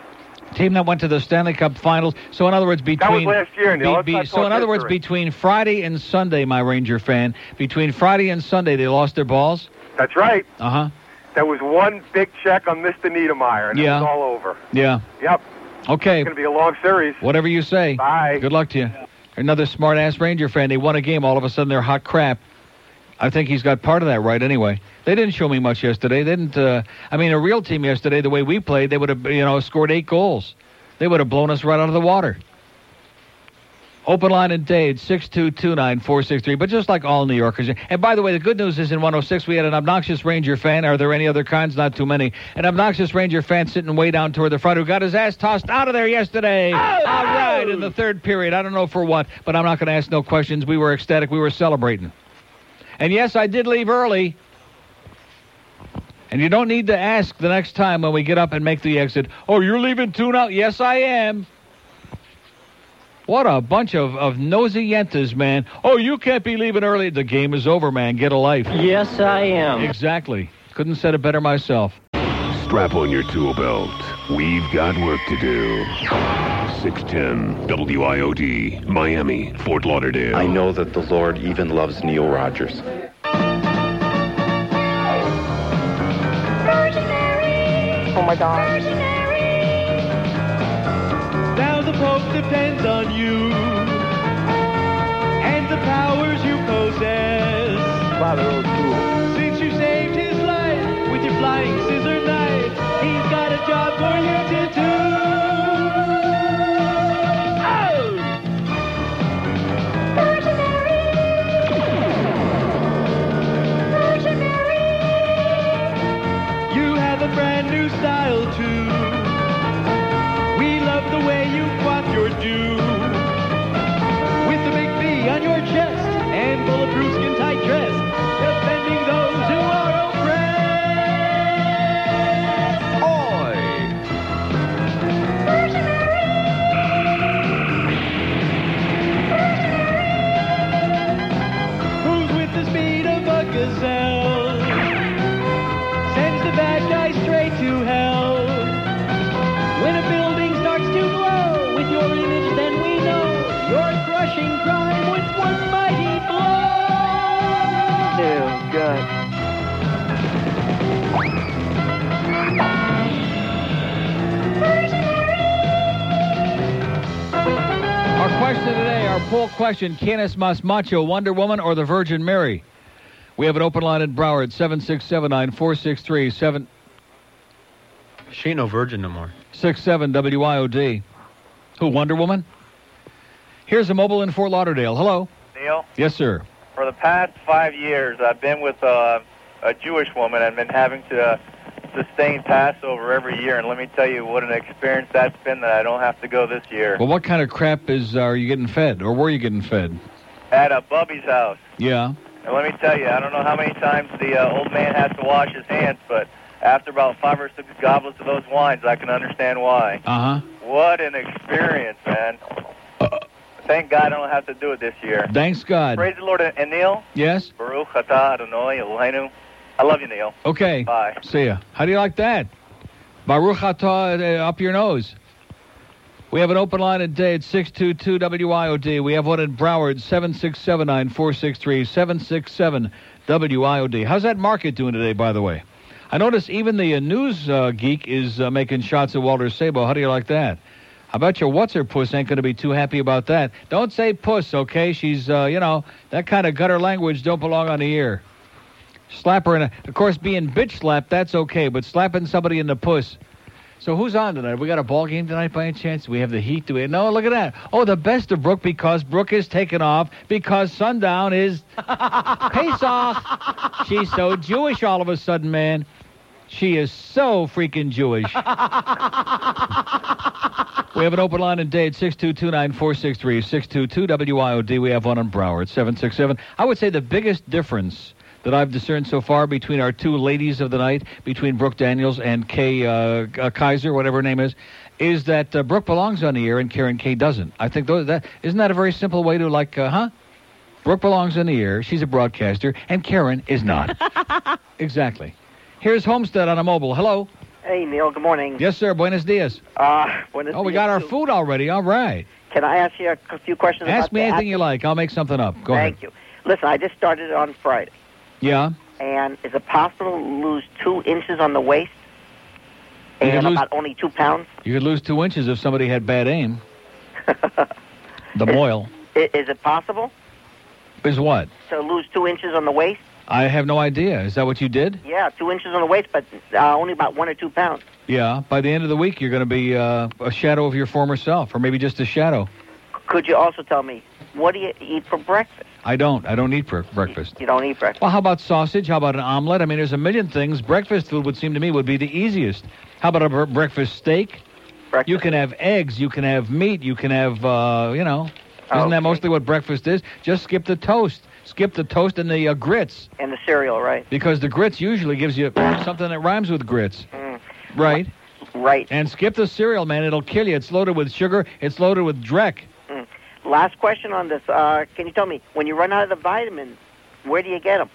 S5: Team that went to the Stanley Cup Finals. So in other words, between
S41: That was last year, Neil. Let's not
S5: so in
S41: talk
S5: other words,
S41: history.
S5: between Friday and Sunday, my Ranger fan, between Friday and Sunday, they lost their balls.
S41: That's right.
S5: Uh huh.
S41: There was one big check on Mr. Niedermeyer, and
S5: Yeah.
S41: it was all over.
S5: Yeah.
S41: Yep.
S5: Okay.
S41: It's going to be a long series.
S5: Whatever you say. Bye. Good luck to you. Another smart ass Ranger fan. They won a game. All of a sudden, they're hot crap. I think he's got part of that right anyway. They didn't show me much yesterday. They didn't. Uh, I mean, a real team yesterday, the way we played, they would have you know scored eight goals. They would have blown us right out of the water. Open line in Dade, 6229463. But just like all New Yorkers. And by the way, the good news is in 106, we had an obnoxious Ranger fan. Are there any other kinds? Not too many. An obnoxious Ranger fan sitting way down toward the front who got his ass tossed out of there yesterday. all right, in the third period. I don't know for what, but I'm not going to ask no questions. We were ecstatic. We were celebrating. And yes, I did leave early. And you don't need to ask the next time when we get up and make the exit, oh, you're leaving tune out? Yes, I am. What a bunch of, of nosy yentas, man. Oh, you can't be leaving early. The game is over, man. Get a life. Yes, I am. Exactly. Couldn't said it better myself.
S1: Strap on your tool belt. We've got work to do. 610 WIOD, Miami, Fort Lauderdale. I know that the Lord even loves Neil Rogers.
S42: Oh my God.
S3: Now the Pope depends on you and the powers you possess. Father
S42: oh,
S3: O'Toole. Since you saved his life with your flying scissor knife, he's got a job for you to do. Oh! You have a brand new style too. We love the way you quaff your dew. With the big V on your chest and bulletproof skin tight dress. The best crushing crime with one mighty blow.
S30: Oh, God.
S5: Our question today, our poll question, Canis Mas Macho, Wonder Woman or the Virgin Mary? We have an open line in Broward, 7679463
S10: She ain't no virgin no more.
S5: 67 WIOD. Who, Wonder Woman? Here's a mobile in Fort Lauderdale. Hello.
S31: Neil,
S5: Yes, sir.
S31: for the past five years, I've been with uh, a Jewish woman and been having to uh, sustain Passover every year. And let me tell you what an experience that's been that I don't have to go this year.
S5: Well, what kind of crap is uh, are you getting fed, or were you getting fed?
S31: At a Bubby's house.
S5: Yeah.
S31: And let me tell you, I don't know how many times the uh, old man has to wash his hands, but after about five or six goblets of those wines, I can understand why.
S5: Uh
S31: What an experience, man. Thank God I don't have to do it this year.
S5: huh. Thanks God.
S31: Praise the Lord. And Neil,
S5: Yes.
S31: Baruch atah Adonai Eloheinu. I love you, Neil.
S5: Okay.
S31: Bye.
S5: See ya. How do you like that? Baruch atah uh, up your nose. We have an open line today at 622 WIOD. We have one at Broward, 7679463, 767 WIOD. How's that market doing today, by the way? I notice even the uh, news uh, geek is uh, making shots at Walter Sabo. How do you like that? I bet your what's her puss ain't going to be too happy about that. Don't say puss, okay? She's, uh, you know, that kind of gutter language don't belong on the ear. Slap her in a. Of course, being bitch slapped, that's okay, but slapping somebody in the puss. So who's on tonight? We got a ball game tonight by any chance? Do we have the Heat? Do we? No, look at that. Oh, the best of Brooke because Brooke is taken off because sundown is Pesach. She's so Jewish all of a sudden, man. She is so freaking Jewish. we have an open line in Dade, 622-9463, 622-WIOD. We have one in Broward, 767. I would say the biggest difference that I've discerned so far between our two ladies of the night, between Brooke Daniels and Kay uh, K- uh, Kaiser, whatever her name is, is that uh, Brooke belongs on the air and Karen Kay doesn't. I think those, that isn't that a very simple way to like, uh, huh? Brooke belongs on the air. She's a broadcaster, and Karen is not. exactly. Here's Homestead on a mobile. Hello.
S43: Hey, Neil. Good morning.
S5: Yes, sir. Buenos dias.
S43: Uh, buenos
S5: oh, we
S43: dias
S5: got our
S43: to-
S5: food already. All right.
S43: Can I ask you a c- few questions?
S5: Ask
S43: about
S5: me
S43: the
S5: anything
S43: act-
S5: you like. I'll make something up. Go
S43: Thank you. Listen, I just started it on Friday,
S5: ahead. Yeah.
S43: and is it possible to lose two inches on the waist
S5: You
S43: and
S5: could, lose,
S43: about only two pounds?
S5: you could lose two inches if somebody had bad aim. the moil
S43: I- is it possible
S5: is what?
S43: to lose two inches on the waist?
S5: I have no idea. Is that what you did?
S43: Yeah, two inches on the waist, but uh, only about one or two pounds.
S5: Yeah. By the end of the week, you're going to be uh, a shadow of your former self, or maybe just a shadow.
S43: Could you also tell me what do you eat for breakfast?
S5: I don't. I don't eat for breakfast.
S43: You don't eat breakfast.
S5: Well, how about sausage? How about an omelet? I mean, there's a million things. Breakfast food would seem to me would be the easiest. How about a br- breakfast steak? You can have eggs. You can have meat. You can have, uh, you know, isn't that mostly what breakfast is? Just skip the toast. Skip the toast and the uh, grits
S43: And the cereal, right?
S5: because the grits usually gives you something that rhymes with grits,
S43: Mm.
S5: right?
S43: Right.
S5: And skip the cereal, man. It'll kill you. It's loaded with sugar. It's loaded with dreck.
S43: Last question on this. Uh, can you tell me when you run out of the vitamins, where do you get them?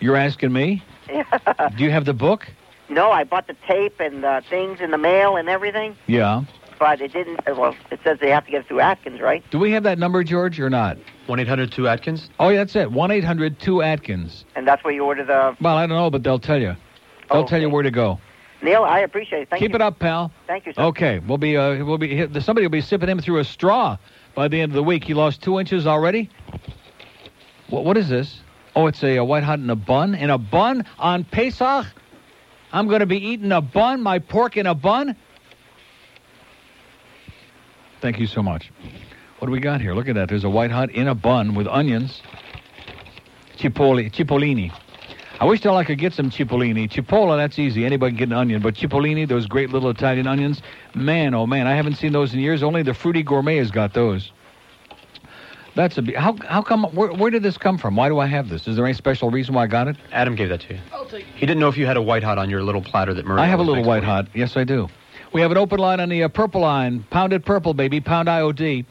S5: You're asking me?
S43: Uh,
S5: Do you have the book?
S43: No, I bought the tape and the things in the mail and everything,
S5: Yeah.
S43: but it didn't. uh, Well, it says they have to get it through Atkins, right?
S5: Do we have that number, George, or not?
S10: 1 800 2 Atkins?
S5: Oh, yeah, that's it. 1 800 2 Atkins.
S43: And that's where you order the.
S5: Well, I don't know, but they'll tell you. They'll tell you where to go.
S43: Neil, I appreciate it. Thank
S5: Keep
S43: you.
S5: it up, pal.
S43: Thank you. Sir.
S5: Okay, we'll be uh, we'll be somebody will be sipping him through a straw by the end of the week. He lost two inches already. What what is this? Oh, it's a, a white hot in a bun. In a bun on Pesach, I'm going to be eating a bun. My pork in a bun. Thank you so much. What do we got here? Look at that. There's a white hot in a bun with onions. Chipotle, cipollini. I wish all I could get some cipollini. Cipolla, that's easy. Anybody can get an onion. But cipollini, those great little Italian onions, man, oh man, I haven't seen those in years. Only the Fruity Gourmet has got those. That's a be- how how come where, where did this come from? Why do I have this? Is there any special reason why I got it?
S10: Adam gave that to you. He didn't know if you had a white hot on your little platter that Murray.
S5: I have a
S10: always
S5: little
S10: makes for
S5: white
S10: you.
S5: hot. Yes, I do. We have an open line on the uh, purple line, pounded purple, baby, pound IOD,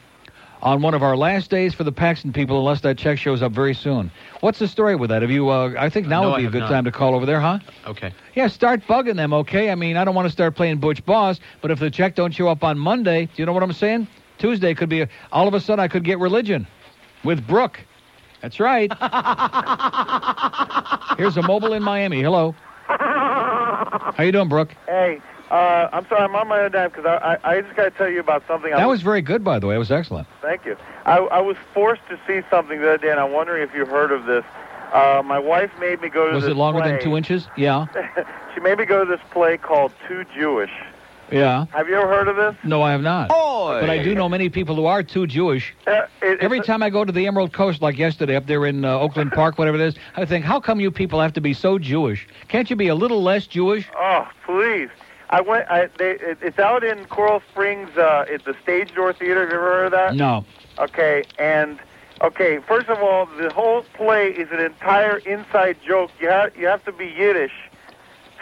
S5: on one of our last days for the Paxton people, unless that check shows up very soon. What's the story with that? Have you? Uh, I think now
S10: No,
S5: would
S10: I
S5: be a
S10: have
S5: good
S10: not.
S5: time to call over there, huh?
S10: Okay.
S5: Yeah, start bugging them, okay? I mean, I don't want to start playing Butch Boss, but if the check don't show up on Monday, do you know what I'm saying? Tuesday could be a, all of a sudden I could get religion with Brooke. That's right. Here's a mobile in Miami. Hello. How you doing, Brooke?
S30: Hey, uh, I'm sorry, I'm on my own dime because I, I, I just got to tell you about something. I
S5: That was very good, by the way. It was excellent.
S30: Thank you. I, I was forced to see something the other day, and I'm wondering if you heard of this. Uh, my wife made me go to
S5: Was
S30: this
S5: it longer
S30: play.
S5: than two inches? Yeah.
S30: she made me go to this play called Too Jewish.
S5: Yeah.
S30: Have you ever heard of this?
S5: No, I have not.
S30: Oy.
S5: But I do know many people who are too Jewish.
S30: Uh, it,
S5: Every
S30: it's
S5: time I go to the Emerald Coast, like yesterday up there in uh, Oakland Park, whatever it is, I think, how come you people have to be so Jewish? Can't you be a little less Jewish?
S30: Oh, please. I went. I, they, it, it's out in Coral Springs. Uh, it's the Stage Door Theater. Have you ever heard of that?
S5: No.
S30: Okay, and okay. First of all, the whole play is an entire inside joke. You have you have to be Yiddish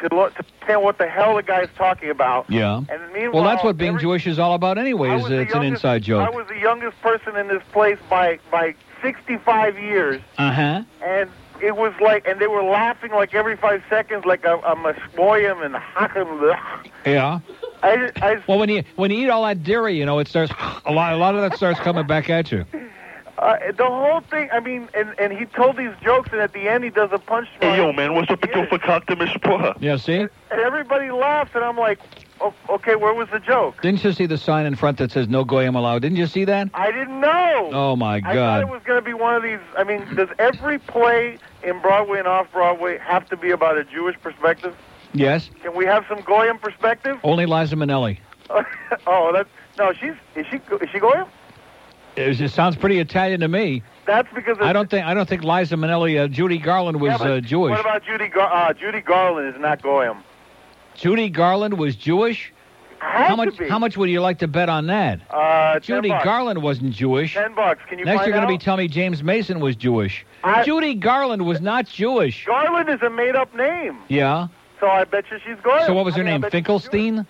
S30: to, lo- to understand what the hell the guy's talking about.
S5: Yeah.
S30: And meanwhile,
S5: Well, that's what being Jewish is all about, anyway. Is it's an inside
S30: I
S5: joke.
S30: was the youngest person in this place by by 65 years,
S5: Uh huh.
S30: and it was like, and they were laughing like every five seconds, like I'm, I'm a shmoyim and hakim.
S5: Yeah.
S30: I, I,
S5: Well, when you when you eat all that dairy, you know it starts a lot. A lot of that starts coming back at you.
S30: uh, the whole thing. I mean, and and he told these jokes, and at the end he does a punchline.
S29: Hey, yo, man, what's up with your verkackte Mischproche?
S5: Yeah. See.
S30: And everybody laughs, and I'm like, oh, okay, where was the joke?
S5: Didn't you see the sign in front that says "No Goyim allowed"? Didn't you see that?
S30: I didn't know.
S5: Oh my
S30: I thought it
S5: God.
S30: was going to be one of these. I mean, does every play in Broadway and off Broadway have to be about a Jewish perspective?
S5: Yes.
S30: Can we have some Goyim perspective?
S5: Only Liza Minnelli.
S30: oh, that's no. She's is she is she Goyim?
S5: It just sounds pretty Italian to me.
S30: That's because
S5: I don't think I don't think Liza Minnelli, uh, Judy Garland was
S30: Yeah, but
S5: uh, Jewish.
S30: What about Judy? Gar- uh, Judy Garland is not Goyim.
S5: Judy Garland was Jewish.
S30: Had
S5: how
S30: to
S5: much?
S30: be.
S5: How much would you like to bet on that?
S30: Uh,
S5: Judy
S30: 10 bucks.
S5: Garland wasn't Jewish.
S30: Ten bucks. Can you
S5: Next,
S30: find
S5: you're going
S30: out?
S5: to be telling me James Mason was Jewish.
S30: I-
S5: Judy Garland was not Jewish.
S30: Garland is a made-up name,
S5: Yeah.
S30: so I bet you she's Goyim.
S5: So what was
S30: I
S5: her
S30: mean, I
S5: name?
S30: bet-
S5: Finkelstein?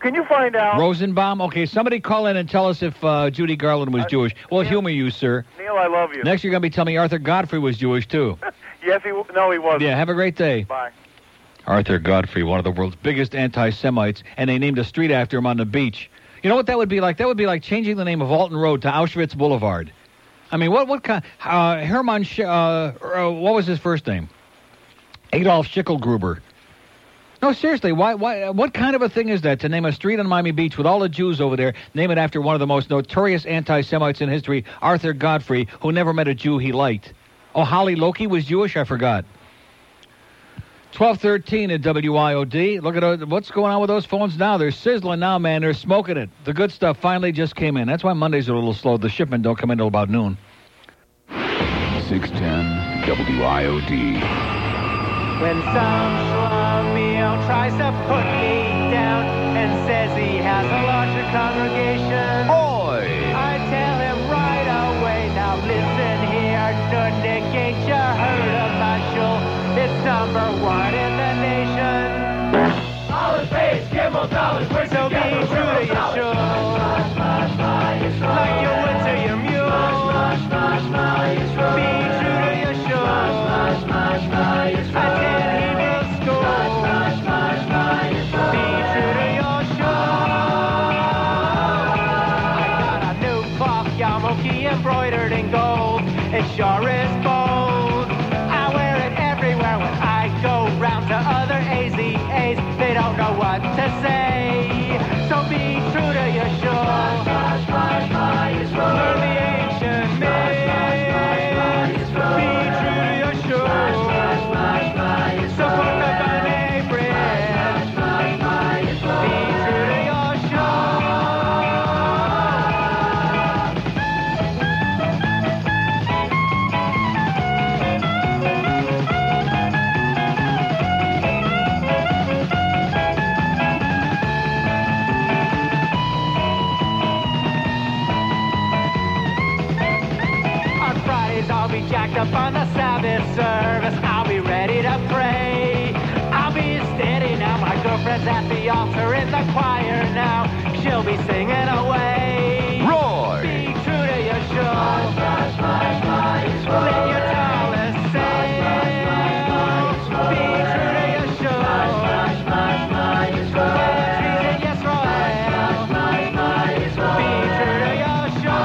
S30: Can you find out?
S5: Rosenbaum? Okay, somebody call in and tell us if uh, Judy Garland was Jewish. We'll humor you, sir.
S30: Neil, I love you.
S5: Next, you're going to be telling me Arthur Godfrey was Jewish, too.
S30: Yes, he. w- No, he wasn't.
S5: Yeah, have a great day.
S30: Bye.
S5: Arthur Godfrey, one of the world's biggest anti Semites, and they named a street after him on the beach. You know what that would be like? That would be like changing the name of Alton Road to Auschwitz Boulevard. I mean, what what kind? Uh, Hermann, Sch- uh, uh, what was his first name? Adolf Schickelgruber. No, seriously, why, why, what kind of a thing is that to name a street on Miami Beach with all the Jews over there, name it after one of the most notorious anti Semites in history, Arthur Godfrey, who never met a Jew he liked? Oh, Holly Loki was Jewish? I forgot. 1213 at WIOD. Look at uh, what's going on with those phones now. They're sizzling now, man. They're smoking it. The good stuff finally just came in. That's why Mondays are a little slow. The shipment don't come in till about noon.
S16: 610 WIOD.
S3: When some schlummy on tricep put me down and says he has a larger congregation, Oy. I tell him right away, now listen here, Nudnik, ain't you heard of my shul? It's number one in the nation. Solid base, Kimball, solid, we're so be true to your shul. Like you would to your mule. Be true to your shul. Attend Hebrew school. Be true to your shul. I got a new cloth yarmulke embroidered in gold. It sure is bold. I wear it everywhere when I go round to other AZAs. They don't know what to say. So be true to your shul. Learn the ancient names. Be true to your shul. Support the B'nai B'rith. Be true to your On Fridays I'll be jacked up on the Sabbath service. I'll be ready to pray. I'll be steady now. My girlfriend's at the altar in the choir now. She'll be singing away. Roy. Be true to your show. Let your dollars sail. Be true to your show. Follow the trees in Yisrael. Be true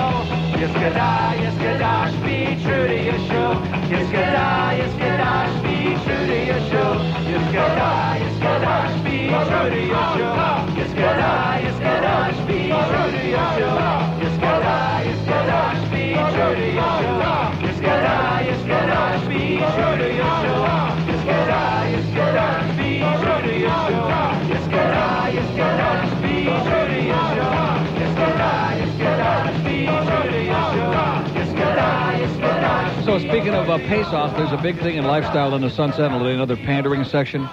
S3: Yiskadah, Yiskadash, be true to your show. Yiskadah, Yiskadash, be true to your show. Yiskadah, Yiskadash, be true to your show. Yiskadah, Yiskadash, be true to your show. Yiskadah, Yiskadash, be true to your show. Yiskadah, Yiskadash, be true to your show. Yiskadah, Yiskadash, be true to your show. Yiskadah, Yiskadash, be true to your show. Yiskadah, Yiskadash, be true to your show. Yiskadah, Yiskadash.
S5: So speaking of a pace-off, there's a big thing in lifestyle in the Sun Sentinel today, another pandering section.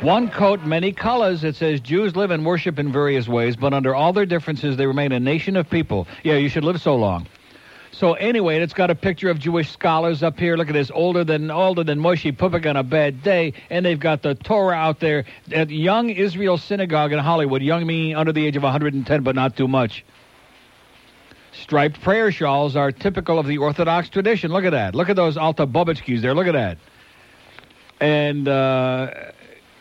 S5: One coat, many colors. It says Jews live and worship in various ways, but under all their differences, they remain a nation of people. Yeah, you should live so long. So anyway, and it's got a picture of Jewish scholars up here. Look at this, older than older than Moshe Pupik on a bad day, and they've got the Torah out there at Young Israel Synagogue in Hollywood. Young meaning under the age of 110, but not too much. Striped prayer shawls are typical of the Orthodox tradition. Look at that. Look at those Alta Bobotskis there. Look at that. And uh,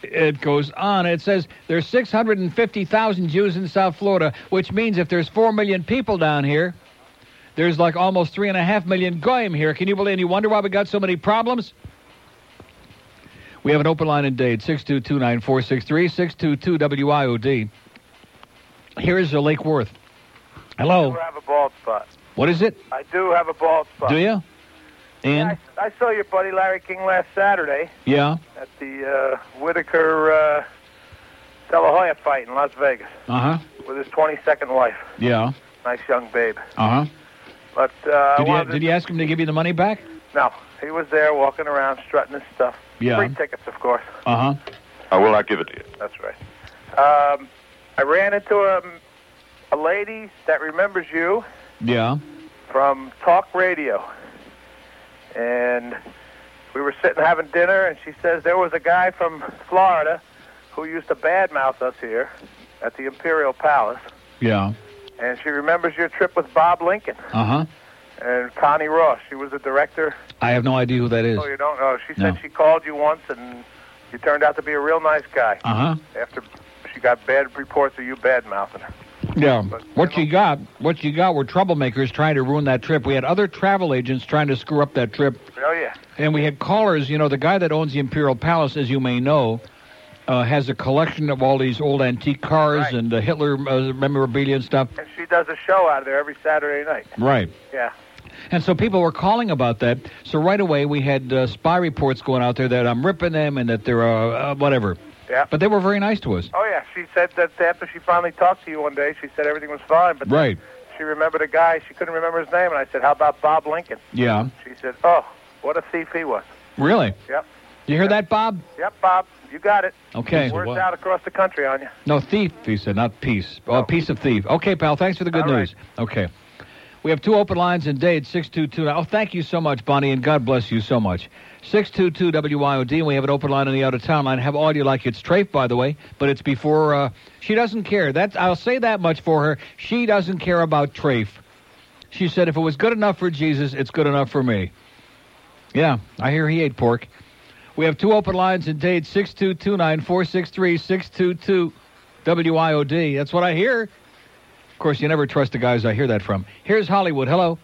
S5: it goes on. It says there's 650,000 Jews in South Florida, which means if there's 4 million people down here, there's like almost 3.5 million goyim here. Can you believe? And you wonder why we got so many problems? We have an open line in Dade, 622-9463, 622-WIOD. Here's uh, Lake Worth.
S41: I do
S5: Hello.
S41: have a bald spot.
S5: What is it?
S41: I do have a bald spot.
S5: Do you? And?
S41: I saw your buddy Larry King last Saturday
S5: Yeah.
S41: at the uh, Whitaker uh, De La Hoya fight in Las Vegas
S5: Uh-huh.
S41: with his 22nd wife.
S5: Yeah.
S41: Nice young babe.
S5: Uh-huh.
S41: But uh, I
S5: Did you,
S41: wanted
S5: did you ask him to give you the money back?
S41: to- no, he was there walking around strutting his stuff.
S5: Yeah.
S41: Free tickets, of course.
S5: Uh-huh.
S44: I will not give it to you.
S41: That's right. Um, I ran into a, a lady that remembers you
S5: Yeah.
S41: from talk radio. And we were sitting having dinner, and she says there was a guy from Florida who used to badmouth us here at the Imperial Palace.
S5: Yeah.
S41: And she remembers your trip with Bob Lincoln
S5: Uh-huh.
S41: and Connie Ross. She was the director.
S5: I have no idea who that is.
S41: Oh, you don't know. She
S5: No.
S41: said she called you once, and you turned out to be a real nice guy.
S5: Uh-huh.
S41: After she got bad reports of you badmouthing her.
S5: Yeah. What you got, what you got were troublemakers trying to ruin that trip. We had other travel agents trying to screw up that trip.
S41: Oh yeah.
S5: And we had callers. You know, the guy that owns the Imperial Palace, as you may know, uh, has a collection of all these old antique cars and uh, Hitler uh, memorabilia and stuff.
S41: And she does a show out of there every Saturday night.
S5: Right.
S41: Yeah.
S5: And so people were calling about that. So right away we had uh, spy reports going out there that I'm ripping them and that they're uh, uh, whatever.
S41: Yeah.
S5: But they were very nice to us.
S41: Oh yeah. She said that after she finally talked to you one day, she said everything was fine, but
S5: Right.
S41: she remembered a guy. She couldn't remember his name, and I said, "How about Bob Lincoln?"
S5: Yeah.
S41: She said, "Oh, what a thief he was."
S5: Really?
S41: Yep.
S5: You hear that, Bob?
S41: Yep, Bob. You got it.
S5: Okay.
S41: Words
S5: What?
S41: out across the country on you.
S5: No, thief, he said, not peace. Oh, piece of thief. Okay, pal, thanks for the good news. Okay. We have two open lines in Dade, 622. Oh, thank you so much, Bonnie, and God bless you so much. 622-WYOD, we have an open line on the out-of-town line. Have audio like it's Trafe, by the way, but it's before... Uh, she doesn't care. That I'll say that much for her. She doesn't care about Trafe. She said, if it was good enough for Jesus, it's good enough for me. Yeah, I hear he ate pork. We have two open lines in Dade, 622-9463-622. WIOD. That's what I hear. Of course, you never trust the guys I hear that from. Here's Hollywood. Hello.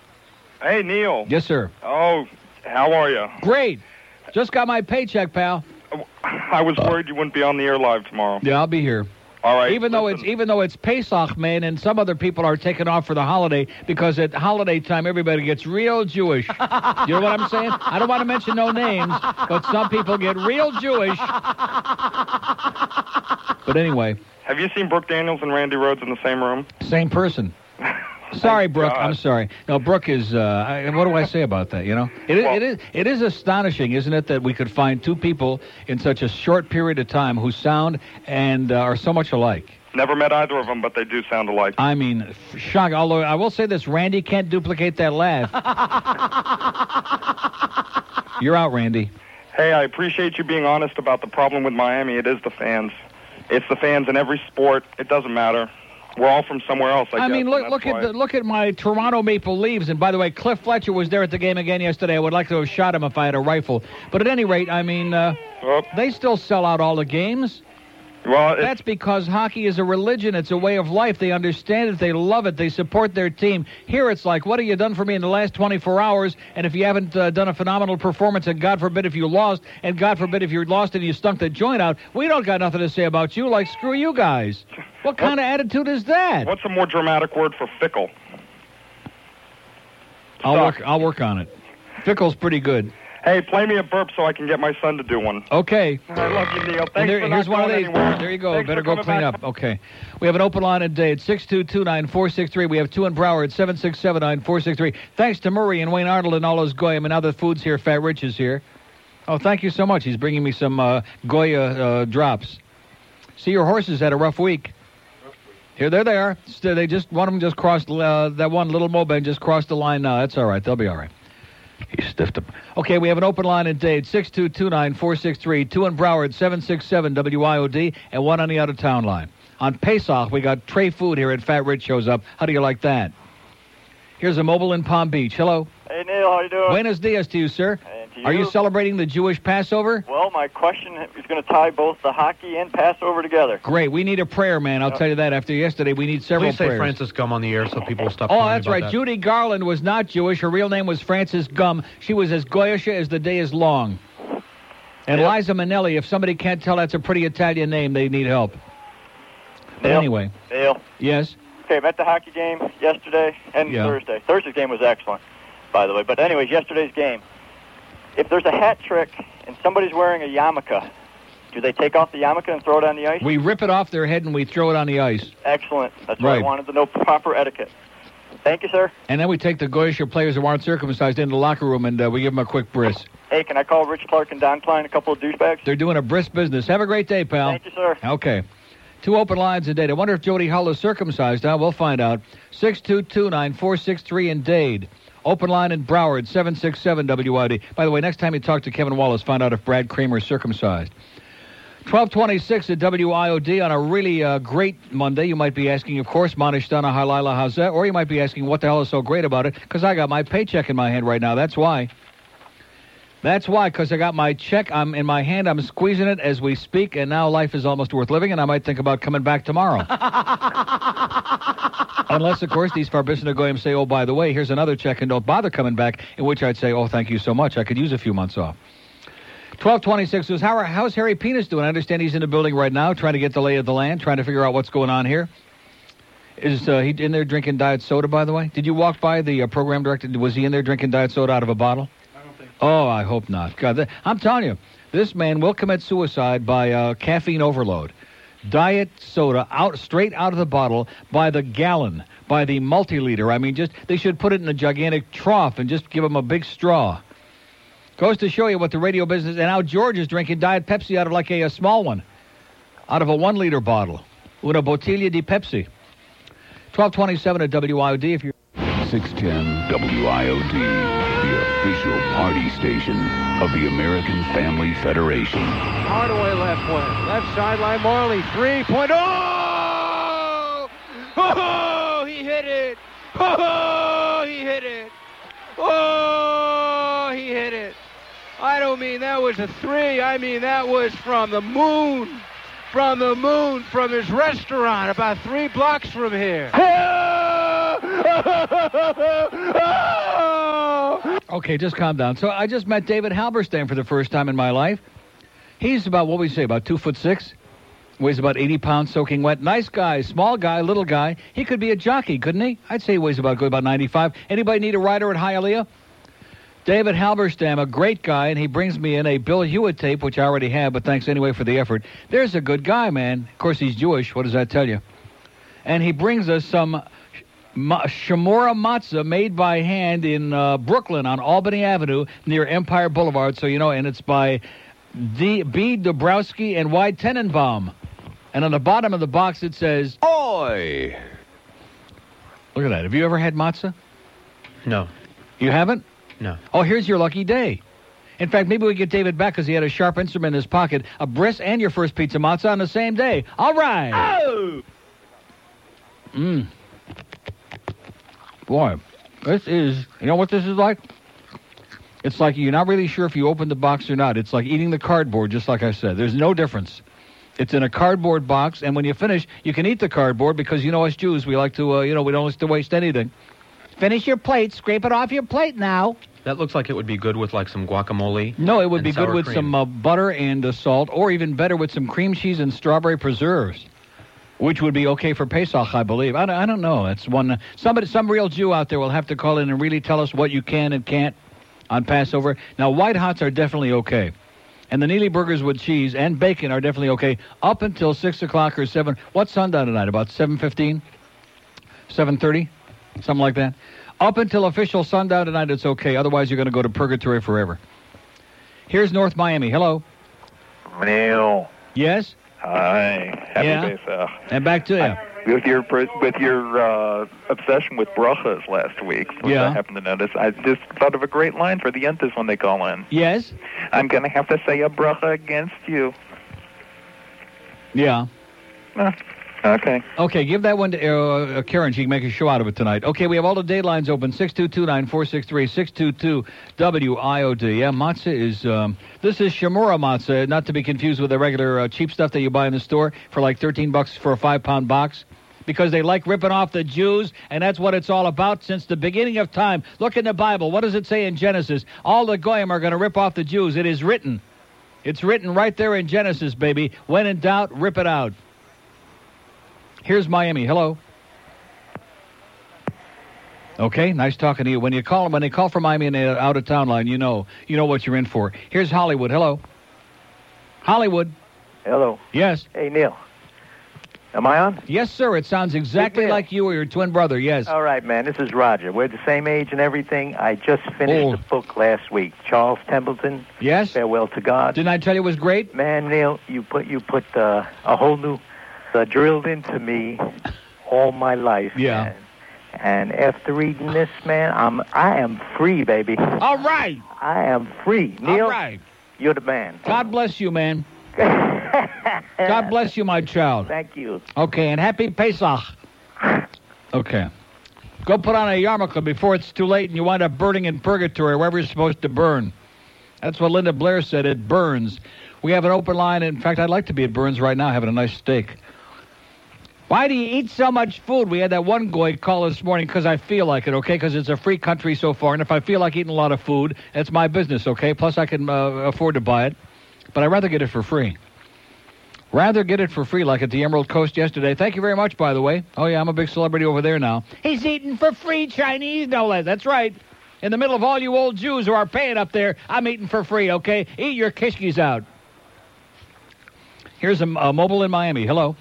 S39: Hey, Neil.
S5: Yes, sir.
S39: Oh, how are you?
S5: Great. Just got my paycheck, pal.
S39: I was worried you wouldn't be on the air live tomorrow.
S5: Yeah, I'll be here.
S39: All right.
S5: Even though it's even though it's Pesach, man, and some other people are taking off for the holiday because at holiday time everybody gets real Jewish. you know what I'm saying? I don't want to mention no names, but some people get real Jewish. But anyway,
S39: Have you seen Brooke Daniels and Randy Rhodes in the same room?
S5: same person. Sorry, Brooke. I'm sorry. No, Brooke is. Uh, I, what do I say about that? You know, it, i- it is. It is astonishing, isn't it, that we could find two people in such a short period of time who sound and uh, are so much alike.
S39: Never met either of them, but they do sound alike.
S5: I mean, f- shock. Although I will say this, Randy can't duplicate that laugh. You're out, Randy.
S39: Hey, I appreciate you being honest about the problem with Miami. It is the fans. It's the fans in every sport. It doesn't matter. We're all from somewhere else. I,
S5: I
S39: guess,
S5: mean, look
S39: and
S5: look
S39: that's
S5: at
S39: why-
S5: the, look at my Toronto Maple Leaves. And by the way, Cliff Fletcher was there at the game again yesterday. I would like to have shot him if I had a rifle. But at any rate, I mean, uh, they still sell out all the games.
S34: Well, it-
S5: That's because hockey is a religion. It's a way of life. They understand it. They love it. They support their team. Here it's like, what have you done for me in the last 24 hours? And if you haven't uh, done a phenomenal performance, and God forbid if you lost, and God forbid if you lost and you stunk the joint out, we don't got nothing to say about you. Like, screw you guys. What kind of attitude is that?
S34: What's a more dramatic word for fickle?
S5: I'll work, I'll work on it. Fickle's pretty good.
S34: Hey, play me a burp so I can get my son to do one.
S5: Okay.
S34: I love you, Neil.
S5: And
S34: Thanks
S5: there-
S34: for
S5: here's
S34: not
S5: one of
S34: going
S5: these.
S34: anywhere.
S5: There you go.
S34: Thanks
S5: Better
S34: for
S5: go
S34: coming
S5: clean
S34: back.
S5: up. Okay. We have an open line today at 622-9463. We have two in Broward at 767-9463. Thanks to Murray and Wayne Arnold and all those Goyim and other foods here. Fat Rich is here. Oh, thank you so much. He's bringing me some uh, Goya uh, drops. See, your horses had a rough week. Here, there they are. St- They just one of them just crossed uh, that one little Moban just crossed the line. Now that's all right. They'll be all right. He stiffed him. Okay, we have an open line at Dade, 6229463, two in Broward, 767 WIOD, and one on the out of town line. On Pesach, we got Trey Food here at Fat Rich shows up. How do you like that? Here's a mobile in Palm Beach. Hello.
S17: Hey Neil, how you doing?
S5: Buenos dias to you, sir.
S17: And to
S5: Are you
S17: you.
S5: celebrating the Jewish Passover?
S17: Well, my question is going to tie both the hockey and Passover together.
S5: Great. We need a prayer, man. I'll
S17: Yeah.
S5: tell you that. After yesterday, we need several
S10: Please say
S5: prayers.
S10: Francis Gum on the air so people will stop.
S5: Oh,
S10: calling
S5: that's
S10: about
S5: right.
S10: that.
S5: Judy Garland was not Jewish. Her real name was Frances Gum. She was as Goyish as the day is long. And Liza Minnelli, if somebody can't tell that's a pretty Italian name, they need help. But
S17: Yep.
S5: anyway,
S17: Neil,
S5: yes.
S17: okay, I'm at the hockey game yesterday and
S5: Yeah.
S17: Thursday. Thursday's game was excellent, by the way. But anyways, yesterday's game. If there's a hat trick and somebody's wearing a yarmulke, do they take off the yarmulke and throw it on the ice?
S5: We rip it off their head and we throw it on the ice.
S17: Excellent. That's what I
S5: Right.
S17: wanted to know. Proper etiquette. Thank you, sir.
S5: And then we take the Goyish players who aren't circumcised into the locker room and uh, we give them a quick bris.
S17: Hey, can I call Rich Clark and Don Klein, a couple of douchebags?
S5: They're doing a bris business. Have a great day, pal.
S17: Thank you, sir.
S5: Okay. Two open lines today. I wonder if Jody Hull is circumcised. Huh? We'll find out. 6229463 in Dade. Open line in Broward, 767 WID. By the way, next time you talk to Kevin Wallace, find out if Brad Kramer is circumcised. 1226 at WIOD on a really uh, great Monday. You might be asking, of course, Manishtana Halila how's that? Or you might be asking, what the hell is so great about it? Because I got my paycheck in my hand right now. That's why. That's why, because I got my check. I'm in my hand. I'm squeezing it as we speak, and now life is almost worth living. And I might think about coming back tomorrow, unless, of course, these Farbissina Goyim say, "Oh, by the way, here's another check, and don't bother coming back." In which I'd say, "Oh, thank you so much. I could use a few months off." Twelve twenty-six was how are, how's Harry Penis doing? I understand he's in the building right now, trying to get the lay of the land, trying to figure out what's going on here. Is uh, he in there drinking diet soda? By the way, did you walk by the uh, program director? Was he in there drinking diet soda out of a bottle? Oh, I hope not. God, th- I'm telling you, this man will commit suicide by uh, caffeine overload. Diet soda out straight out of the bottle by the gallon, by the multiliter. I mean, just they should put it in a gigantic trough and just give him a big straw. Goes to show you what the radio business and how George is drinking Diet Pepsi out of like a, a small one, out of a one liter bottle, una bottiglia di Pepsi. Twelve twenty seven at WIOD. If you
S16: 610 WIOD, the official party station of the American Family Federation.
S35: Hardaway left wing. Left sideline, Marley. Three point. Oh! Oh, he hit it. Oh, he hit it. Oh, he hit it. I don't mean that was a three. I mean that was from the moon. From the moon, from his restaurant, about three blocks from here. Oh!
S5: Okay, just calm down. So I just met David Halberstam for the first time in my life. He's about what we say about two foot six, weighs about eighty pounds, soaking wet. Nice guy, small guy, little guy. He could be a jockey, couldn't he? I'd say he weighs about good about ninety five. Anybody need a rider at Hialeah? David Halberstam, a great guy, and he brings me in a Bill Hewitt tape, which I already have, but thanks anyway for the effort. There's a good guy, man. Of course, he's Jewish. What does that tell you? And he brings us some Ma- Shimura matzah made by hand in uh, Brooklyn on Albany Avenue near Empire Boulevard. So you know, and it's by D- B. Dabrowski and Y. Tenenbaum. And on the bottom of the box it says, "Oi." Look at that. Have you ever had matzah? No. You haven't?
S10: No.
S5: Oh, here's your lucky day. In fact, maybe we get David back because he had a sharp instrument in his pocket, a bris, and your first pizza matzah on the same day. All right.
S3: Oh!
S5: Mmm. Boy, this is, you know what this is like? It's like you're not really sure if you opened the box or not. It's like eating the cardboard, just like I said. There's no difference. It's in a cardboard box, and when you finish, you can eat the cardboard because you know us Jews, we like to, uh, you know, we don't like to waste anything.
S45: Finish your plate. Scrape it off your plate now.
S10: That looks like it would be good with like some guacamole.
S5: No, it would
S10: and
S5: be good
S10: sour
S5: with
S10: cream.
S5: some uh, butter and uh, salt, or even better with some cream cheese and strawberry preserves, which would be okay for Pesach, I believe. I don't, I don't know. That's one. Somebody, some real Jew out there will have to call in and really tell us what you can and can't on Passover. Now, white hots are definitely okay. And the Neely burgers with cheese and bacon are definitely okay up until six o'clock or seven. What's sundown tonight? About seven fifteen, seven thirty, something like that. Up until official sundown tonight, it's okay. Otherwise, you're going to go to purgatory forever. Here's North Miami. Hello.
S39: Neil.
S5: Yes.
S39: Hi. Happy
S5: Yeah.
S39: Pesach.
S5: And back to you.
S39: With your pres- with your uh, obsession with brachas last week, which
S5: Yeah.
S39: I happened to notice, I just thought of a great line for the yentas when they call in.
S5: Yes.
S39: I'm going to have to say a bracha against you.
S5: Yeah.
S39: Okay.
S5: Okay, give that one to uh, uh, Karen. She can make a show out of it tonight. Okay, we have all the day lines open 622 9463 622 WIOD. Yeah, matzah is. Um, this is Shimura matzah, not to be confused with the regular uh, cheap stuff that you buy in the store for like 13 bucks for a five pound box. Because they like ripping off the Jews, and that's what it's all about since the beginning of time. Look in the Bible. What does it say in Genesis? All the Goyim are going to rip off the Jews. It is written. It's written right there in Genesis, baby. When in doubt, rip it out. Here's Miami. Hello. Okay, nice talking to you. When you call when they call from Miami and they're out of town line, you know you know what you're in for. Here's Hollywood. Hello. Hollywood.
S3: Hello.
S5: Yes.
S3: Hey, Neil. Am I on? Uh,
S5: Yes, sir. It sounds exactly
S3: Neil.
S5: like you or your twin brother. Yes.
S3: All right, man. This is Roger. We're the same age and everything. I just finished
S5: Oh.
S3: the book last week. Charles Templeton.
S5: Yes.
S3: Farewell to God.
S5: Didn't I tell you it was great?
S3: Man, Neil, you put you put uh, a whole new uh, drilled into me all my life.
S5: Yeah.
S3: man. And after reading this, man, I'm I am free, baby.
S5: All right.
S3: I am free, Neil.
S5: All right.
S3: You're the man.
S5: God bless you, man. God bless you, my child.
S3: Thank you.
S5: Okay, and happy Pesach. Okay. Go put on a yarmulke before it's too late and you wind up burning in purgatory wherever you're supposed to burn. That's what Linda Blair said. It burns. We have an open line. In fact, I'd like to be at Burns right now having a nice steak. Why do you eat so much food? We had that one guy call this morning because I feel like it, okay? Because it's a free country so far. And if I feel like eating a lot of food, that's my business, okay? Plus, I can uh, afford to buy it. But I'd rather get it for free. Rather get it for free, like at the Emerald Coast yesterday. Thank you very much, by the way. Oh, yeah, I'm a big celebrity over there now. He's eating for free Chinese, no less. That's right. In the middle of all you old Jews who are paying up there, I'm eating for free, okay? Eat your kishkis out. Here's a, a mobile in Miami. Hello.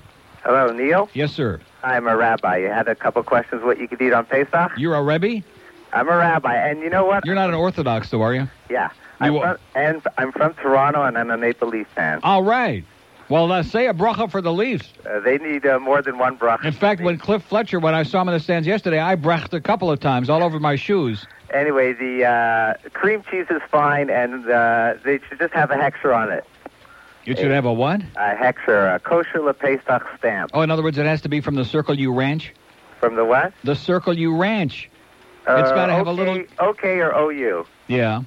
S46: Hello, Neil.
S5: Yes, sir.
S46: I'm a rabbi. You had a couple questions what you could eat on Pesach?
S5: You're a Rebbe?
S46: I'm a rabbi, and you know what?
S5: You're not an Orthodox, though, are you?
S46: Yeah. I'm
S5: You
S46: from, and I'm from Toronto, and I'm a Maple Leaf fan.
S5: All right. Well, uh, say a bracha for the Leafs.
S46: Uh, they need uh, more than one bracha.
S5: In fact, when Cliff Fletcher, when I saw him in the stands yesterday, I brached a couple of times all over my shoes.
S46: Anyway, the uh, cream cheese is fine, and uh, they should just have a hexer on it.
S5: You should have a what?
S46: A hexer, a kosher le Pesach stamp.
S5: Oh, in other words, it has to be from the Circle U Ranch.
S46: From the what?
S5: The Circle U Ranch.
S46: Uh,
S5: It's gotta have a
S46: okay- Okay or OU.
S5: Yeah.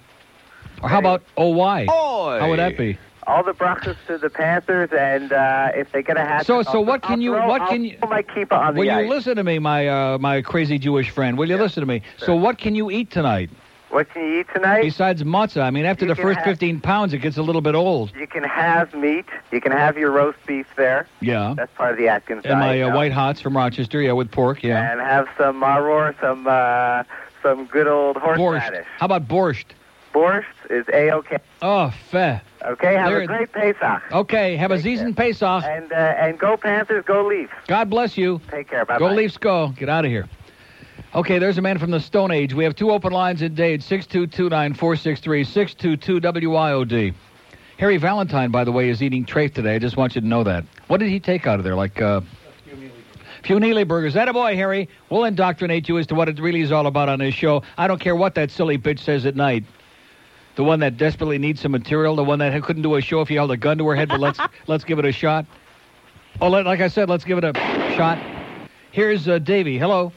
S5: Or how about OY?
S46: Oy.
S5: How would that be?
S46: All the brachas to the Panthers, and uh, if they get a hat.
S5: So- so
S46: I'll-
S5: what can
S46: I'll
S5: you-
S46: throw-
S5: what
S46: I'll
S5: can you-
S46: throw my keeper on
S5: Will
S46: the
S5: you
S46: ice.
S5: listen to me, my uh, my crazy Jewish friend? Will you listen to me? So what can you eat tonight?
S46: What can you eat tonight?
S5: Besides matzah, I mean, after
S46: You
S5: the
S46: can
S5: first
S46: have-
S5: 15 pounds, it gets a little bit old.
S46: You can have meat. You can have your roast beef there.
S5: Yeah.
S46: That's part of the Atkins
S5: And my
S46: diet.
S5: uh,
S46: no?
S5: white hots from Rochester, yeah, with pork, yeah.
S46: And have some maror, some uh, some good old
S5: Borscht.
S46: horseradish.
S5: How about borscht?
S46: Borscht is a okay.
S5: Oh, feh.
S46: Okay, have
S5: There-
S46: a
S5: Ah.
S46: great Pesach.
S5: Okay, have a season Pesach.
S46: And uh, and go Panthers, go Leafs.
S5: God bless you.
S46: Take care. Bye.
S5: Go Leafs, go. Get out of here. Okay, there's a man from the Stone Age. We have two open lines in Dade, 622-9463-622-WIOD. Harry Valentine, by the way, is eating trafe today. I just want you to know that. What did he take out of there? Like, uh... Few Neely burgers. That a boy, Harry. We'll indoctrinate you as to what it really is all about on this show. I don't care what that silly bitch says at night. The one that desperately needs some material, the one that couldn't do a show if you held a gun to her head, but let's let's give it a shot. Oh, let, like I said, let's give it a shot. Here's uh, Davey. Hello.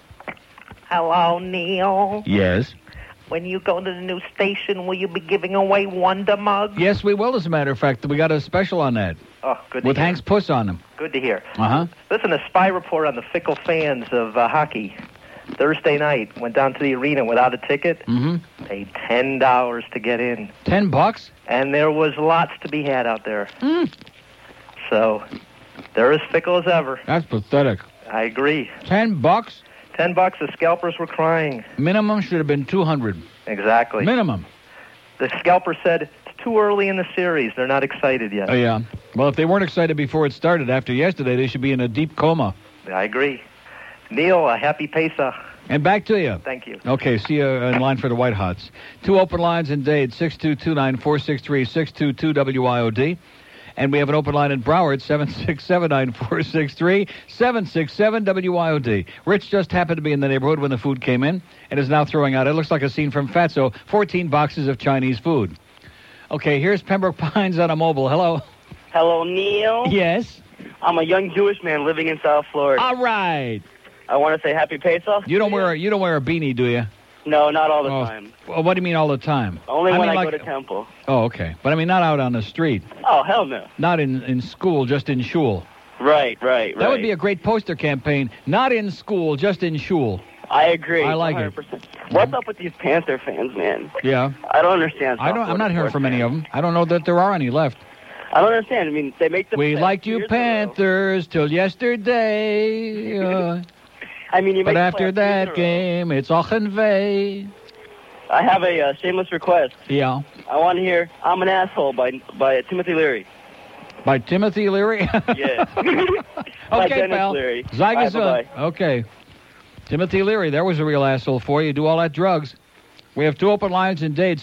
S25: Hello, Neil.
S5: Yes.
S39: When you go to the new station, will you be giving away Wonder Mugs?
S5: Yes, we will, as a matter of fact. We got a special on that
S39: Oh, good to
S5: with
S39: hear.
S5: Hank's puss on him.
S39: Good to hear.
S5: Uh huh.
S39: Listen, a spy report on the fickle fans of uh, hockey. Thursday night, went down to the arena without a ticket,
S5: Mm-hmm.
S39: paid ten dollars to get in,
S5: Ten bucks?
S39: and there was lots to be had out there.
S5: Mm.
S39: So they're as fickle as ever.
S5: That's pathetic.
S39: I agree.
S5: Ten bucks?
S39: Ten bucks. The scalpers were crying.
S5: Minimum should have been 200.
S39: Exactly.
S5: Minimum.
S39: The scalper said it's too early in the series. They're not excited yet.
S5: Oh, yeah. Well, if they weren't excited before it started after yesterday, they should be in a deep coma.
S39: I agree. Neil, a happy Pesach.
S5: And back to you.
S39: Thank you.
S5: Okay, see you in line for the White Hots. Two open lines in Dade, 622-9463-622-WIOD. And we have an open line in Broward, 767-9463-767-WIOD. Rich just happened to be in the neighborhood when the food came in and is now throwing out, it looks like a scene from Fatso, 14 boxes of Chinese food. Okay, here's Pembroke Pines on a mobile. Hello.
S25: Hello, Neil.
S5: Yes.
S25: I'm a young Jewish man living in South Florida.
S5: All right.
S25: I want to say happy Pesach.
S5: You don't wear a, you don't wear a beanie, do you?
S25: No, not all the
S5: Oh,
S25: time.
S5: Well, what do you mean all the time?
S25: Only
S5: I
S25: when
S5: mean,
S25: I
S5: like,
S25: go to temple.
S5: Oh, okay. But I mean, not out on the street.
S25: Oh, hell no.
S5: Not in, in school, just in shul.
S25: Right, right, right.
S5: That would be a great poster campaign. Not in school, just in shul.
S25: I agree.
S5: I like it.
S25: 100%. What's up with these Panther fans, man?
S5: Yeah.
S25: I don't understand.
S5: I don't.
S25: South
S5: I'm not
S25: Florida
S5: hearing
S25: sports
S5: from any of them. I don't know that there are any left.
S25: fans. I don't understand. I mean, they make the.
S5: We
S25: playoffs
S5: liked
S25: two
S5: you
S25: years ago.
S5: Panthers till yesterday. uh,
S25: I mean, you make
S5: but
S25: the
S5: after
S25: playoffs two years in
S5: that
S25: a row.
S5: game, it's Ochenvey.
S25: I have a uh, shameless request.
S5: Yeah.
S25: I want to hear "I'm an asshole" by by Timothy Leary.
S5: By Timothy Leary.
S25: Yeah. by
S5: okay,
S25: Dennis
S5: pal. uh,
S25: Leary.
S5: Zyga's
S25: Bye, bye-bye.
S5: Okay. Timothy Leary, there was a real asshole for you. Do all that drugs. We have two open lines in Dade,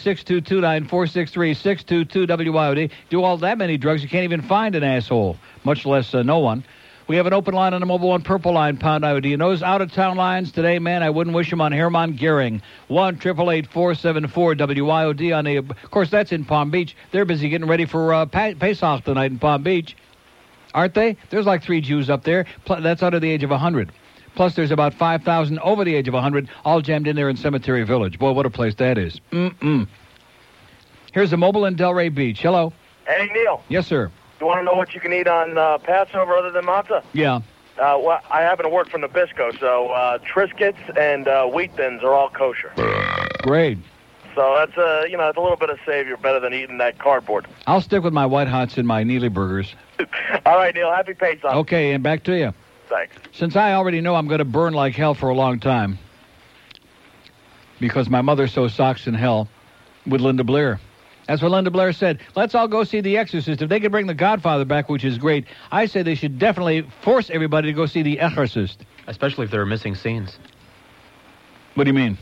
S5: 622-9463-622-WYOD. Do all that many drugs, you can't even find an asshole, much less uh, no one. We have an open line on the mobile one, purple line, pound IOD. And those out-of-town lines today, man, I wouldn't wish them on Hermann Gehring. 1-888-474-WYOD. On the, of course, that's in Palm Beach. They're busy getting ready for uh, pa- Pesach tonight in Palm Beach aren't they? There's like three Jews up there. Pl- that's under the age of 100. Plus, there's about 5,000 over the age of 100, all jammed in there in Cemetery Village. Boy, what a place that is. Mm-mm. Here's a mobile in Delray Beach. Hello.
S47: Hey, Neil,
S5: Yes, sir.
S47: you want to know what you can eat on uh, Passover other than matzah?
S5: Yeah.
S47: Uh, well, I happen to work for Nabisco, so uh, Triscuits and uh, wheat thins are all kosher.
S5: Great.
S47: So that's a, you know, it's a little bit of savior better than eating that cardboard.
S5: I'll stick with my White Hots and my Neely burgers.
S47: All right, Neil, happy Pesach.
S5: Okay, and back to you.
S47: Thanks.
S5: Since I already know I'm going to burn like hell for a long time, because my mother sews socks in hell with Linda Blair. That's what Linda Blair said. Let's all go see The Exorcist. If they could bring The Godfather back, which is great, I say they should definitely force everybody to go see The Exorcist.
S10: Especially if there are missing scenes.
S5: What do you mean?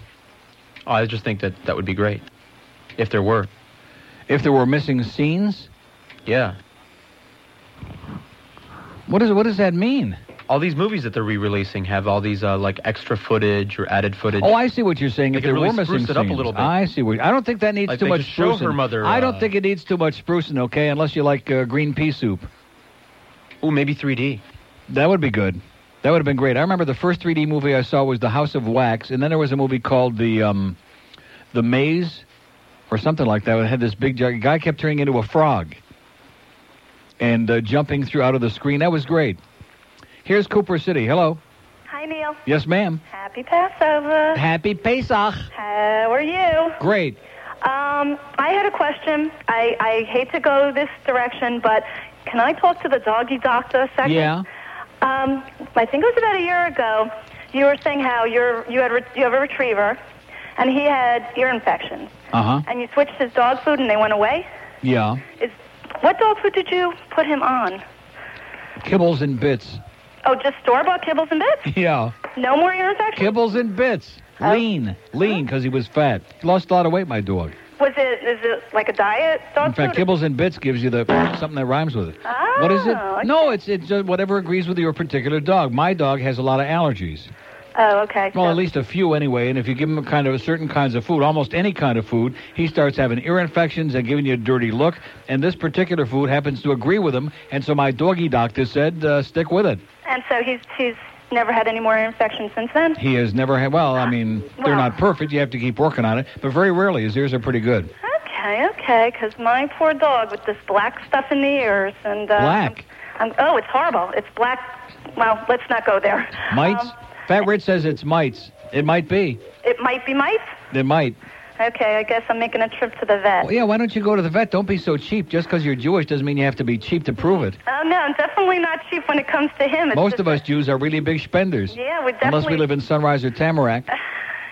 S10: Oh, I just think that that would be great. If there were.
S5: If there were missing scenes?
S10: Yeah.
S5: What, is, what does that mean?
S10: All these movies that they're re-releasing have all these uh, like extra footage or added footage.
S5: Oh, I see what you're saying.
S10: They
S5: if
S10: could
S5: there
S10: really
S5: were missing
S10: spruce it up a
S5: scenes.
S10: little bit.
S5: I see. What, I don't think that needs
S10: Like,
S5: too
S10: they
S5: much
S10: could show
S5: sprucing.
S10: her mother,
S5: I don't
S10: uh,
S5: think it needs too much sprucing. Okay, unless you like uh, green pea soup.
S10: Ooh, maybe 3D.
S5: That would be good. That would have been great. I remember the first 3D movie I saw was The House of Wax, and then there was a movie called The um, The Maze, or something like that. It had this big giant- guy kept turning into a frog and uh, jumping through out of the screen. That was great. Here's Cooper City. Hello.
S48: Hi, Neil.
S5: Yes, ma'am.
S48: Happy Passover.
S5: Happy Pesach.
S48: How are you?
S5: Great.
S48: Um, I had a question. I, I hate to go this direction, but can I talk to the doggy doctor a second?
S5: Yeah.
S48: Um, I think it was about a year ago. You were saying how you're, you had re- you have a retriever, and he had ear infections,
S5: Uh huh.
S48: and you switched his dog food, and they went away.
S5: Yeah.
S48: What dog food did you put him on?
S5: Kibbles and bits.
S48: Oh, just store bought kibbles and bits.
S5: Yeah.
S48: No more ear infections.
S5: Kibbles and bits. Lean, lean, because he was fat. He lost a lot of weight, my dog.
S48: Was it is it like a diet dog
S5: In fact,
S48: food?
S5: kibbles and bits gives you the something that rhymes with it. What is it? No, it's it's just whatever agrees with your particular dog. My dog has a lot of allergies.
S48: Oh, okay.
S5: Well,
S48: so-
S5: at least a few anyway. And if you give him kind of certain kinds of food, almost any kind of food, he starts having ear infections and giving you a dirty look. And this particular food happens to agree with him. And so my doggy doctor said, uh, stick with it.
S48: And so he's he's never had any more infections since then.
S5: He has never had. Well,
S48: Uh,
S5: I mean, they're not perfect. You have to keep working on it. But very rarely, his ears are pretty good.
S48: Okay, okay, because my poor dog with this black stuff in the ears and uh,
S5: Black
S48: I'm, oh, it's horrible. It's black. Well, let's not go there.
S5: mites.
S48: um,
S5: Fat Rich says it's mites. It might be.
S48: It might be mice.
S5: It might.
S48: Okay, I guess I'm making a trip to the vet.
S5: Well, yeah. Why don't you go to the vet? Don't be so cheap. Just because you're Jewish doesn't mean you have to be cheap to prove it.
S48: Oh no, I'm definitely not cheap when it comes to him. It's
S5: Most
S48: just-
S5: of us Jews are really big spenders.
S48: Yeah, we
S5: Unless
S48: definitely-
S5: we live in Sunrise or Tamarack.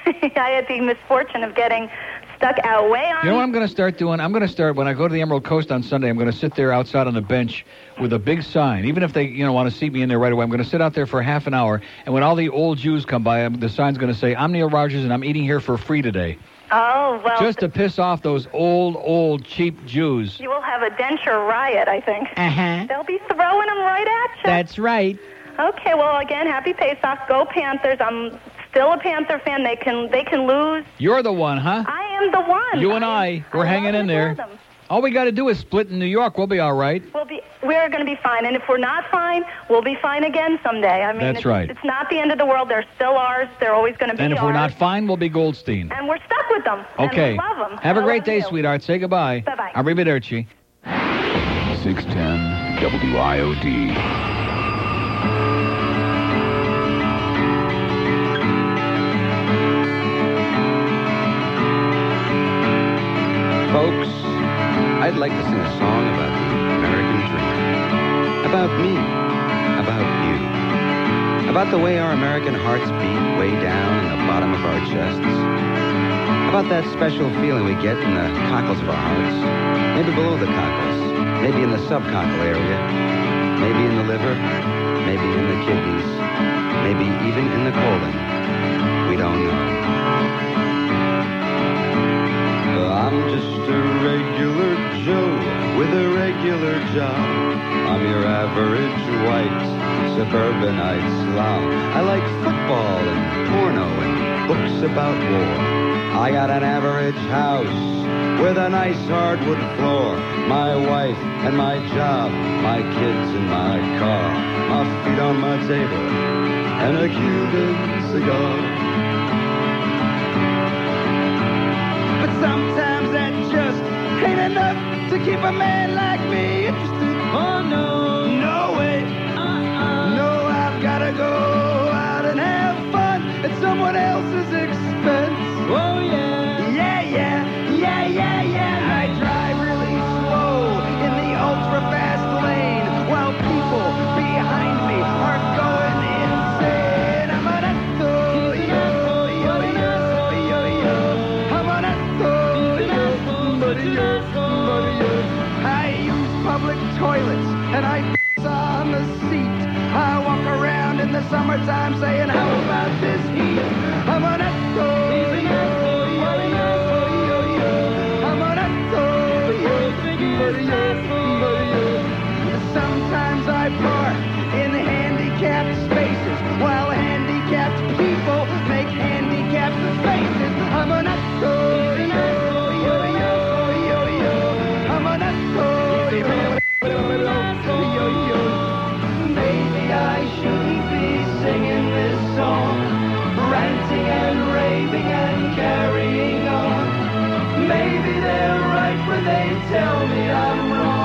S48: I had the misfortune of getting stuck out way on.
S5: You know what I'm going to start doing? I'm going to start when I go to the Emerald Coast on Sunday. I'm going to sit there outside on the bench with a big sign. Even if they, you know, want to seat me in there right away, I'm going to sit out there for half an hour. And when all the old Jews come by, I'm- the sign's going to say, "I'm Neil Rogers, and I'm eating here for free today,"
S48: oh well.
S5: just to piss off those old, old cheap Jews.
S48: You will have a denture riot, I think. Uh
S5: Uh-huh.
S48: huh. They'll be throwing them right at you.
S14: That's right.
S48: Okay, well again, happy Pesach. Go Panthers. I'm still a Panther fan. They can they can lose.
S5: You're the one, huh?
S48: I am the one.
S5: You and I, we're hanging in there. All we got to do is split in New York. We'll be all right.
S48: We'll be we're going to be fine, and if we're not fine, we'll be fine again someday. I mean,
S5: That's
S48: it's,
S5: right.
S48: It's not the end of the world. They're still ours. They're always going to be
S5: And if
S48: ours.
S5: we're not fine, we'll be Goldstein.
S48: and we're stuck with them.
S5: Okay.
S48: And we love them.
S5: Have a great day, sweetheart. Say goodbye.
S48: Bye-bye.
S5: Arrivederci.
S16: 610 WIOD.
S8: Folks, I'd like to sing a song about the American dream. About me. About you. About the way our American hearts beat way down in the bottom of our chests. About that special feeling we get in the cockles of our hearts. Maybe below the cockles. Maybe in the subcockle area. Maybe in the liver. Maybe in the kidneys. Maybe even in the colon. We don't know. I'm just a regular Joe with a regular job. I'm your average white suburbanite slob. I like football and porno and books about war. I got an average house with a nice hardwood floor. My wife and my job, my kids and my car. My feet on my table and a Cuban cigar.
S7: But sometimes that just ain't enough to keep a man like me interested. Oh no, no way. Uh-uh. No, I've gotta go out and have fun at someone else's expense. Oh yeah, yeah, yeah, yeah, yeah, yeah. I drive really slow in the ultra fast lane while people behind me are going insane. I'm an asshole, yo, yo, yo, yo, yo. I'm an asshole, yo, buddy, yo, buddy, yo. I use public toilets and I piss on the seat. I walk around in the summertime saying, how about this heat? I'm an asshole, yo, yo, yo, yo, yo. I'm an asshole, yo, buddy, yo, buddy, yo. Sometimes I park in handicapped spaces while handicapped people make handicapped faces. I'm an asshole. yo, yo, yo, yo, yo. I'm an asshole. yo, yo, yo, yo. Maybe I shouldn't be singing this song, ranting and raving and carrying on. Maybe they're right when they tell me I'm wrong.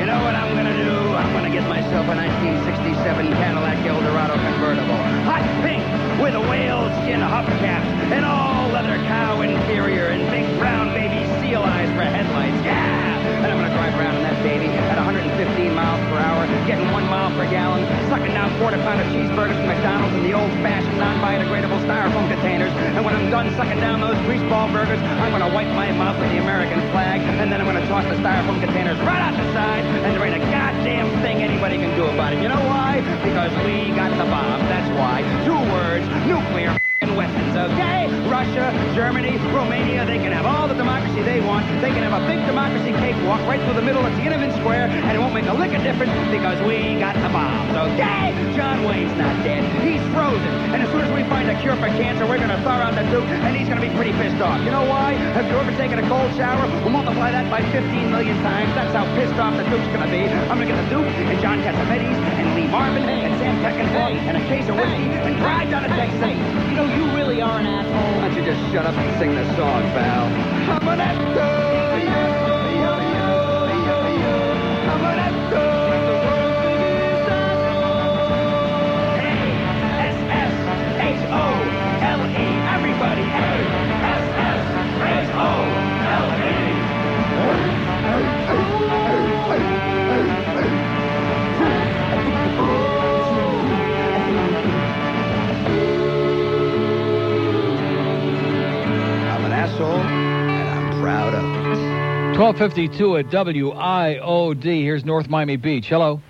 S7: You know what I'm gonna do? I'm gonna get myself a 1967 Cadillac Eldorado convertible. Hot pink with a whaleskin hubcaps and all leather cow interior and big brown baby seal eyes for headlights. Yeah! And I'm gonna drive around in that baby at 115 miles per hour, getting one mile per gallon, sucking down quarter pounder cheeseburgers from McDonald's in the old-fashioned non-biodegradable styrofoam containers. And when I'm done sucking down those greaseball burgers, I'm gonna wipe my mouth with the American flag, and then I'm gonna toss the styrofoam containers right out the side, and there ain't a goddamn thing anybody can do about it. You know why? Because we got the bomb. That's why. Two words: nuclear f***ing weapons. Okay? Russia, Germany, Romania, they can have all the democracy they want. They can have a big democracy cakewalk right through the middle of Tiananmen Square, and it won't make a lick of difference because we got the bomb. So goes, Dang! John Wayne's not dead. He's frozen. And as soon as we find a cure for cancer, we're going to thaw out the Duke, and he's going to be pretty pissed off. You know why? Have you ever taken a cold shower? We'll multiply that by 15 million times. That's how pissed off the Duke's going to be. I'm going to get the Duke, and John Cassavetes, and Lee Marvin, and Sam Peckinpah, and a case of whiskey, and drive down to Texas. You know, you really are an asshole. Why don't you just shut up and sing the song, pal? I'm an asshole, yo, yo, yo, yo, yo. I'm an asshole. A-S-S-H-O-L-E. E. Everybody, A-S-S-H-O-L-E. E.
S8: I'm an asshole, and I'm proud of it.
S5: 1252 at WIOD. Here's North Miami Beach. Hello.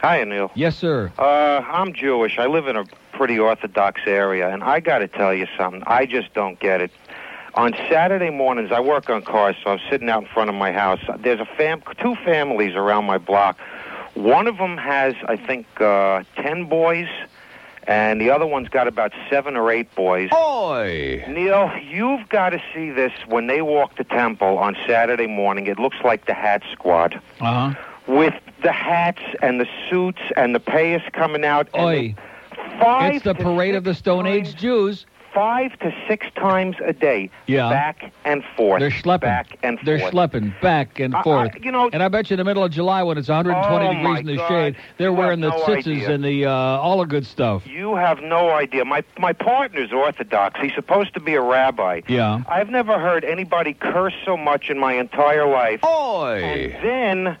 S29: Hi, Neil.
S5: Yes, sir.
S29: Uh, I'm Jewish. I live in a pretty orthodox area, and I got to tell you something. I just don't get it. On Saturday mornings, I work on cars, so I'm sitting out in front of my house. There's a fam, two families around my block. One of them has, I think, uh, ten boys, and the other one's got about seven or eight boys.
S1: Oh,
S29: Oi! Neil, you've got to see this when they walk the temple on Saturday morning. It looks like the Hat Squad.
S5: Uh huh.
S29: with the hats and the suits and the payas coming out. and
S5: Oi.
S29: the Five
S5: It's the
S29: to
S5: parade
S29: six
S5: of the Stone Age Jews.
S29: Five to six times a day.
S5: Yeah.
S29: Back and forth.
S5: They're schlepping.
S29: Back and
S5: They're
S29: forth.
S5: schlepping back and
S29: I- I-
S5: forth.
S29: you know-
S5: and I bet you in the middle of July when it's 120
S29: Oh,
S5: degrees
S29: my
S5: in the
S29: God.
S5: shade, they're
S29: You have
S5: wearing the
S29: no
S5: tzitzis
S29: idea.
S5: and the uh, all the good stuff.
S29: You have no idea. My my partner's Orthodox. He's supposed to be a rabbi.
S5: Yeah.
S29: I've never heard anybody curse so much in my entire life. Oi. And then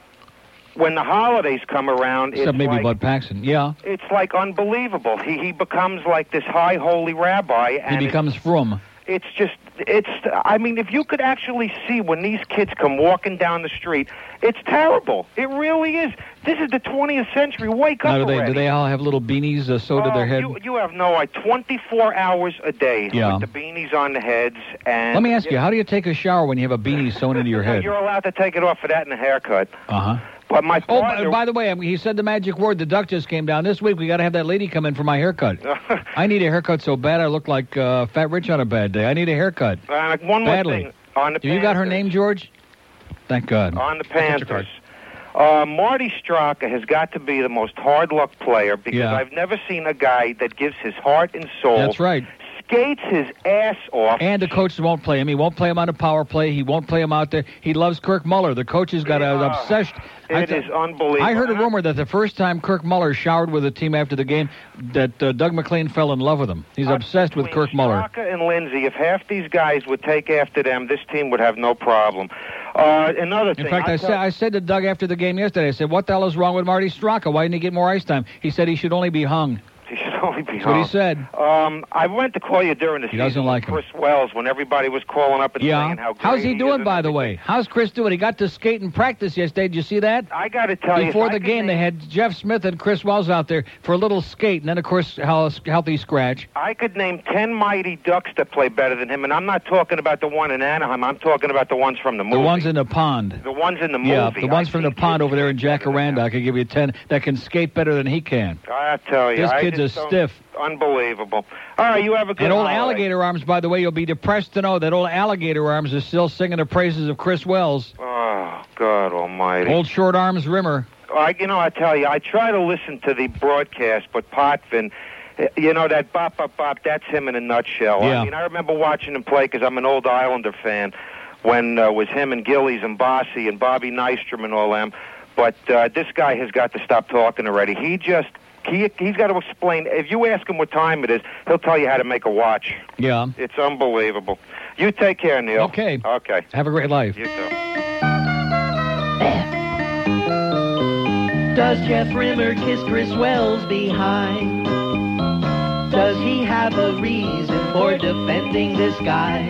S29: when the holidays come around, it's
S5: Except maybe
S29: like,
S5: Bud Paxton. Yeah.
S29: it's like unbelievable. He he becomes like this high holy rabbi,
S5: He
S29: and
S5: becomes from.
S29: it's just it's. I mean, if you could actually see when these kids come walking down the street, it's terrible. It really is. This is the 20th century. Wake up
S5: Now, do they, do
S29: already.
S5: they all have little beanies uh, sewed to their head?
S29: You, you have no idea. 24 hours a day
S5: Yeah.
S29: with the beanies on the heads, and
S5: Let me ask you, how do you take a shower when you have a beanie sewn into your head?
S29: You're allowed to take it off for that and a haircut.
S5: Uh huh.
S29: But my
S5: oh, by,
S29: partner-
S5: by the way, I mean, he said the magic word. The duck just came down this week. We got to have that lady come in for my haircut. I need a haircut so bad I look like uh, Fat Rich on a bad day. I need a haircut.
S29: Uh, one more
S5: Badly.
S29: thing on the
S5: Do you got her name, George? Thank God.
S29: on the Panthers. Uh, Marty Straka has got to be the most hard luck player because
S5: Yeah.
S29: I've never seen a guy that gives his heart and soul.
S5: That's right.
S29: Skates his ass off.
S5: And the coach won't play him. He won't play him on a power play. He won't play him out there. He loves Kirk Muller. The coach has got an obsessed. I
S29: It
S5: th-
S29: is unbelievable.
S5: I heard a rumor that the first time Kirk Muller showered with the team after the game, that uh, Doug McLean fell in love with him. He's obsessed with Kirk Muller.
S29: Straka and Lindsay, if half these guys would take after them, this team would have no problem. Uh, another thing.
S5: In fact,
S29: I'll
S5: I
S29: tell-
S5: said I said to Doug after the game yesterday. I said, "What the hell is wrong with Marty Straka? Why didn't he get more ice time?" He said he should only be hung.
S29: He should only be
S5: That's what he
S29: hung.
S5: said.
S29: Um, I went to call you during the
S5: He
S29: season
S5: doesn't
S29: with
S5: like him.
S29: Chris Wells when everybody was calling up and
S5: Yeah.
S29: saying how great
S5: How's he
S29: is
S5: doing, by the way? How's Chris doing? He got to skate and practice yesterday. Did you see that?
S29: I got to tell you,
S5: Before
S29: if I
S5: the game, they had Jeff Smith and Chris Wells out there for a little skate, and then, of course, hel- healthy scratch.
S29: I could name ten mighty ducks that play better than him, and I'm not talking about the one in Anaheim. I'm talking about the ones from the movie.
S5: The ones in the pond.
S29: The ones in the movie.
S5: Yeah, the ones from the pond over there in Jacaranda. I could give you 10 that can skate better than he can.
S29: I, I tell you,
S5: This
S29: I just
S5: kid's a
S29: don't-
S5: stiff.
S29: Unbelievable. All right, you have a good.
S5: And old
S29: holiday.
S5: Alligator Arms, by the way, you'll be depressed to know that old Alligator Arms is still singing the praises of Chris Wells.
S29: Oh God Almighty.
S5: Old Short Arms Rimmer.
S29: I, Uh, you know, I tell you, I try to listen to the broadcast, but Potvin, eh, you know, that bop, bop, bop, that's him in a nutshell.
S5: Yeah.
S29: I mean, I remember watching him play because I'm an old Islander fan when uh, it was him and Gillies and Bossy and Bobby Nystrom and all them. But uh, this guy has got to stop talking already. He just, he, he's got to explain. If you ask him what time it is, he'll tell you how to make a watch.
S5: Yeah.
S29: It's unbelievable. You take care, Neil.
S5: Okay.
S29: Okay.
S5: Have a great life.
S29: You too.
S9: Does Jeff Rimmer kiss Chris Wells behind? Does he have a reason for defending this guy?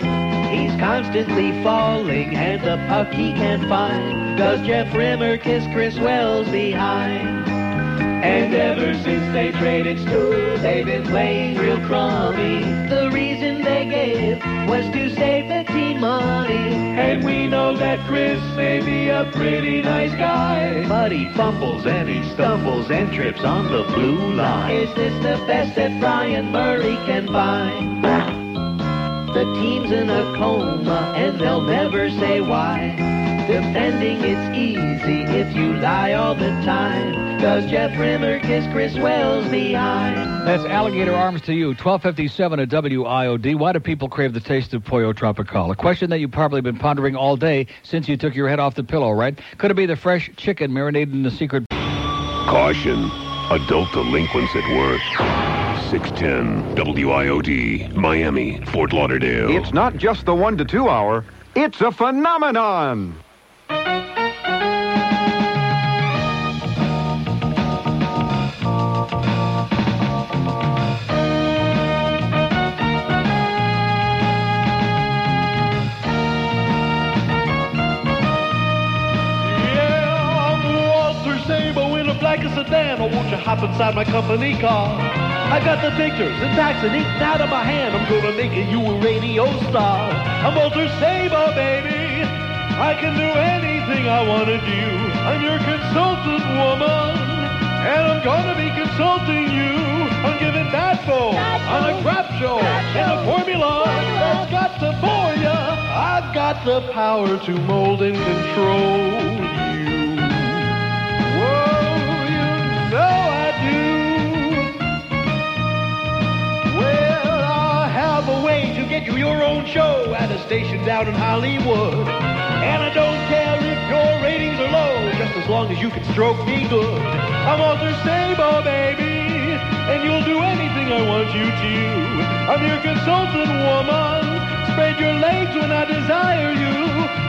S9: He's constantly falling and the puck he can't find. Does Jeff Rimmer kiss Chris Wells behind?
S25: And ever since they traded schools, they've been playing real crummy. The reason they gave was to save the team money. And we know that Chris may be a pretty nice guy. But he fumbles and he stumbles and trips on the blue line. Is this the best that Brian Murray can find? The team's in a coma and they'll never say why. Defending it's easy if you lie all the time. Does Jeff Rimmer kiss Chris Wells behind?
S5: That's Alligator Arms to you, 1257 at WIOD. Why do people crave the taste of Pollo Tropical? A question that you've probably been pondering all day since you took your head off the pillow, right? Could it be the fresh chicken marinated in the secret...
S1: Caution. Adult delinquents at work. 610 WIOD, Miami, Fort Lauderdale.
S39: It's not just the one to two hour, it's a phenomenon.
S3: Yeah, I'm Walter Sabo in a black sedan. Oh, won't you hop inside my company car? I got the pictures and and eaten out of my hand. I'm gonna make it you a radio star. I'm Walter Sabo, baby. I can do anything I wanna do. I'm your consultant woman, and I'm gonna be consulting you. I'm giving that phone on a crap show in a formula that's got to bore ya. I've got the power to mold and control No, I do. Well, I have a way to get you your own show at a station down in Hollywood. And I don't care if your ratings are low, just as long as you can stroke me good. I'm Arthur Sabo, baby, and you'll do anything I want you to. I'm your consultant woman. Spread your legs when I desire you.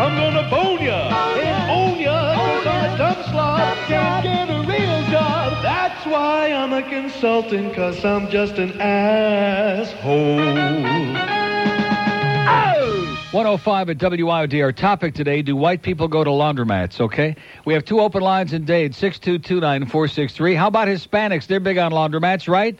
S3: I'm gonna bone ya and own ya, cause I'm a dumb slob. Can't get a real job. That's why I'm a consultant, cause I'm just an asshole.
S5: 105 at WIOD. Our topic today do white people go to laundromats? Okay. We have two open lines in Dade 6229463. How about Hispanics? They're big on laundromats, right?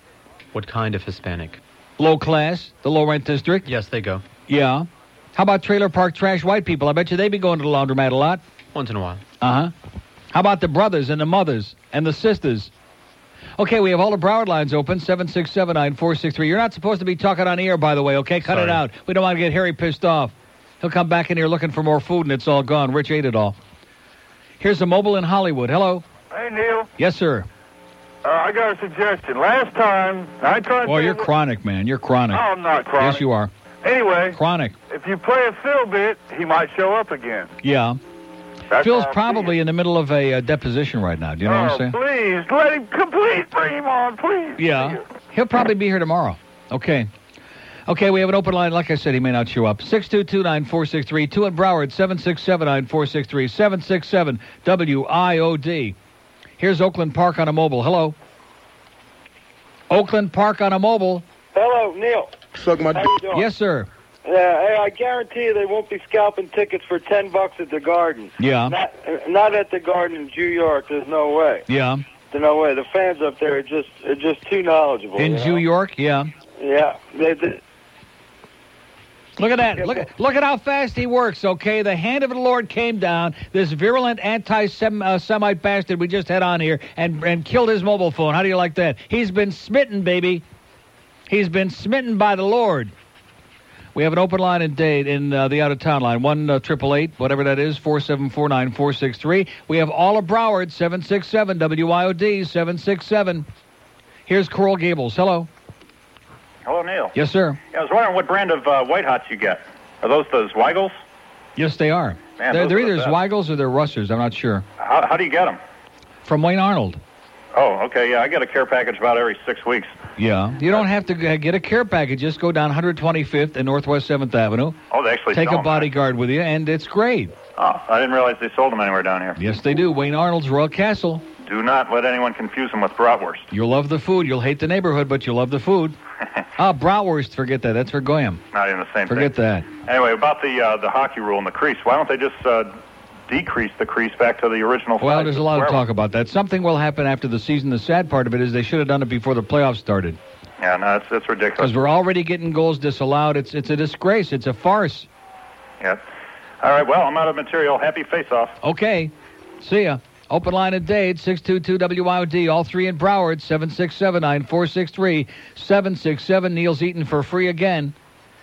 S10: What kind of Hispanic?
S5: Low class, the low rent district.
S10: Yes, they go.
S5: Yeah. How about trailer park trash white people? I bet you they be going to the laundromat a lot.
S10: Once in a while.
S5: Uh huh. How about the brothers and the mothers and the sisters? Okay, we have all the Broward lines open, 7679463. You're not supposed to be talking on air, by the way, okay? Cut it
S10: Sorry.
S5: out. We don't want to get Harry pissed off. He'll come back in here looking for more food and it's all gone. Rich ate it all. Here's a mobile in Hollywood. Hello.
S49: Hey, Neil.
S5: Yes, sir.
S49: Uh, I got a suggestion. Last time, I tried
S5: Well,
S49: to...
S5: you're chronic, man. You're chronic.
S49: No, I'm not chronic.
S5: Yes, you are.
S49: Anyway,
S5: Chronic.
S49: if you play a Phil bit, he might show up again.
S5: Yeah.
S49: That's
S5: Phil's
S49: how I
S5: probably in the middle of a uh, deposition right now. Do you know what I'm
S49: oh,
S5: saying?
S49: please, let him complete. Bring him on, please.
S5: Yeah. He'll probably be here tomorrow. Okay. Okay, we have an open line. Like I said, he may not show up. 622-9463. 2 in Broward, 767-9463. 767 WIOD. Here's Oakland Park on a mobile. Hello. Oakland Park on a mobile.
S14: Hello, Neil.
S5: Suck
S14: my How you doing?
S5: Yes, sir.
S14: Yeah, hey, I guarantee you they won't be scalping tickets for ten bucks at the Garden.
S5: Yeah.
S14: Not, not at the Garden in New York. There's no way.
S5: Yeah.
S14: There's no way. The fans up there are just are just too knowledgeable.
S5: In
S14: you
S5: New York, yeah.
S14: know? Yeah. They, they,
S5: Look at that. Look at, look at how fast he works, okay? The hand of the Lord came down, this virulent anti uh, Semite bastard we just had on here, and, and killed his mobile phone. How do you like that? He's been smitten, baby. He's been smitten by the Lord. We have an open line in Dade in uh, the out of town line, 1 triple eight, whatever that is, 4749463. We have all of Broward, 767 WIOD 767. Here's Coral Gables. Hello.
S50: Hello, Neil.
S5: Yes, sir.
S50: Yeah, I was wondering what brand of uh, White Hots you get. Are those those Weigels?
S5: Yes, they are.
S50: Man, those
S5: they're they're
S50: are the
S5: either
S50: best.
S5: Zweigels or they're Russers. I'm not sure.
S50: How, how do you get them?
S5: From Wayne Arnold.
S50: Oh, okay, yeah, I get a care package about every six weeks.
S5: Yeah. You don't have to g- get a care package. Just go down 125th and Northwest 7th Avenue.
S50: Oh, they actually
S5: Take
S50: sell
S5: a
S50: 'em.
S5: bodyguard with you, and it's great.
S50: Oh, I didn't realize they sold them anywhere down here.
S5: Yes, they do. Wayne Arnold's Royal Castle.
S50: Do not let anyone confuse them with bratwurst.
S5: You'll love the food. You'll hate the neighborhood, but you'll love the food. ah, bratwurst. Forget that. That's for Goyam.
S50: Not even the same
S5: Forget that.
S50: thing. Anyway, about the uh, the hockey rule in the crease. Why don't they just uh, decrease the crease back to the original.
S5: Well,
S50: size.
S5: there's a lot of
S50: Wherever-
S5: talk about that. Something will happen after the season. The sad part of it is they should have done it before the playoffs started
S50: Yeah, no, it's, it's ridiculous.
S5: because we're already getting goals disallowed. It's it's a disgrace. It's a farce.
S50: Yeah. All right. Well, I'm out of material. Happy face-off.
S5: Okay. See ya. Open line at Dade, 622-WIOD, all three in Broward, 767-9463, 767. Neil's Eaton for free again.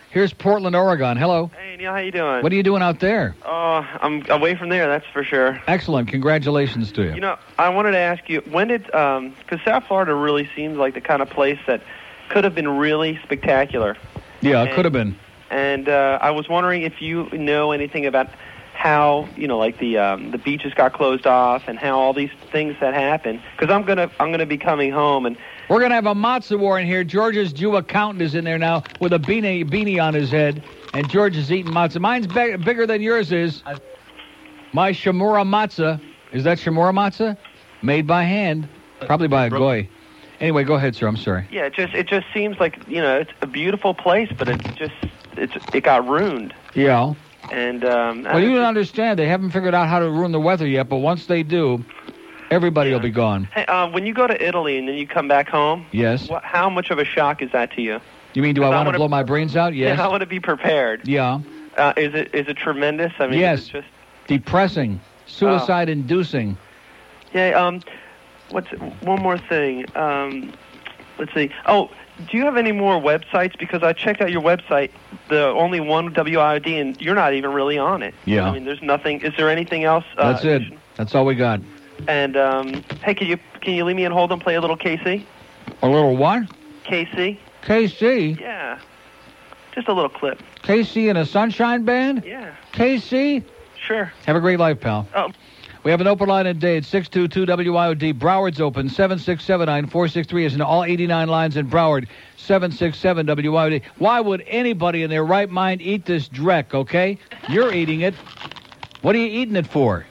S5: Here's Portland, Oregon. Hello.
S51: Hey Neil, how you doing?
S5: What are you doing out there?
S51: Oh, I'm away from there. That's for sure.
S5: Excellent. Congratulations to you.
S51: You know, I wanted to ask you when did because South Florida really seems like the kind of place that could have been really spectacular.
S5: yeah,
S51: and-
S5: it could have been.
S51: And uh, I was wondering if you know anything about how you know like the um, the beaches got closed off and how all these things that happened. Because I'm gonna I'm gonna be coming home and
S5: We're going to have a matzo war in here. George's Jew accountant is in there now with a beanie, beanie on his head, and George is eating matzah. Mine's be- bigger than yours is. My Shimura matzah. Is that Shimura matzah? Made by hand. Probably by a goy. Anyway, go ahead, sir. I'm sorry.
S51: yeah, it just it just seems like you know it's a beautiful place, but it just it's it got ruined
S5: Yeah.
S51: and um,
S5: Well, you don't understand. They haven't figured out how to ruin the weather yet, but once they do, everybody will be gone.
S51: Hey, uh, when you go to Italy and then you come back home,
S5: Yes.
S51: what, how much of a shock is that to you?
S5: You mean, do I
S51: If I
S5: want to
S51: wanna-
S5: blow my brains out? Uh, Yes.
S51: Yeah, I want to be prepared.
S5: Yeah.
S51: Uh, is it is it tremendous? I mean,
S5: Yes.
S51: It's just
S5: Depressing, suicide inducing.
S51: yeah. Um, what's one more thing? Um, let's see. Oh, do you have any more websites? Because I checked out your website, the only one WIOD, and you're not even really on it.
S5: Yeah.
S51: I mean, there's nothing. Is there anything else? Uh,
S5: That's it. That's all we got.
S51: And um, hey, can you can you leave me and hold and play a little KC?
S5: A little what?
S51: KC.
S5: KC?
S51: Yeah. Just a little clip.
S5: KC and a Sunshine Band?
S51: Yeah.
S5: KC?
S51: Sure.
S5: Have a great life, pal.
S51: Oh.
S5: We have an open line at Dade, 622-WIOD. Broward's open, 767-9463 is in all 89 lines in Broward, 767-WIOD. Why would anybody in their right mind eat this dreck, okay? You're eating it. What are you eating it for?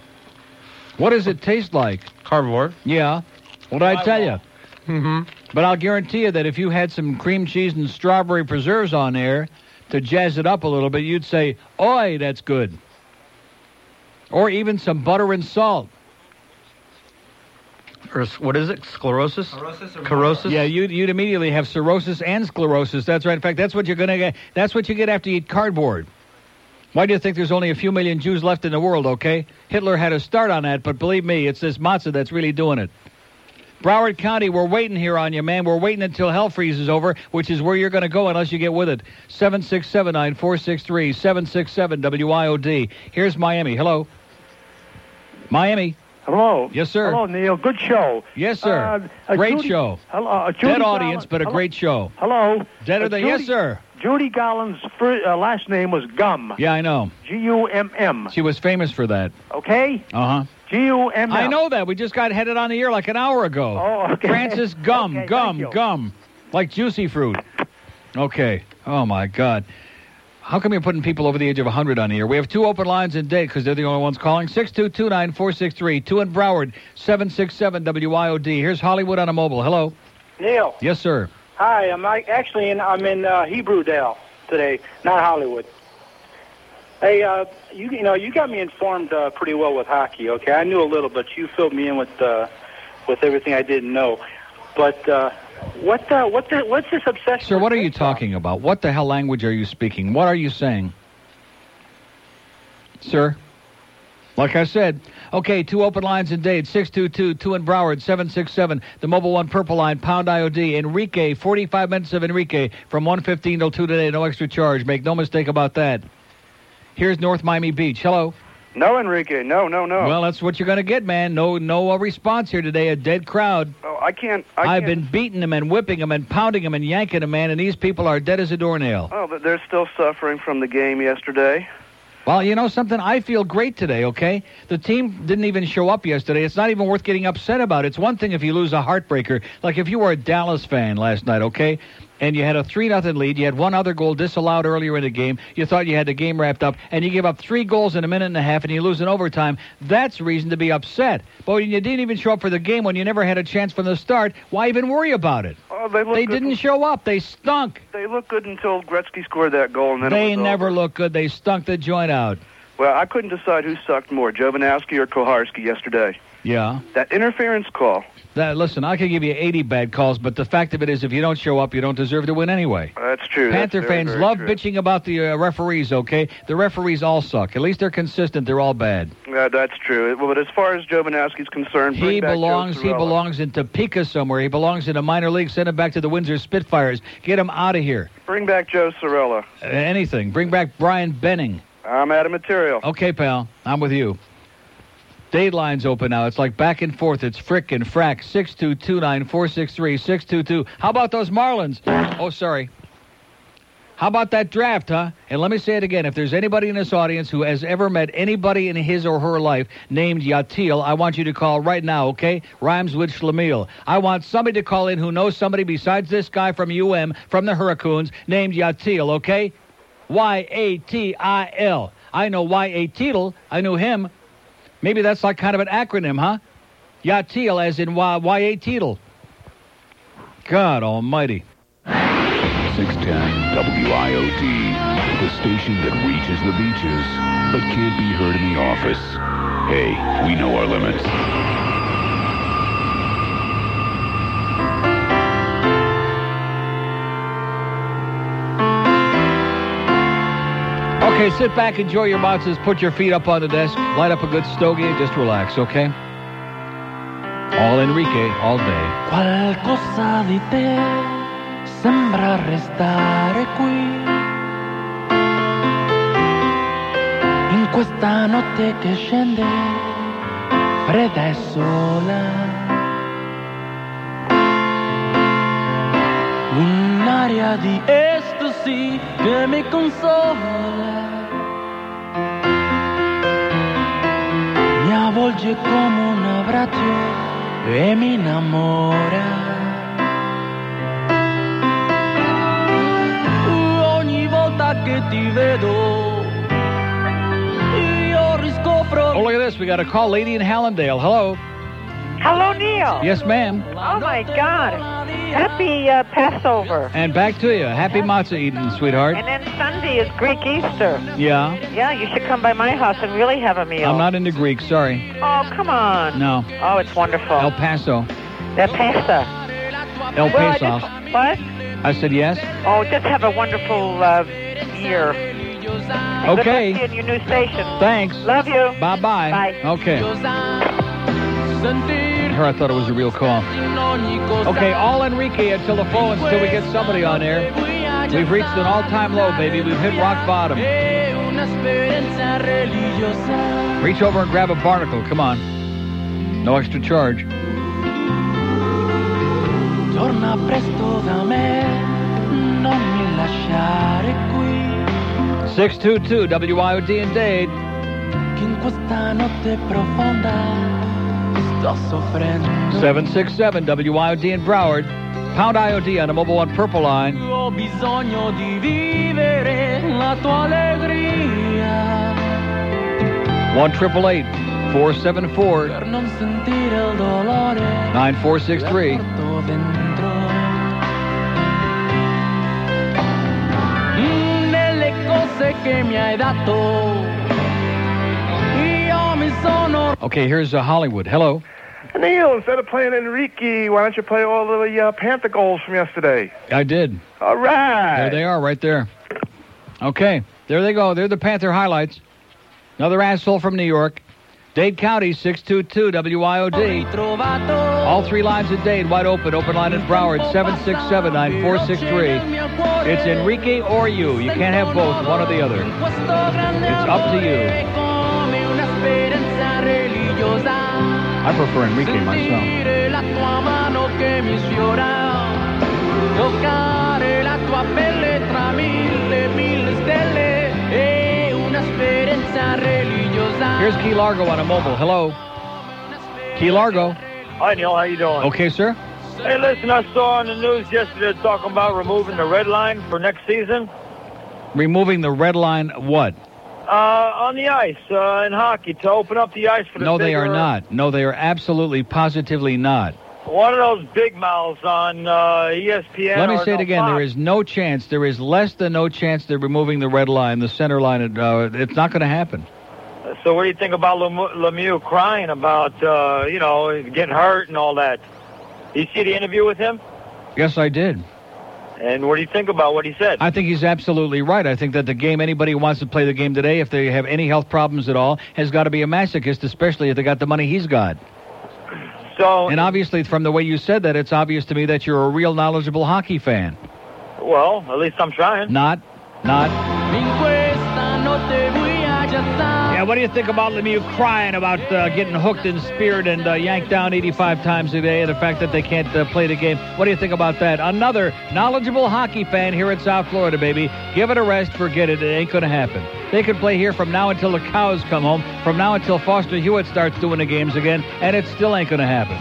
S5: What does it taste like?
S10: Carnivore.
S5: Yeah. What did I tell you? Mm-hmm. But I'll guarantee you that if you had some cream cheese and strawberry preserves on there to jazz it up a little bit, you'd say, "Oi, that's good." Or even some butter and salt.
S10: Or s- what is it? Sclerosis. Corrosis. Corrosis.
S5: Yeah, you'd, you'd immediately have cirrhosis and sclerosis. That's right. In fact, that's what you're gonna get. That's what you get after you eat cardboard. Why do you think there's only a few million Jews left in the world? Okay, Hitler had a start on that, but believe me, it's this matzah that's really doing it. Broward County, we're waiting here on you, man. We're waiting until hell freezes over, which is where you're going to go unless you get with it. 767-9463-767-WIOD. Here's Miami. Hello. Miami.
S34: Hello.
S5: Yes, sir.
S34: Hello, Neil. Good show.
S5: Yes, sir.
S34: uh,
S5: great
S34: Judy-
S5: show.
S34: Hello, uh, Judy
S5: Dead audience,
S34: Garland-
S5: but a
S34: hello-
S5: great show.
S34: Hello.
S5: Deader
S34: Uh,
S5: than...
S34: Judy-
S5: Yes, sir.
S34: Judy Garland's fir- uh, last name was Gum.
S5: Yeah, I know.
S34: G U M M.
S5: She was famous for that.
S34: Okay.
S5: Uh-huh.
S34: G U M M.
S5: I know that. We just got headed on the air like an hour ago.
S34: Oh, okay.
S5: Francis Gum,
S34: Okay, thank
S5: Gum,
S34: you.
S5: Gum. Like juicy fruit. Okay. Oh, my God. How come you're putting people over the age of 100 on here? We have two open lines in day because they're the only ones calling. 6229463, 2 in Broward, 767-WIOD. Here's Hollywood on a mobile. Hello.
S36: Neil,
S5: Yes, sir.
S36: hi. I'm I- actually in. I'm in uh, Hebrewdale today, not Hollywood. Hey, uh, you you know you got me informed uh, pretty well with hockey. Okay, I knew a little, but you filled me in with uh, with everything I didn't know. But uh, what uh, what the, what's this obsession?
S5: Sir, what are you talking about? What the hell language are you speaking? What are you saying? Sir? Like I said, okay, two open lines in Dade, 622, two in Broward, 767, the mobile one purple line, pound IOD. Enrique, 45 minutes of Enrique from 115 till 2 today, no extra charge. Make no mistake about that. Here's North Miami Beach. Hello.
S17: No, Enrique. No, no, no.
S5: Well, that's what you're going to get, man. No no uh, response here today, a dead crowd.
S17: oh, I can't. I
S5: I've
S17: can't.
S5: been beating them and whipping them and pounding them and yanking them, man, and these people are dead as a doornail.
S17: Oh, but they're still suffering from the game yesterday.
S5: Well, you know something? I feel great today, okay? The team didn't even show up yesterday. It's not even worth getting upset about. It's one thing if you lose a heartbreaker, like if you were a Dallas fan last night, okay? And you had a 3 nothing lead. You had one other goal disallowed earlier in the game. You thought you had the game wrapped up, and you give up three goals in a minute and a half, and you lose in overtime. That's reason to be upset. But when you didn't even show up for the game when you never had a chance from the start, why even worry about it?
S17: Oh, they look.
S5: They
S17: good.
S5: didn't show up. They stunk.
S17: They look good until Gretzky scored that goal, and then it
S5: They
S17: was
S5: never
S17: Over.
S5: looked good. They stunk the joint out.
S22: Well, I couldn't decide who sucked more, Jovanowski or Koharski yesterday.
S5: Yeah.
S22: That interference call.
S5: That, listen, I could give you 80 bad calls, but the fact of it is, if you don't show up, you don't deserve to win anyway.
S22: That's true. That's
S5: Panther
S22: very,
S5: fans
S22: very
S5: love
S22: true.
S5: bitching about the uh, referees, okay? The referees all suck. At least they're consistent. They're all bad.
S22: Yeah, that's true. Well, but as far as Jovanowski's concerned,
S5: He
S22: bring back Joe
S5: belongs. He
S22: Torella.
S5: belongs in Topeka somewhere. He belongs in a minor league. Send him back to the Windsor Spitfires. Get him out of here.
S22: Bring back Joe Sorella.
S5: Uh, Anything. Bring back Brian Benning.
S22: I'm out of material.
S5: Okay, pal. I'm with you. Date lines open now. It's like back and forth. It's frick and frack. 622-9463-622. How about those Marlins? Oh, sorry. How about that draft, huh? And let me say it again. If there's anybody in this audience who has ever met anybody in his or her life named Yatil, I want you to call right now, okay? Rhymes with Schlemiel. I want somebody to call in who knows somebody besides this guy from UM, from the Hurricanes, named Yatil, okay? Y A T I L. I know Y A Teetle. I knew him. Maybe that's like kind of an acronym, huh? Yatil, as in Y Y A Teetle. God almighty.
S16: 610 WIOD, the station that reaches the beaches but can't be heard in the office. Hey, we know our limits.
S5: Okay, sit back, enjoy your matzahs, put your feet up on the desk, light up a good stogie, and just relax, okay? All Enrique, all day.
S52: Qual cosa di te sembra restare qui? In questa notte che scende, fredda e sola. Un'aria di estasi che mi consola. Mi avvolge come un abbraccio e mi innamora. Ogni volta che ti vedo, io riscopro.
S5: Oh, look at this, we got a call, lady in Hallandale. Hello.
S6: Hello, Neil.
S5: Yes, ma'am.
S6: Oh my God! Happy uh, Passover.
S5: And back to you. Happy matzah eating, sweetheart.
S6: And then Sunday is Greek Easter.
S5: Yeah.
S6: Yeah, you should come by my house and really have a meal.
S5: I'm not into Greek, sorry.
S6: Oh, come on.
S5: No.
S6: Oh, it's wonderful.
S5: El Paso.
S6: That pasta. Well,
S5: El
S6: I
S5: Paso.
S6: just- what?
S5: I said yes.
S6: Oh, just have a wonderful uh, year. Good luck
S5: Okay.
S6: to you in your new station.
S5: Thanks.
S6: Love you.
S5: Bye bye.
S6: Bye.
S5: Okay. Her, I thought it was a real call. Okay, all Enrique until the phone, until we get somebody on air. We've reached an all-time low, baby. We've hit rock bottom.
S52: E una esperienza religiosa.
S5: Reach over and grab a barnacle. Come on. No extra charge.
S52: Torna presto da me, non mi lasciare qui.
S5: 622 WIOD and Dade.
S52: Che in questa notte profonda sto soffrendo.
S5: 767 WIOD and Broward. Pound IOD on the Mobile One Purple Line.
S52: Ho bisogno di vivere la tua allegria.
S5: 1 474
S52: Per non sentire il dolore
S5: 9463.
S52: tutto dentro. Mm, Nelle cose che mi hai dato, io mi sono
S5: Okay, here's uh, Hollywood. Hello.
S41: Neil, instead of playing Enrique, why don't you play all the uh, Panther goals from yesterday?
S5: I did.
S41: All right.
S5: There they are, right there. Okay, there they go. They're the Panther highlights. Another asshole from New York. Dade County, 622 WIOD. All three lines in Dade, wide open. Open line in Broward, 767 9463. It's Enrique or you. You can't have both, one or the other.
S52: questo grande
S5: It's up to
S52: amore
S5: you.
S52: come un'esperienza religiosa.
S5: I prefer Enrique myself.
S52: Sentire la tua mano che mi sfiora, toccare la tua pelle tra mille, mille stelle, è un'esperienza religiosa.
S5: Here's Key Largo on a mobile. Hello. Key Largo.
S52: Hi Neil, how you doing?
S5: Okay, sir.
S52: Hey, listen, I saw on the news yesterday talking about removing the red line for next season
S5: Removing the red line, what?
S52: uh, on the ice uh, in hockey to open up the ice for the
S5: No, they are
S52: bigger-
S5: not. No, they are absolutely, positively not.
S52: One of those big mouths on uh, ESPN.
S5: Let me
S52: or
S5: say it
S52: no
S5: again.
S52: Fox.
S5: There is no chance. There is less than no chance they're removing the red line, the center line. Uh, it's not going to happen.
S25: So what do you think about Lemu- Lemieux crying about uh, you know getting hurt and all that? You see the interview with him,
S5: Yes, I did.
S25: and what do you think about what he said?
S5: I think he's absolutely right. I think that the game, anybody who wants to play the game today, if they have any health problems at all, has got to be a masochist, especially if they got the money he's got.
S25: So,
S5: and obviously, from the way you said that, it's obvious to me that you're a real knowledgeable hockey fan.
S25: Well, at least I'm trying.
S5: Not, not. Yeah, what do you think about Lemieux crying about uh, getting hooked and speared and uh, yanked down 85 times a day and the fact that they can't uh, play the game? What do you think about that? Another knowledgeable hockey fan here in South Florida, baby. Give it a rest, forget it. It ain't going to happen. They could play here from now until the cows come home, from now until Foster Hewitt starts doing the games again, and it still ain't going to happen.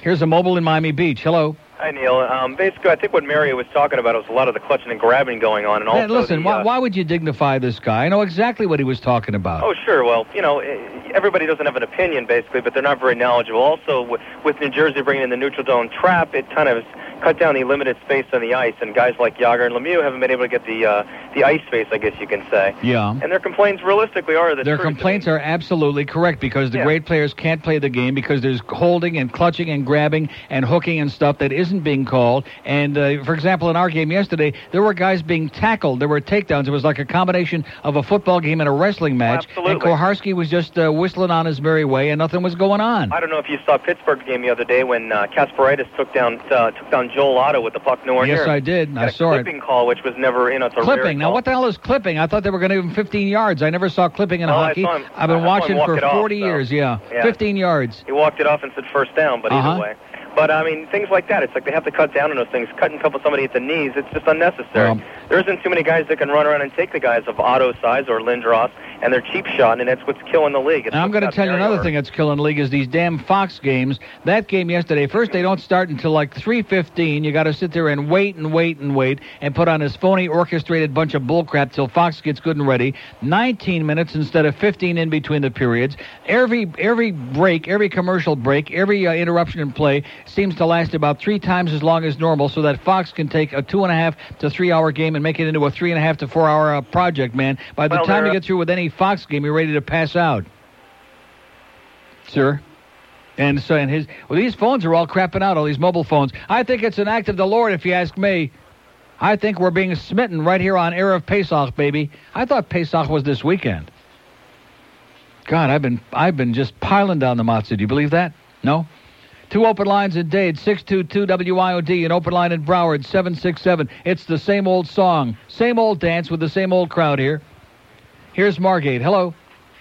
S5: Here's a mobile in Miami Beach. Hello.
S37: Hi, Neil. Um, basically, I think what Mario was talking about was a lot of the clutching and grabbing going on, and also
S5: Man, listen,
S37: the,
S5: why,
S37: uh,
S5: why would you dignify this guy? I know exactly what he was talking about.
S37: Oh, sure. Well, you know, eh, everybody doesn't have an opinion, basically, but they're not very knowledgeable. Also, w- with New Jersey bringing in the neutral zone trap, it kind of has cut down the limited space on the ice, and guys like Yager and Lemieux haven't been able to get the uh, the ice space, I guess you can say.
S5: Yeah.
S37: And their complaints, realistically, are the
S5: Um. Their
S37: truth.
S5: complaints are absolutely correct because the great players can't play the game because there's holding and clutching and grabbing and hooking and stuff that isn't being called. And uh, for example, in our game yesterday, there were guys being tackled. There were takedowns. It was like a combination of a football game and a wrestling match. And Koharski was just uh, whistling on his merry way, and nothing was going on.
S37: I don't know if you saw Pittsburgh's game the other day when uh, Kasparaitis took down uh, took down Joel Otto with the puck nowhere
S5: Yes,
S37: near.
S5: I did.
S37: Got
S5: I
S37: a
S5: saw it.
S37: clipping call, which was never in. You know, it's a rare
S5: Clipping. Now, what the hell is clipping? I thought they were going to give him 15 yards. I never saw clipping in
S37: Oh, I
S5: hockey.
S37: saw him-
S5: I've been
S37: I saw him
S5: watching
S37: walk
S5: for 40
S37: it off, so-
S5: years. Yeah.
S37: Yeah.
S5: 15 yards.
S37: He walked it off and said first down, but either
S5: Uh-huh.
S37: way. But I mean, things like that. It's like they have to cut down on those things. Cutting couple somebody at the knees, it's just unnecessary.
S5: Um,
S37: there isn't too many guys that can run around and take the guys of Otto size or Lindros, and they're cheap shot, and that's what's killing the league. It's
S5: And I'm
S37: what's
S5: going to
S37: got
S5: tell you
S37: Barry
S5: another
S37: over.
S5: thing that's killing the league is these damn Fox games. That game yesterday, first they don't start until like 3:15. You got to sit there and wait and wait and wait and put on this phony orchestrated bunch of bullcrap till Fox gets good and ready. 19 minutes instead of 15 in between the periods. Every every break, every commercial break, every uh, interruption in play seems to last about three times as long as normal, so that Fox can take a two and a half to three hour game and make it into a three and a half to four hour uh, project. Man, by the
S37: Well,
S5: time you
S37: they're-
S5: get through with any Fox game, you're ready to pass out. Sure. And so, and his, well, these phones are all crapping out, all these mobile phones. I think it's an act of the Lord, if you ask me. I think we're being smitten right here on air of Pesach, baby. I thought Pesach was this weekend. God, I've been, I've been just piling down the matzah. Do you believe that? No? Two open lines in Dade, 622-WIOD, an open line in Broward, 767. It's the same old song, same old dance with the same old crowd here. Here's Margate. Hello.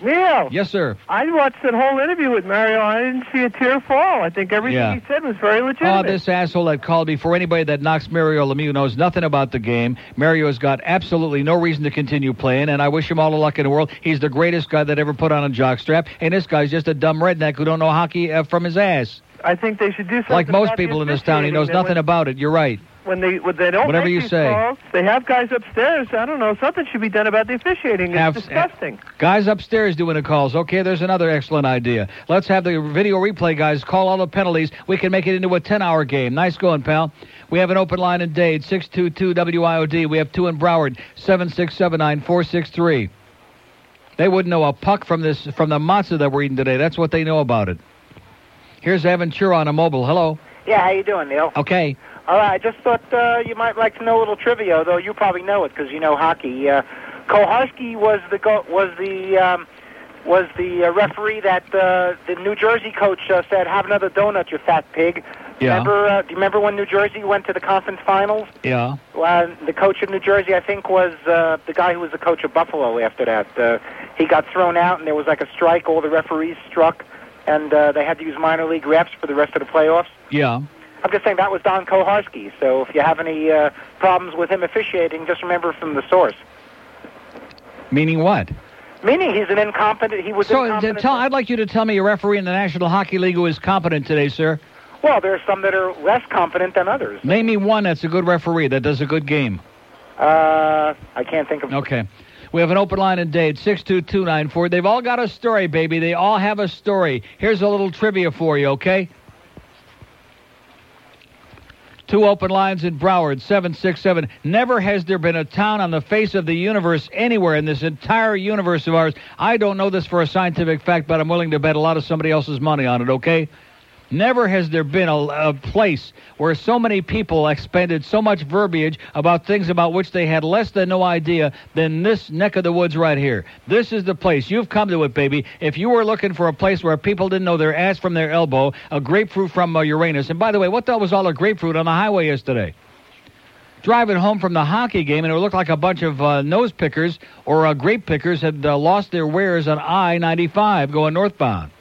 S19: Neil.
S5: Yes, sir.
S19: I watched that whole interview with Mario. and I didn't see a tear fall. I think everything
S5: Yeah.
S19: he said was very legitimate.
S5: Oh, this asshole that called before anybody that knocks Mario Lemieux knows nothing about the game. Mario's got absolutely no reason to continue playing, and I wish him all the luck in the world. He's the greatest guy that ever put on a jockstrap, and this guy's just a dumb redneck who don't know hockey uh, from his ass.
S19: I think they should do something.
S5: Like most
S19: about the
S5: people in this town, he knows
S19: officiating
S5: nothing about it. You're right.
S19: When they when they don't
S5: Whatever
S19: make
S5: you
S19: these
S5: say.
S19: calls, they have guys upstairs. I don't know. Something should be done about the officiating. It's
S5: Abs-
S19: disgusting.
S5: Guys upstairs doing the calls. Okay, there's another excellent idea. Let's have the video replay guys call all the penalties. We can make it into a 10 hour game. Nice going, pal. We have an open line in Dade, 622 WIOD. We have two in Broward, 7679 463. They wouldn't know a puck from this from the matzah that we're eating today. That's what they know about it. Here's Aventura on a mobile. Hello.
S53: Yeah, how you doing, Neil?
S5: Okay.
S53: All right, I just thought uh, you might like to know a little trivia, though you probably know it because you know hockey. Uh, Koharski was the go- was the um, was the uh, referee that uh, the New Jersey coach uh, said, "Have another donut, you fat pig."
S5: Yeah.
S53: Remember? Uh, do you remember when New Jersey went to the conference finals?
S5: Yeah.
S53: Well, the coach of New Jersey, I think, was uh, the guy who was the coach of Buffalo. After that, uh, he got thrown out, and there was like a strike. All the referees struck, and uh, they had to use minor league refs for the rest of the playoffs.
S5: Yeah.
S53: I'm just saying that was Don Koharski. So if you have any uh, problems with him officiating, just remember from the source.
S5: Meaning what?
S53: Meaning he's an incompetent. He was
S5: So
S53: incompetent.
S5: d- tell, I'd like you to tell me a referee in the National Hockey League who is competent today, sir.
S53: well, there are some that are less competent than others.
S5: Name me one that's a good referee that does a good game.
S53: Uh, I can't think of.
S5: Okay. We have an open line in Dade, 62294. They've all got a story, baby. They all have a story. Here's a little trivia for you, okay? Two open lines in Broward, 767. Never has there been a town on the face of the universe anywhere in this entire universe of ours. I don't know this for a scientific fact, but I'm willing to bet a lot of somebody else's money on it, okay? Never has there been a, a place where so many people expended so much verbiage about things about which they had less than no idea than this neck of the woods right here. This is the place. You've come to it, baby. If you were looking for a place where people didn't know their ass from their elbow, a grapefruit from uh, Uranus. And by the way, what the hell was all a grapefruit on the highway yesterday? driving home from the hockey game, and it looked like a bunch of uh, nose pickers or uh, grape pickers had uh, lost their wares on I 95 going northbound.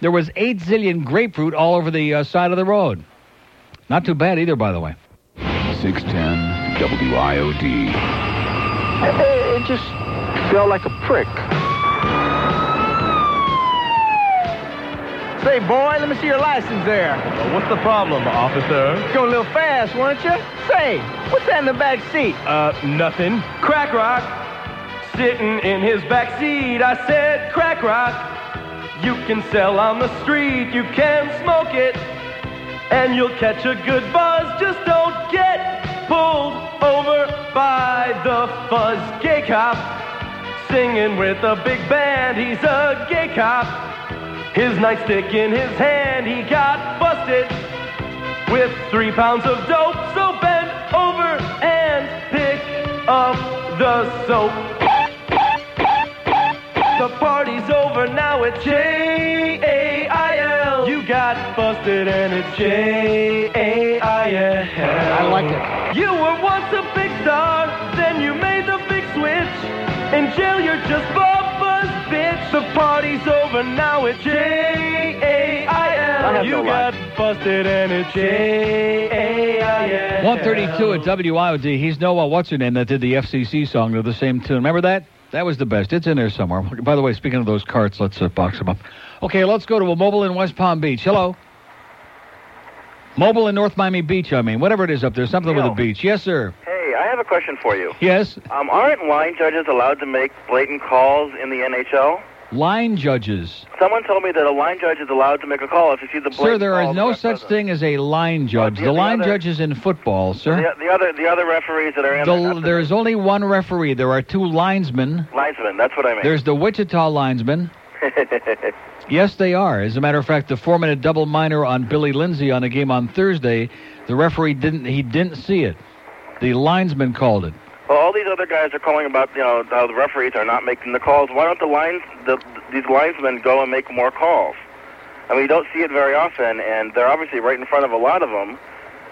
S5: There was 8 zillion grapefruit all over the uh, side of the road. Not too bad either, by the way.
S16: 610 WIOD.
S54: It just felt like a prick.
S55: Say, boy, let me see your license there. what's the problem, officer? Going a little fast, weren't you? Say, what's that in the back seat?
S3: Uh, nothing. Crack Rock, sitting in his back seat. I said, Crack Rock, you can sell on the street, you can smoke it, and you'll catch a good buzz. Just don't get pulled over by the fuzz. Gay cop, singing with a big band. He's a gay cop. His nightstick in his hand, he got busted with three pounds of dope. So bend over and pick up the soap. The party's over now, it's J A I L. You got busted and it's J A I L. I like it. You were once a big star, then you made the big switch. In jail, you're just Bubba's bitch. The party's over now, it's J A
S5: I
S3: I L.
S5: have
S3: You
S5: no life.
S3: got busted and it's J A I L.
S5: 132 at WIOD. He's Noah, what's her name, that did the FCC song to the same tune. Remember that? That was the best. It's in there somewhere. By the way, speaking of those carts, let's uh, box them up. Okay, let's go to a mobile in West Palm Beach. Hello. Mobile in North Miami Beach, I mean. Whatever it is up there, something with a beach. Yes, sir.
S14: Hey, I have a question for you.
S5: Yes.
S14: Um, aren't line judges allowed to make blatant calls in the NHL?
S5: Line judges.
S14: Someone told me that a line judge is allowed to make a call if you see the
S5: Sir,
S14: blatant
S5: there
S14: call.
S5: is no such thing as a line judge. The line judge is in football, sir.
S14: The, the other the other referees that are in
S5: The, there is only one referee. There are two linesmen.
S14: linesmen. That's what I mean.
S5: There's the Wichita linesman. Yes, they are. As a matter of fact, the four-minute double minor on Billy Lindsay on a game on Thursday, the referee didn't. He didn't see it. The linesman called it.
S14: well, all these other guys are calling about you know how the referees are not making the calls. Why don't the lines the, these linesmen go and make more calls? I mean, you don't see it very often, and they're obviously right in front of a lot of them.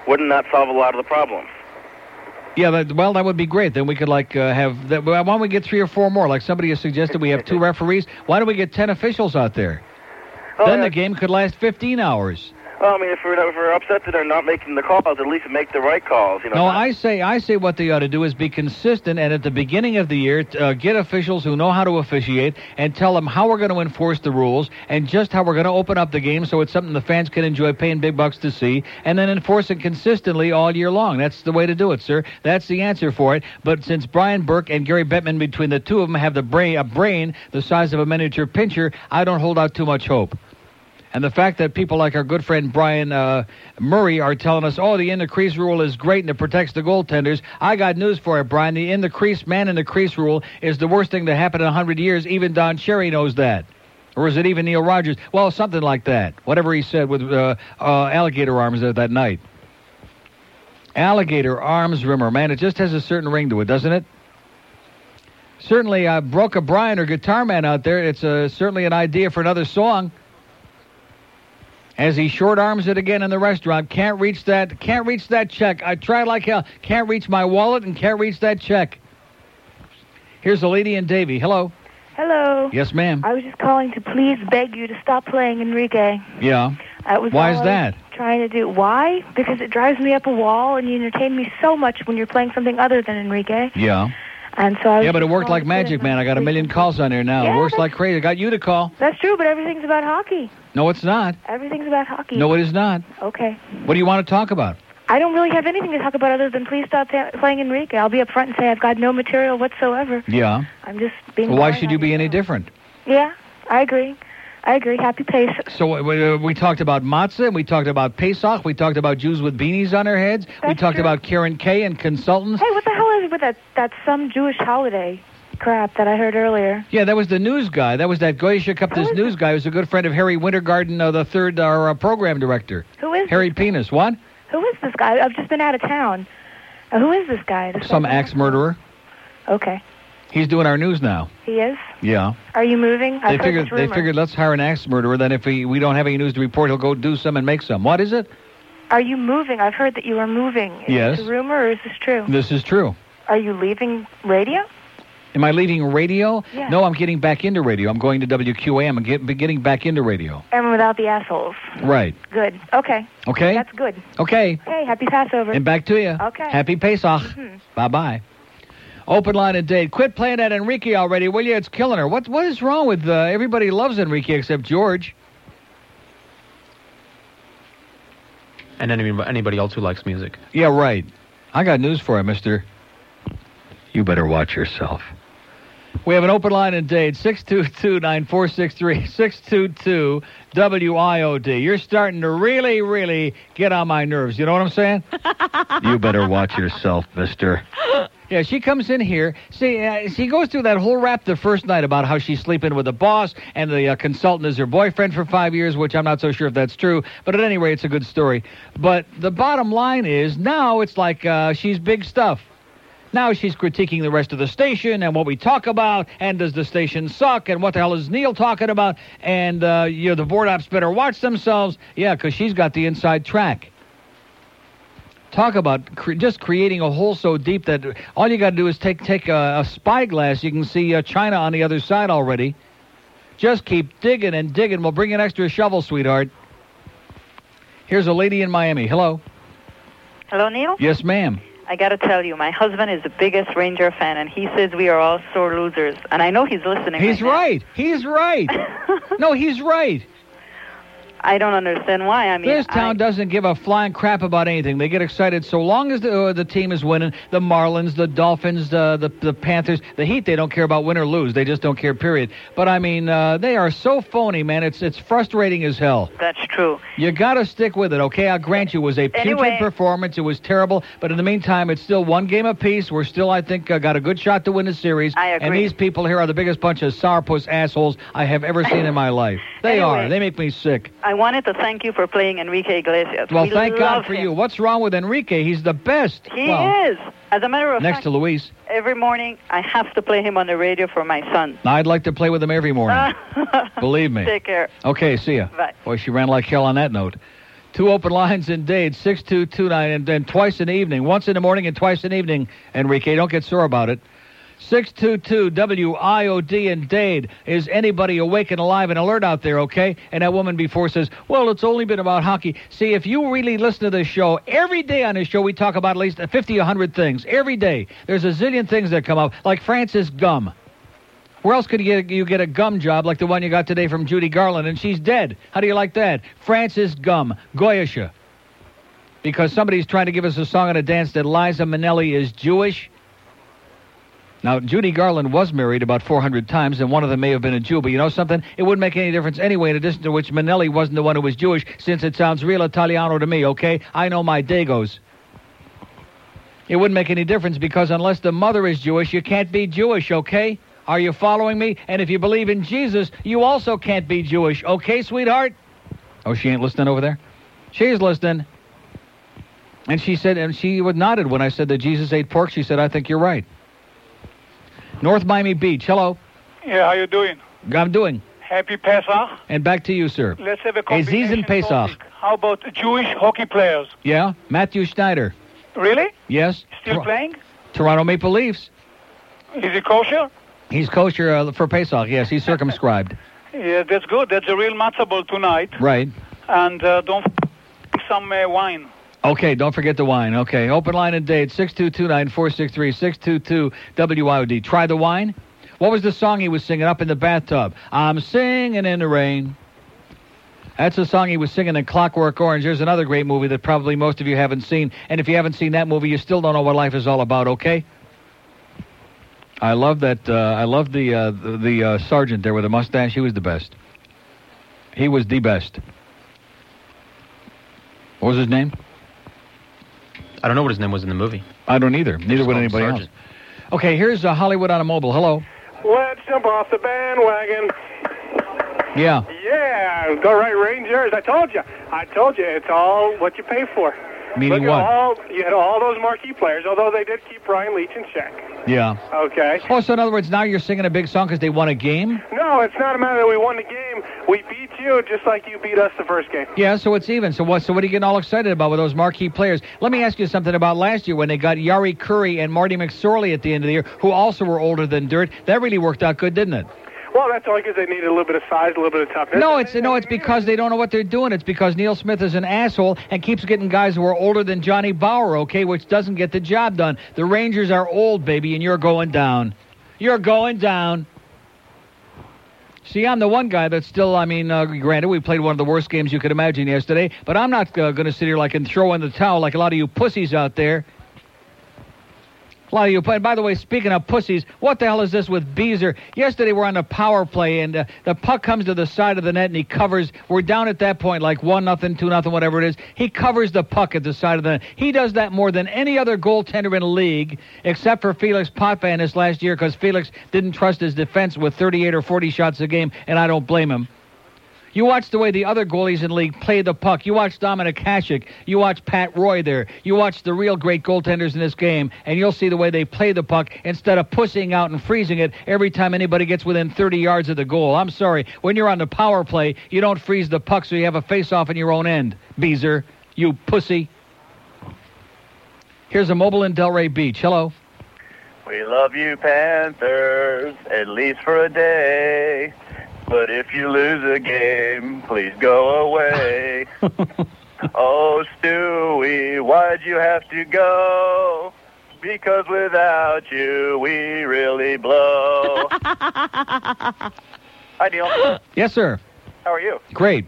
S14: Wouldn't that solve a lot of the problem?
S5: Yeah, that, well, that would be great. Then we could like uh, have. That, why don't we get three or four more? Like somebody has suggested, we have two referees. Why don't we get ten officials out there? then the game could last 15 hours.
S14: Well, I mean, if we're, if we're upset that they're not making the calls, at least make the right calls. You know,
S5: No, I say I say what they ought to do is be consistent and at the beginning of the year t- uh, get officials who know how to officiate and tell them how we're going to enforce the rules and just how we're going to open up the game so it's something the fans can enjoy paying big bucks to see and then enforce it consistently all year long. That's the way to do it, sir. That's the answer for it. But since Brian Burke and Gary Bettman between the two of them have the brain a brain the size of a miniature pincher, I don't hold out too much hope. And the fact that people like our good friend Brian uh, Murray are telling us, oh, the in the crease rule is great and it protects the goaltenders. I got news for you, Brian. The in the crease, man in the crease rule is the worst thing that happened in 100 years. Even Don Cherry knows that. Or is it even Neil Rogers? Well, something like that. Whatever he said with uh, uh, alligator arms that, that night. Alligator arms rumor. Man, it just has a certain ring to it, doesn't it? Certainly, uh, Broke O'Brien or Guitar Man out there, it's uh, certainly an idea for another song as he short arms it again in the restaurant. Can't reach that. Can't reach that check. I tried like hell. Can't reach my wallet and can't reach that check. Here's a lady in Davy. Hello.
S47: Hello.
S5: Yes, ma'am.
S47: I was just calling to please beg you to stop playing Enrique.
S5: Yeah.
S47: That was
S5: Why
S47: all I
S5: is
S47: was
S5: that?
S47: Trying to do why? Because it drives me up a wall, and you entertain me so much when you're playing something other than Enrique.
S5: Yeah.
S47: And so I was
S5: yeah, but it
S47: just
S5: worked
S47: calling
S5: like
S47: to say
S5: magic, man. I got a million calls on there now.
S47: Yeah,
S5: it works
S47: that's-
S5: like crazy. I got you to call.
S47: that- That's true, but everything's about hockey.
S5: No, it's not.
S47: Everything's about hockey.
S5: No, it is not.
S47: Okay.
S5: What do you want to talk about?
S47: I don't really have anything to talk about other than please stop pa- playing Enrique. I'll be up front and say I've got no material whatsoever.
S5: Yeah.
S47: I'm just being.
S5: Well, why
S47: boring
S5: should
S47: on
S5: you be any different?
S47: Yeah, I agree. I agree. Happy pace.
S5: So uh, we, uh, we talked about matzah, and we talked about Pesach, we talked about Jews with beanies on their heads, we talked about Karen Kay and consultants.
S47: Hey, what the hell is with that? That's some Jewish holiday crap that I heard earlier.
S5: Yeah, that was the news guy. That was that Goyesha Kupta's news guy. Who was a good friend of Harry Wintergarden, uh, the third uh, our, uh, program director.
S47: Who is
S5: Harry Penis? What?
S47: Who is this guy? I've just been out of town. Uh, who is this guy? This
S5: Some axe murderer.
S47: guy? Okay.
S5: He's doing our news now.
S47: He is.
S5: Yeah.
S47: Are you moving? I've
S5: they
S47: heard
S5: figured
S47: this
S5: they
S47: rumor.
S5: figured let's hire an axe murderer. Then if we, we don't have any news to report, he'll go do some and make some. What is it?
S47: Are you moving? I've heard that you are moving. Is
S5: Yes.
S47: this a rumor or is this true?
S5: This is true.
S47: Are you leaving radio?
S5: Am I leaving radio?
S47: Yeah.
S5: No, I'm getting back into radio. I'm going to WQAM and get, be getting back into radio.
S47: And without the assholes.
S5: Right.
S47: Good. Okay.
S5: Okay.
S47: That's good.
S5: okay.
S47: Hey, happy Passover.
S5: And back to you.
S47: Okay.
S5: Happy Pesach.
S47: Mhm.
S5: Bye bye. Open line and date. Quit playing that Enrique already, will you? It's killing her. What What is wrong with uh, everybody loves Enrique except George?
S10: and anybody, anybody else who likes music.
S5: Yeah, right. I got news for you, Mister. You better watch yourself. We have an open line and date 622 9463 622 WIOD. You're starting to really, really get on my nerves. You know what I'm saying? you better watch yourself, mister. Yeah, she comes in here. See, uh, she goes through that whole rap the first night about how she's sleeping with the boss and the uh, consultant is her boyfriend for five years, which I'm not so sure if that's true. But at any rate, it's a good story. But the bottom line is now it's like uh, she's big stuff. Now she's critiquing the rest of the station and what we talk about, and does the station suck, and what the hell is Neil talking about, and uh, you know the board ops better watch themselves. Yeah, because she's got the inside track. Talk about cre- just creating a hole so deep that all you got to do is take take a, a spyglass. You can see uh, China on the other side already. Just keep digging and digging. We'll bring an extra shovel, sweetheart. Here's a lady in Miami. Hello.
S29: Hello, Neil.
S5: Yes, ma'am.
S29: I got to tell you, my husband is the biggest Ranger fan, and he says we are all sore losers. And I know he's listening.
S5: He's right. He's right. no, he's right.
S29: I don't understand why. I mean,
S5: this town doesn't give a flying crap about anything. They get excited so long as the uh, the team is winning. The Marlins, the Dolphins, the, the the Panthers, the Heat. They don't care about win or lose. They just don't care. Period. But I mean, uh, they are so phony, man. It's it's frustrating as hell.
S29: That's true.
S5: You got to stick with it, okay? I'll grant you it was a putrid
S29: Anyway-
S5: performance. It was terrible. But in the meantime, it's still one game apiece. We're still, I think, uh, got a good shot to win the series.
S29: I
S5: And
S29: agree.
S5: these people here are the biggest bunch of sourpuss assholes I have ever seen in my life. They are.
S29: Anyway.
S5: They make me sick.
S29: I wanted to thank you for playing Enrique Iglesias.
S5: Well,
S29: we
S5: thank
S29: love
S5: God for
S29: him.
S5: you. What's wrong with Enrique? He's the best.
S29: He
S5: Well,
S29: is. As a matter of
S5: Next
S29: fact,
S5: to Luis.
S29: every morning I have to play him on the radio for my son.
S5: Now, I'd like to play with him every morning. Believe me.
S29: Take care.
S5: Okay, see ya.
S29: Bye.
S5: Boy, she ran like hell on that note. Two open lines in Dade, 6229, and then twice in the evening. Once in the morning and twice in the evening, Enrique. Don't get sore about it. 622 WIOD in Dade. Is anybody awake and alive and alert out there, okay? And that woman before says, well, it's only been about hockey. See, if you really listen to this show, every day on this show we talk about at least 50, 100 things. Every day. There's a zillion things that come up, like Francis Gum. Where else could you get, you get a gum job like the one you got today from Judy Garland, and she's dead? How do you like that? Francis Gum, Goyesha. Because somebody's trying to give us a song and a dance that Liza Minnelli is Jewish. Now, Judy Garland was married about 400 times, and one of them may have been a Jew, but you know something? It wouldn't make any difference anyway, in addition to which Minnelli wasn't the one who was Jewish, since it sounds real Italiano to me, okay? I know my dagos. It wouldn't make any difference because unless the mother is Jewish, you can't be Jewish, okay? Are you following me? And if you believe in Jesus, you also can't be Jewish, okay, sweetheart? Oh, she ain't listening over there? She's listening. And she said, and she would nodded when I said that Jesus ate pork. She said, I think you're right. North Miami Beach, hello.
S9: Yeah, how you doing?
S5: I'm doing.
S9: Happy Pesach.
S5: And back to you, sir.
S9: Let's have a
S5: Aziz
S9: combination.
S5: and Pesach.
S9: How about Jewish hockey players?
S5: Yeah? Matthew Schneider.
S9: Really?
S5: Yes?
S9: Still playing?
S5: Toronto Maple Leafs.
S9: Is it kosher?
S5: He's kosher uh, for Pesach. Yes, he's circumscribed.
S9: Yeah, that's good. That's a real matzo ball tonight.
S5: Right.
S9: And uh, don't f- some uh, wine.
S5: Okay, don't forget the wine. Okay, open line and date 622-9463, 622-WIOD. Try the wine. What was the song he was singing up in the bathtub? I'm singing in the rain. That's the song he was singing in Clockwork Orange. There's another great movie that probably most of you haven't seen. And if you haven't seen that movie, you still don't know what life is all about, okay? I love that. Uh, I love the, uh, the, the uh, sergeant there with the mustache. He was the best. He was the best. What was his name?
S10: I don't know what his name was in the movie.
S5: I don't either. Neither would anybody else. Okay, here's uh, Hollywood on a mobile. Hello.
S41: Let's jump off the bandwagon.
S5: Yeah.
S41: Yeah, go right Rangers. I told you. I told you. It's all what you pay for.
S5: Meaning
S41: Look at
S5: what?
S41: All, you had all those marquee players, although they did keep Brian Leach in check.
S5: Yeah.
S41: Okay.
S5: Oh, so in other words, now you're singing a big song because they won a game?
S41: No, it's not a matter that we won the game. We beat you just like you beat us the first game.
S5: Yeah, so it's even. So what? So what are you getting all excited about with those marquee players? Let me ask you something about last year when they got Yari Curry and Marty McSorley at the end of the year, who also were older than dirt. That really worked out good, didn't it?
S41: Well, that's only because they needed a little bit of size, a little bit of toughness.
S5: No, it's no, it's because they don't know what they're doing. It's because Neil Smith is an asshole and keeps getting guys who are older than Johnny Bauer, okay, which doesn't get the job done. The Rangers are old, baby, and you're going down. You're going down. See, I'm the one guy that's still, I mean, uh, granted, we played one of the worst games you could imagine yesterday, but I'm not uh, going to sit here like and throw in the towel like a lot of you pussies out there. A lot of you. And by the way, speaking of pussies, what the hell is this with Beezer? Yesterday we're on a power play, and uh, the puck comes to the side of the net, and he covers. We're down at that point, like one nothing, two nothing, whatever it is. He covers the puck at the side of the net. He does that more than any other goaltender in the league, except for Felix Potvin this last year, because Felix didn't trust his defense with 38 or 40 shots a game, and I don't blame him. You watch the way the other goalies in the league play the puck. You watch Dominic Hasek. You watch Pat Roy there. You watch the real great goaltenders in this game, and you'll see the way they play the puck instead of pussying out and freezing it every time anybody gets within 30 yards of the goal. I'm sorry. When you're on the power play, you don't freeze the puck so you have a face-off in your own end, Beezer. You pussy. Here's a mobile in Delray Beach. Hello.
S14: We love you, Panthers, at least for a day. But if you lose a game, please go away. oh, Stewie, why'd you have to go? Because without you, we really blow. Hi, Neil.
S5: Yes, sir.
S14: How are you?
S5: Great.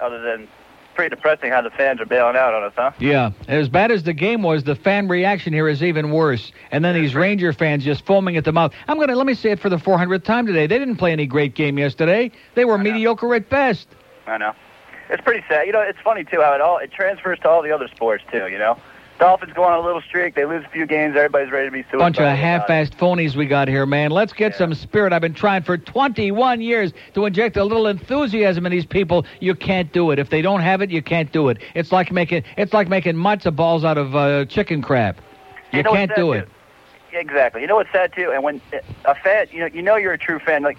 S14: Other than pretty depressing how the fans are bailing out on us, huh?
S5: Yeah, as bad as the game was, the fan reaction here is even worse. And then these Ranger fans just foaming at the mouth. I'm gonna let me say it for the 400th time today. They didn't play any great game yesterday. They were mediocre at best.
S14: I know. It's pretty sad. You know, it's funny too how it all it transfers to all the other sports too. You know, Dolphins go on a little streak. They lose a few games. Everybody's ready to be suicidal.
S5: Bunch of
S14: about it.
S5: half-assed phonies we got here, man. Let's get some spirit. I've been trying for 21 years to inject a little enthusiasm in these people. You can't do it. If they don't have it, you can't do it. It's like making it's like making matzo balls out of uh, chicken crap. You,
S14: You know what
S5: can't
S14: that
S5: do
S14: is?
S5: it.
S14: Exactly. You know what's sad too, and when a fan, you know, you know you're a true fan. Like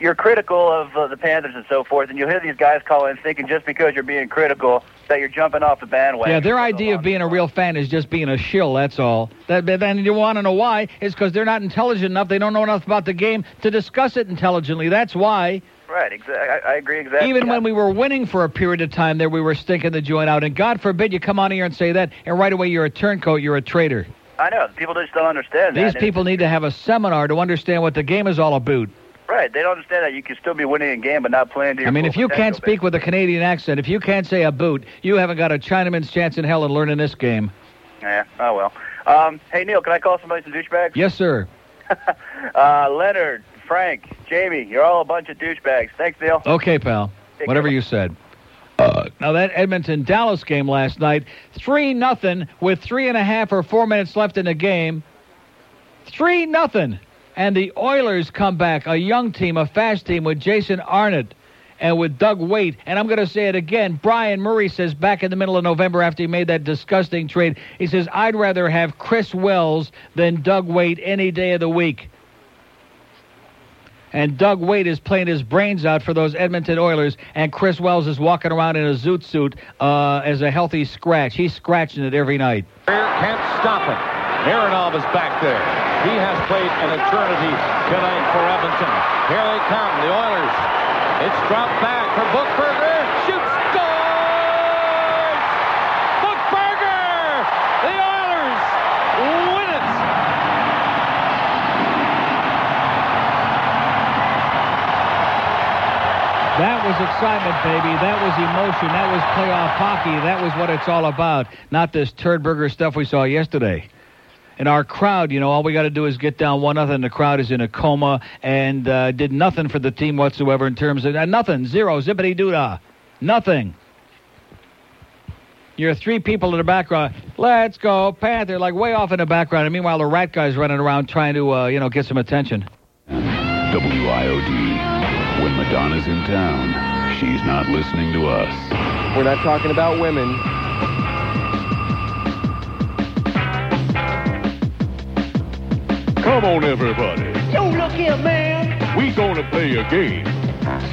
S14: you're critical of uh, the Panthers and so forth, and you hear these guys call in thinking just because you're being critical that you're jumping off the bandwagon.
S5: Yeah, their idea of being a real fan is just being a shill. That's all. That, but then you want to know why? It's because they're not intelligent enough. They don't know enough about the game to discuss it intelligently. That's why.
S14: Right. Exactly. I, I agree exactly.
S5: Even when we were winning for a period of time, there we were stinking the joint out. And God forbid you come on here and say that, and right away you're a turncoat. You're a traitor.
S14: I know people just don't understand that.
S5: These
S14: And
S5: people need to have a seminar to understand what the game is all about.
S14: it's- Right. They don't understand that you can still be winning a game but not playing to your
S5: I mean,
S14: full
S5: if you can't
S14: potential.
S5: speak with a Canadian accent, if you can't say a boot, you haven't got a Chinaman's chance in hell in learning this game.
S14: Yeah. Oh well. Um, hey Neil, can I call somebody some douchebags?
S5: Yes, sir.
S14: Uh, Leonard, Frank, Jamie, you're all a bunch of douchebags. Thanks, Neil.
S5: Okay, pal. Whatever you said. Uh, now that Edmonton Dallas game last night, three nothing with three and a half or four minutes left in the game. Three nothing, and the Oilers come back, a young team, a fast team with Jason Arnott and with Doug Waite. And I'm going to say it again. Brian Murray says back in the middle of November after he made that disgusting trade, he says I'd rather have Chris Wells than Doug Waite any day of the week and Doug Waite is playing his brains out for those Edmonton Oilers, and Chris Wells is walking around in a zoot suit uh, as a healthy scratch. He's scratching it every night.
S3: Can't stop it. Aronov is back there. He has played an eternity tonight for Edmonton. Here they come, the Oilers. It's dropped back for Bookberger. Shoots, scores! Bookberger! The Oilers win it!
S5: That was excitement, baby. That was emotion. That was playoff hockey. That was what it's all about. Not this turd burger stuff we saw yesterday. And our crowd, you know, all we got to do is get down one nothing. The crowd is in a coma and uh, did nothing for the team whatsoever in terms of uh, nothing, zero, zippity doo dah, nothing. You're three people in the background. Let's go, Panther! Like way off in the background. And meanwhile, the rat guy's running around trying to, uh, you know, get some attention.
S16: WIOD. When Madonna's in town, she's not listening to us.
S36: We're not talking about women.
S3: Come on, everybody.
S33: Yo, look here, man.
S3: We gonna play a game.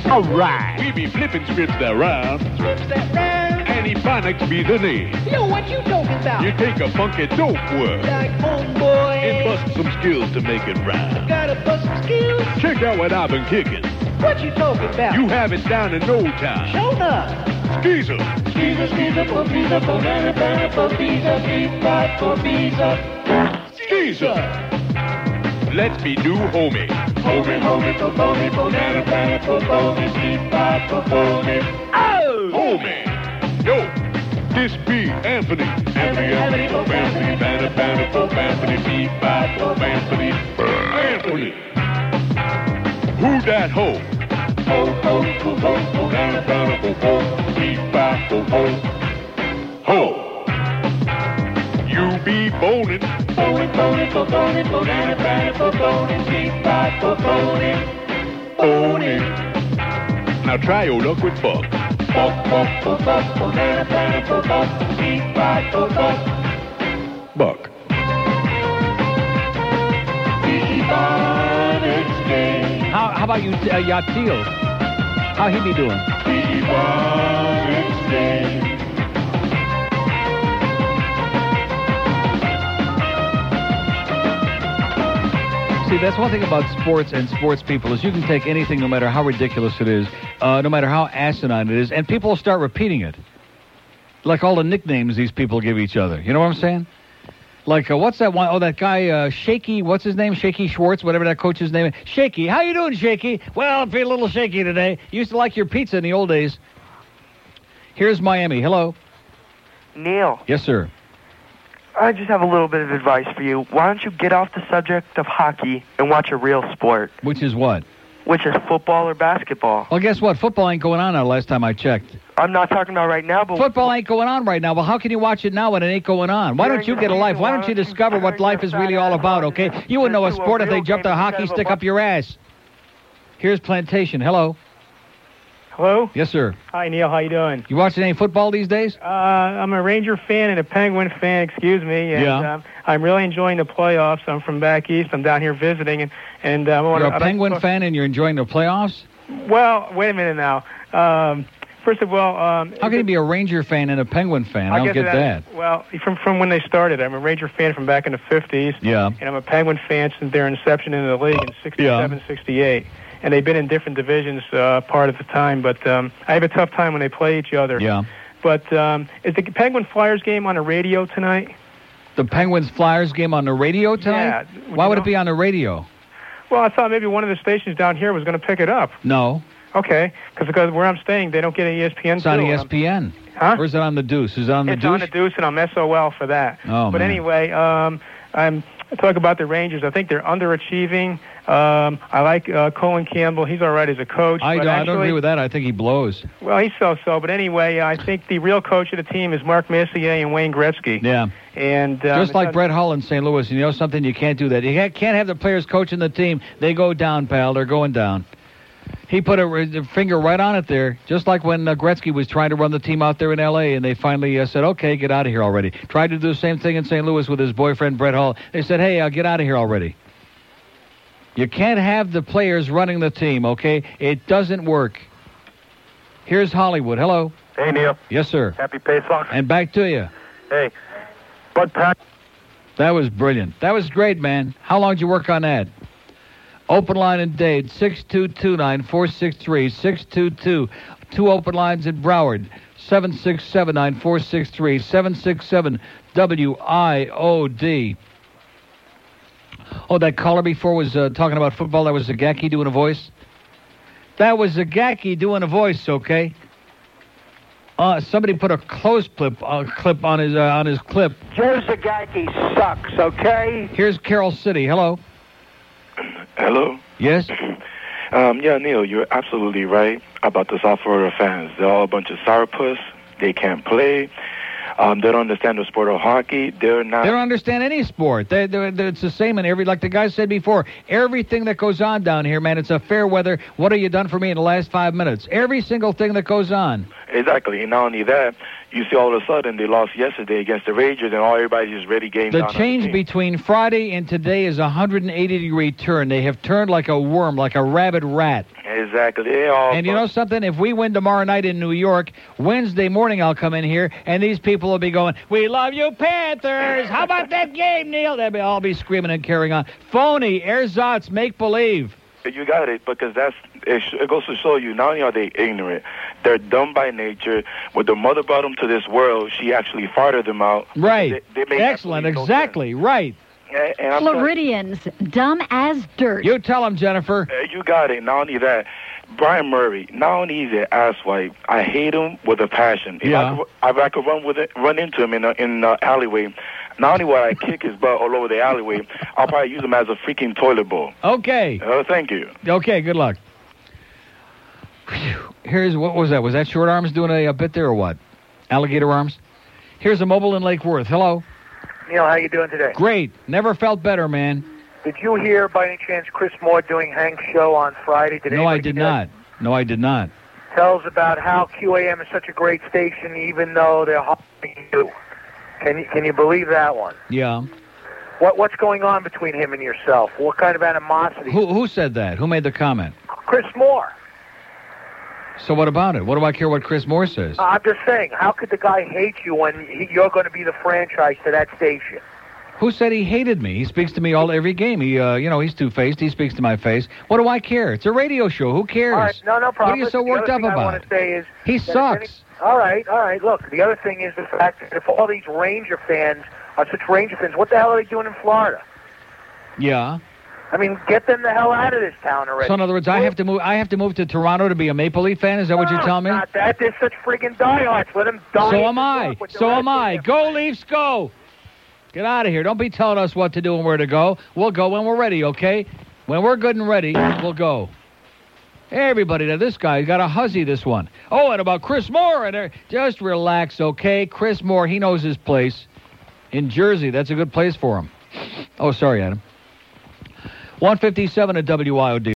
S33: All right.
S3: We be flipping scripts around.
S33: What's that man?
S3: Annie Bonics be the name.
S33: Yo, what you talking about?
S3: You take a funky dope word
S33: like homeboy.
S3: and bust some skills to make it rhyme.
S33: Gotta bust some skills.
S3: Check out what I've been kicking.
S33: What you talking about?
S3: You have it down in no time.
S33: Show up.
S3: Skeezer.
S33: Visa, visa, for visa, for banana, banana, for visa, visa, for visa.
S3: Skeezer. Let's be new homie. Homie, homie, for homie, for nana, nana, for homie, sweetheart, for homie. Oh! Homie. Yo, this be Anthony. Anthony, Anthony, for Anthony, banana, banana, for Anthony, sweetheart, for Anthony. Anthony. Who that hoe? Ho, ho, ho, ho, ho, nana, nana, ho, ho, sweetheart, ho, ho. Ho. You be boning. Boning, boning, for boning, for nana, banana, for boning, sweetheart, for boning. Boning. Now try your luck with Buck. Buck, Buck, Buck, Buck, for nana, banana, for Buck, sweetheart, for Buck. Buck.
S5: How, how about you, uh, Yatiel? How he be doing? See, that's one thing about sports and sports people is you can take anything, no matter how ridiculous it is, uh, no matter how asinine it is, and people will start repeating it. Like all the nicknames these people give each other. You know what I'm saying? Like, uh, what's that one? Oh, that guy, uh, Shaky, what's his name? Shaky Schwartz, whatever that coach's name is. Shaky, how you doing, Shaky? Well, I feel a little shaky today. Used to like your pizza in the old days. Here's Miami. Hello.
S17: Neil,
S5: Yes, sir.
S17: I just have a little bit of advice for you. Why don't you get off the subject of hockey and watch a real sport,
S5: Which is what?
S17: which is football or basketball?
S5: Well, guess what? Football ain't going on now, last time I checked.
S17: I'm not talking about right now, but
S5: Football ain't going on right now. Well, how can you watch it now when it ain't going on? Why don't you get a life? Why don't you discover what life is really all about, okay? You wouldn't know a sport if they jumped a hockey stick up your ass. Here's Plantation. Hello.
S56: Hello.
S5: Yes, sir.
S56: Hi, Neil. How you doing?
S5: You watching any football these days?
S56: Uh, I'm a Ranger fan and a Penguin fan. Excuse me. And,
S5: Yeah.
S56: Um, I'm really enjoying the playoffs. I'm from back east. I'm down here visiting, and and um, I wanna-
S5: You're a
S56: I'd like to
S5: Penguin
S56: talk-
S5: fan and you're enjoying the playoffs?
S56: Well, wait a minute now. Um, first of all, um,
S5: How can you be a Ranger fan and a Penguin fan? I,
S56: guess
S5: don't get that.
S56: Well, from from when they started, I'm a Ranger fan from back in the '50s,
S5: Yeah.
S56: and I'm a Penguin fan since their inception in the league in '67, '68. And they've been in different divisions uh, part of the time, but um, I have a tough time when they play each other.
S5: Yeah.
S56: But um, is the Penguin Flyers game on the radio tonight?
S5: The Penguins Flyers game on the radio tonight?
S56: Yeah.
S5: Why would it be on the radio?
S56: Well, I thought maybe one of the stations down here was going to pick it up.
S5: No.
S56: Okay, because because where I'm staying, they don't get an E ESPN.
S5: It's on E
S56: too.
S5: ESPN.
S56: Huh?
S5: Or is it on the Deuce? Is it on the
S56: it's
S5: Deuce?
S56: on the deuce, and I'm SOL for that.
S5: Oh,
S56: but
S5: man.
S56: anyway, um, I'm I talk about the Rangers. I think they're underachieving. Um, I like uh, Colin Campbell. He's all right as a coach.
S5: I,
S56: but
S5: don't, I don't
S56: actually-
S5: agree with that. I think he blows.
S56: Well, he's so-so. But anyway, I think the real coach of the team is Mark Messier and Wayne Gretzky.
S5: Yeah.
S56: And um,
S5: Just like Brett Hull in St. Louis, you know something? You can't do that. You can't can't have the players coaching the team. They go down, pal. They're going down. He put a, a finger right on it there, just like when uh, Gretzky was trying to run the team out there in L.A., and they finally uh, said, okay, get out of here already. Tried to do the same thing in St. Louis with his boyfriend, Brett Hull. They said, hey, uh, get out of here already. You can't have the players running the team, okay? It doesn't work. Here's Hollywood. Hello.
S14: Hey, Neil.
S5: Yes, sir.
S14: Happy Paysox.
S5: And back to you.
S14: Hey, Bud Pat.
S5: That was brilliant. That was great, man. How long did you work on that? Open line in Dade, 6229 463 622. Two open lines in Broward, 7679 463 767 WIOD. Oh, that caller before was uh, talking about football. That was Zagacki doing a voice. That was Zagacki doing a voice, okay? Uh, somebody put a close clip uh, clip on his uh, on his clip.
S17: Joe Zagacki sucks. Okay.
S5: Here's Carroll City. Hello.
S18: Hello.
S5: Yes.
S18: Um, yeah, Neil, you're absolutely right about the South Florida fans. They're all a bunch of sourpuss. They can't play. Um, they don't understand the sport of hockey. They're not.
S5: They don't understand any sport. They, they, they- it's the same in every, like the guy said before, everything that goes on down here, man, it's a fair weather. What have you done for me in the last five minutes? Every single thing that goes on.
S18: Exactly. And not only that, you see all of a sudden they lost yesterday against the Rangers, and all everybody's just ready game
S5: The
S18: down.
S5: change between Friday and today is a 180 degree turn. They have turned like a worm, like a rabid rat.
S18: Exactly. They all.
S5: And you know something? If we win tomorrow night in New York, Wednesday morning I'll come in here and these people will be going, We love you, Panthers. How about that game, Neil? They'll be, all be screaming and carrying on. Phony, ersatz, make believe.
S18: You got it because that's it, sh- it goes to show you. Not only are they ignorant, they're dumb by nature. When their mother brought them to this world, she actually farted them out.
S5: Right.
S18: They, they make
S5: Excellent. Exactly. Right.
S18: And, and I'm telling-
S28: Floridians, dumb as dirt.
S5: You tell him, Jennifer.
S18: Uh, you got it. Not only that, Brian Murray. Not only is he an asswipe, I hate him with a passion. If
S5: Yeah.
S18: I could, if I could run with it, run into him in a, in the alleyway. Not only would I kick his butt all over the alleyway, I'll probably use him as a freaking toilet bowl.
S5: Okay.
S18: Oh, thank you.
S5: Okay, good luck. Phew. Here's what was that? Was that short arms doing a, a bit there or what? Alligator arms? Here's a mobile in Lake Worth. Hello.
S17: Neil, how you doing today?
S5: Great. Never felt better, man.
S17: Did you hear by any chance Chris Moore doing Hank's show on Friday? Did
S5: no, I did not. No, I did not.
S17: Tells about how QAM is such a great station, even though they're harming you. Can you can you believe that one?
S5: Yeah.
S17: What what's going on between him and yourself? What kind of animosity?
S5: Who who said that? Who made the comment?
S17: Chris Moore.
S5: So what about it? What do I care what Chris Moore says?
S17: I'm just saying, how could the guy hate you when he, you're going to be the franchise to that station?
S5: Who said he hated me? He speaks to me all every game. He, uh, you know, he's two faced. He speaks to my face. What do I care? It's a radio show. Who cares?
S17: All right, no, no problem.
S5: What are you
S17: The
S5: so worked
S17: other
S5: up
S17: thing I
S5: about?
S17: want to say is
S5: He
S17: that if
S5: sucks.
S17: any- all right, all right. Look, the other thing is the fact that if all these Ranger fans are such Ranger fans, what the hell are they doing in Florida?
S5: Yeah.
S17: I mean, get them the hell out of this town already.
S5: So in other words, I have to move. I have to move to Toronto to be a Maple Leaf fan. Is that what you're telling me?
S17: Not that they're such friggin' diehards. Let them die.
S5: So
S17: in
S5: am
S17: New
S5: I.
S17: York with the
S5: So
S17: rest
S5: am
S17: of
S5: I. Go Leafs, go! Get out of here. Don't be telling us what to do and where to go. We'll go when we're ready. Okay? When we're good and ready, we'll go. Everybody, now this guy got a hussy. This one. Oh, and about Chris Moore and uh, just relax, okay? Chris Moore, he knows his place in Jersey. That's a good place for him. Oh, sorry, Adam. 157 at WIOD.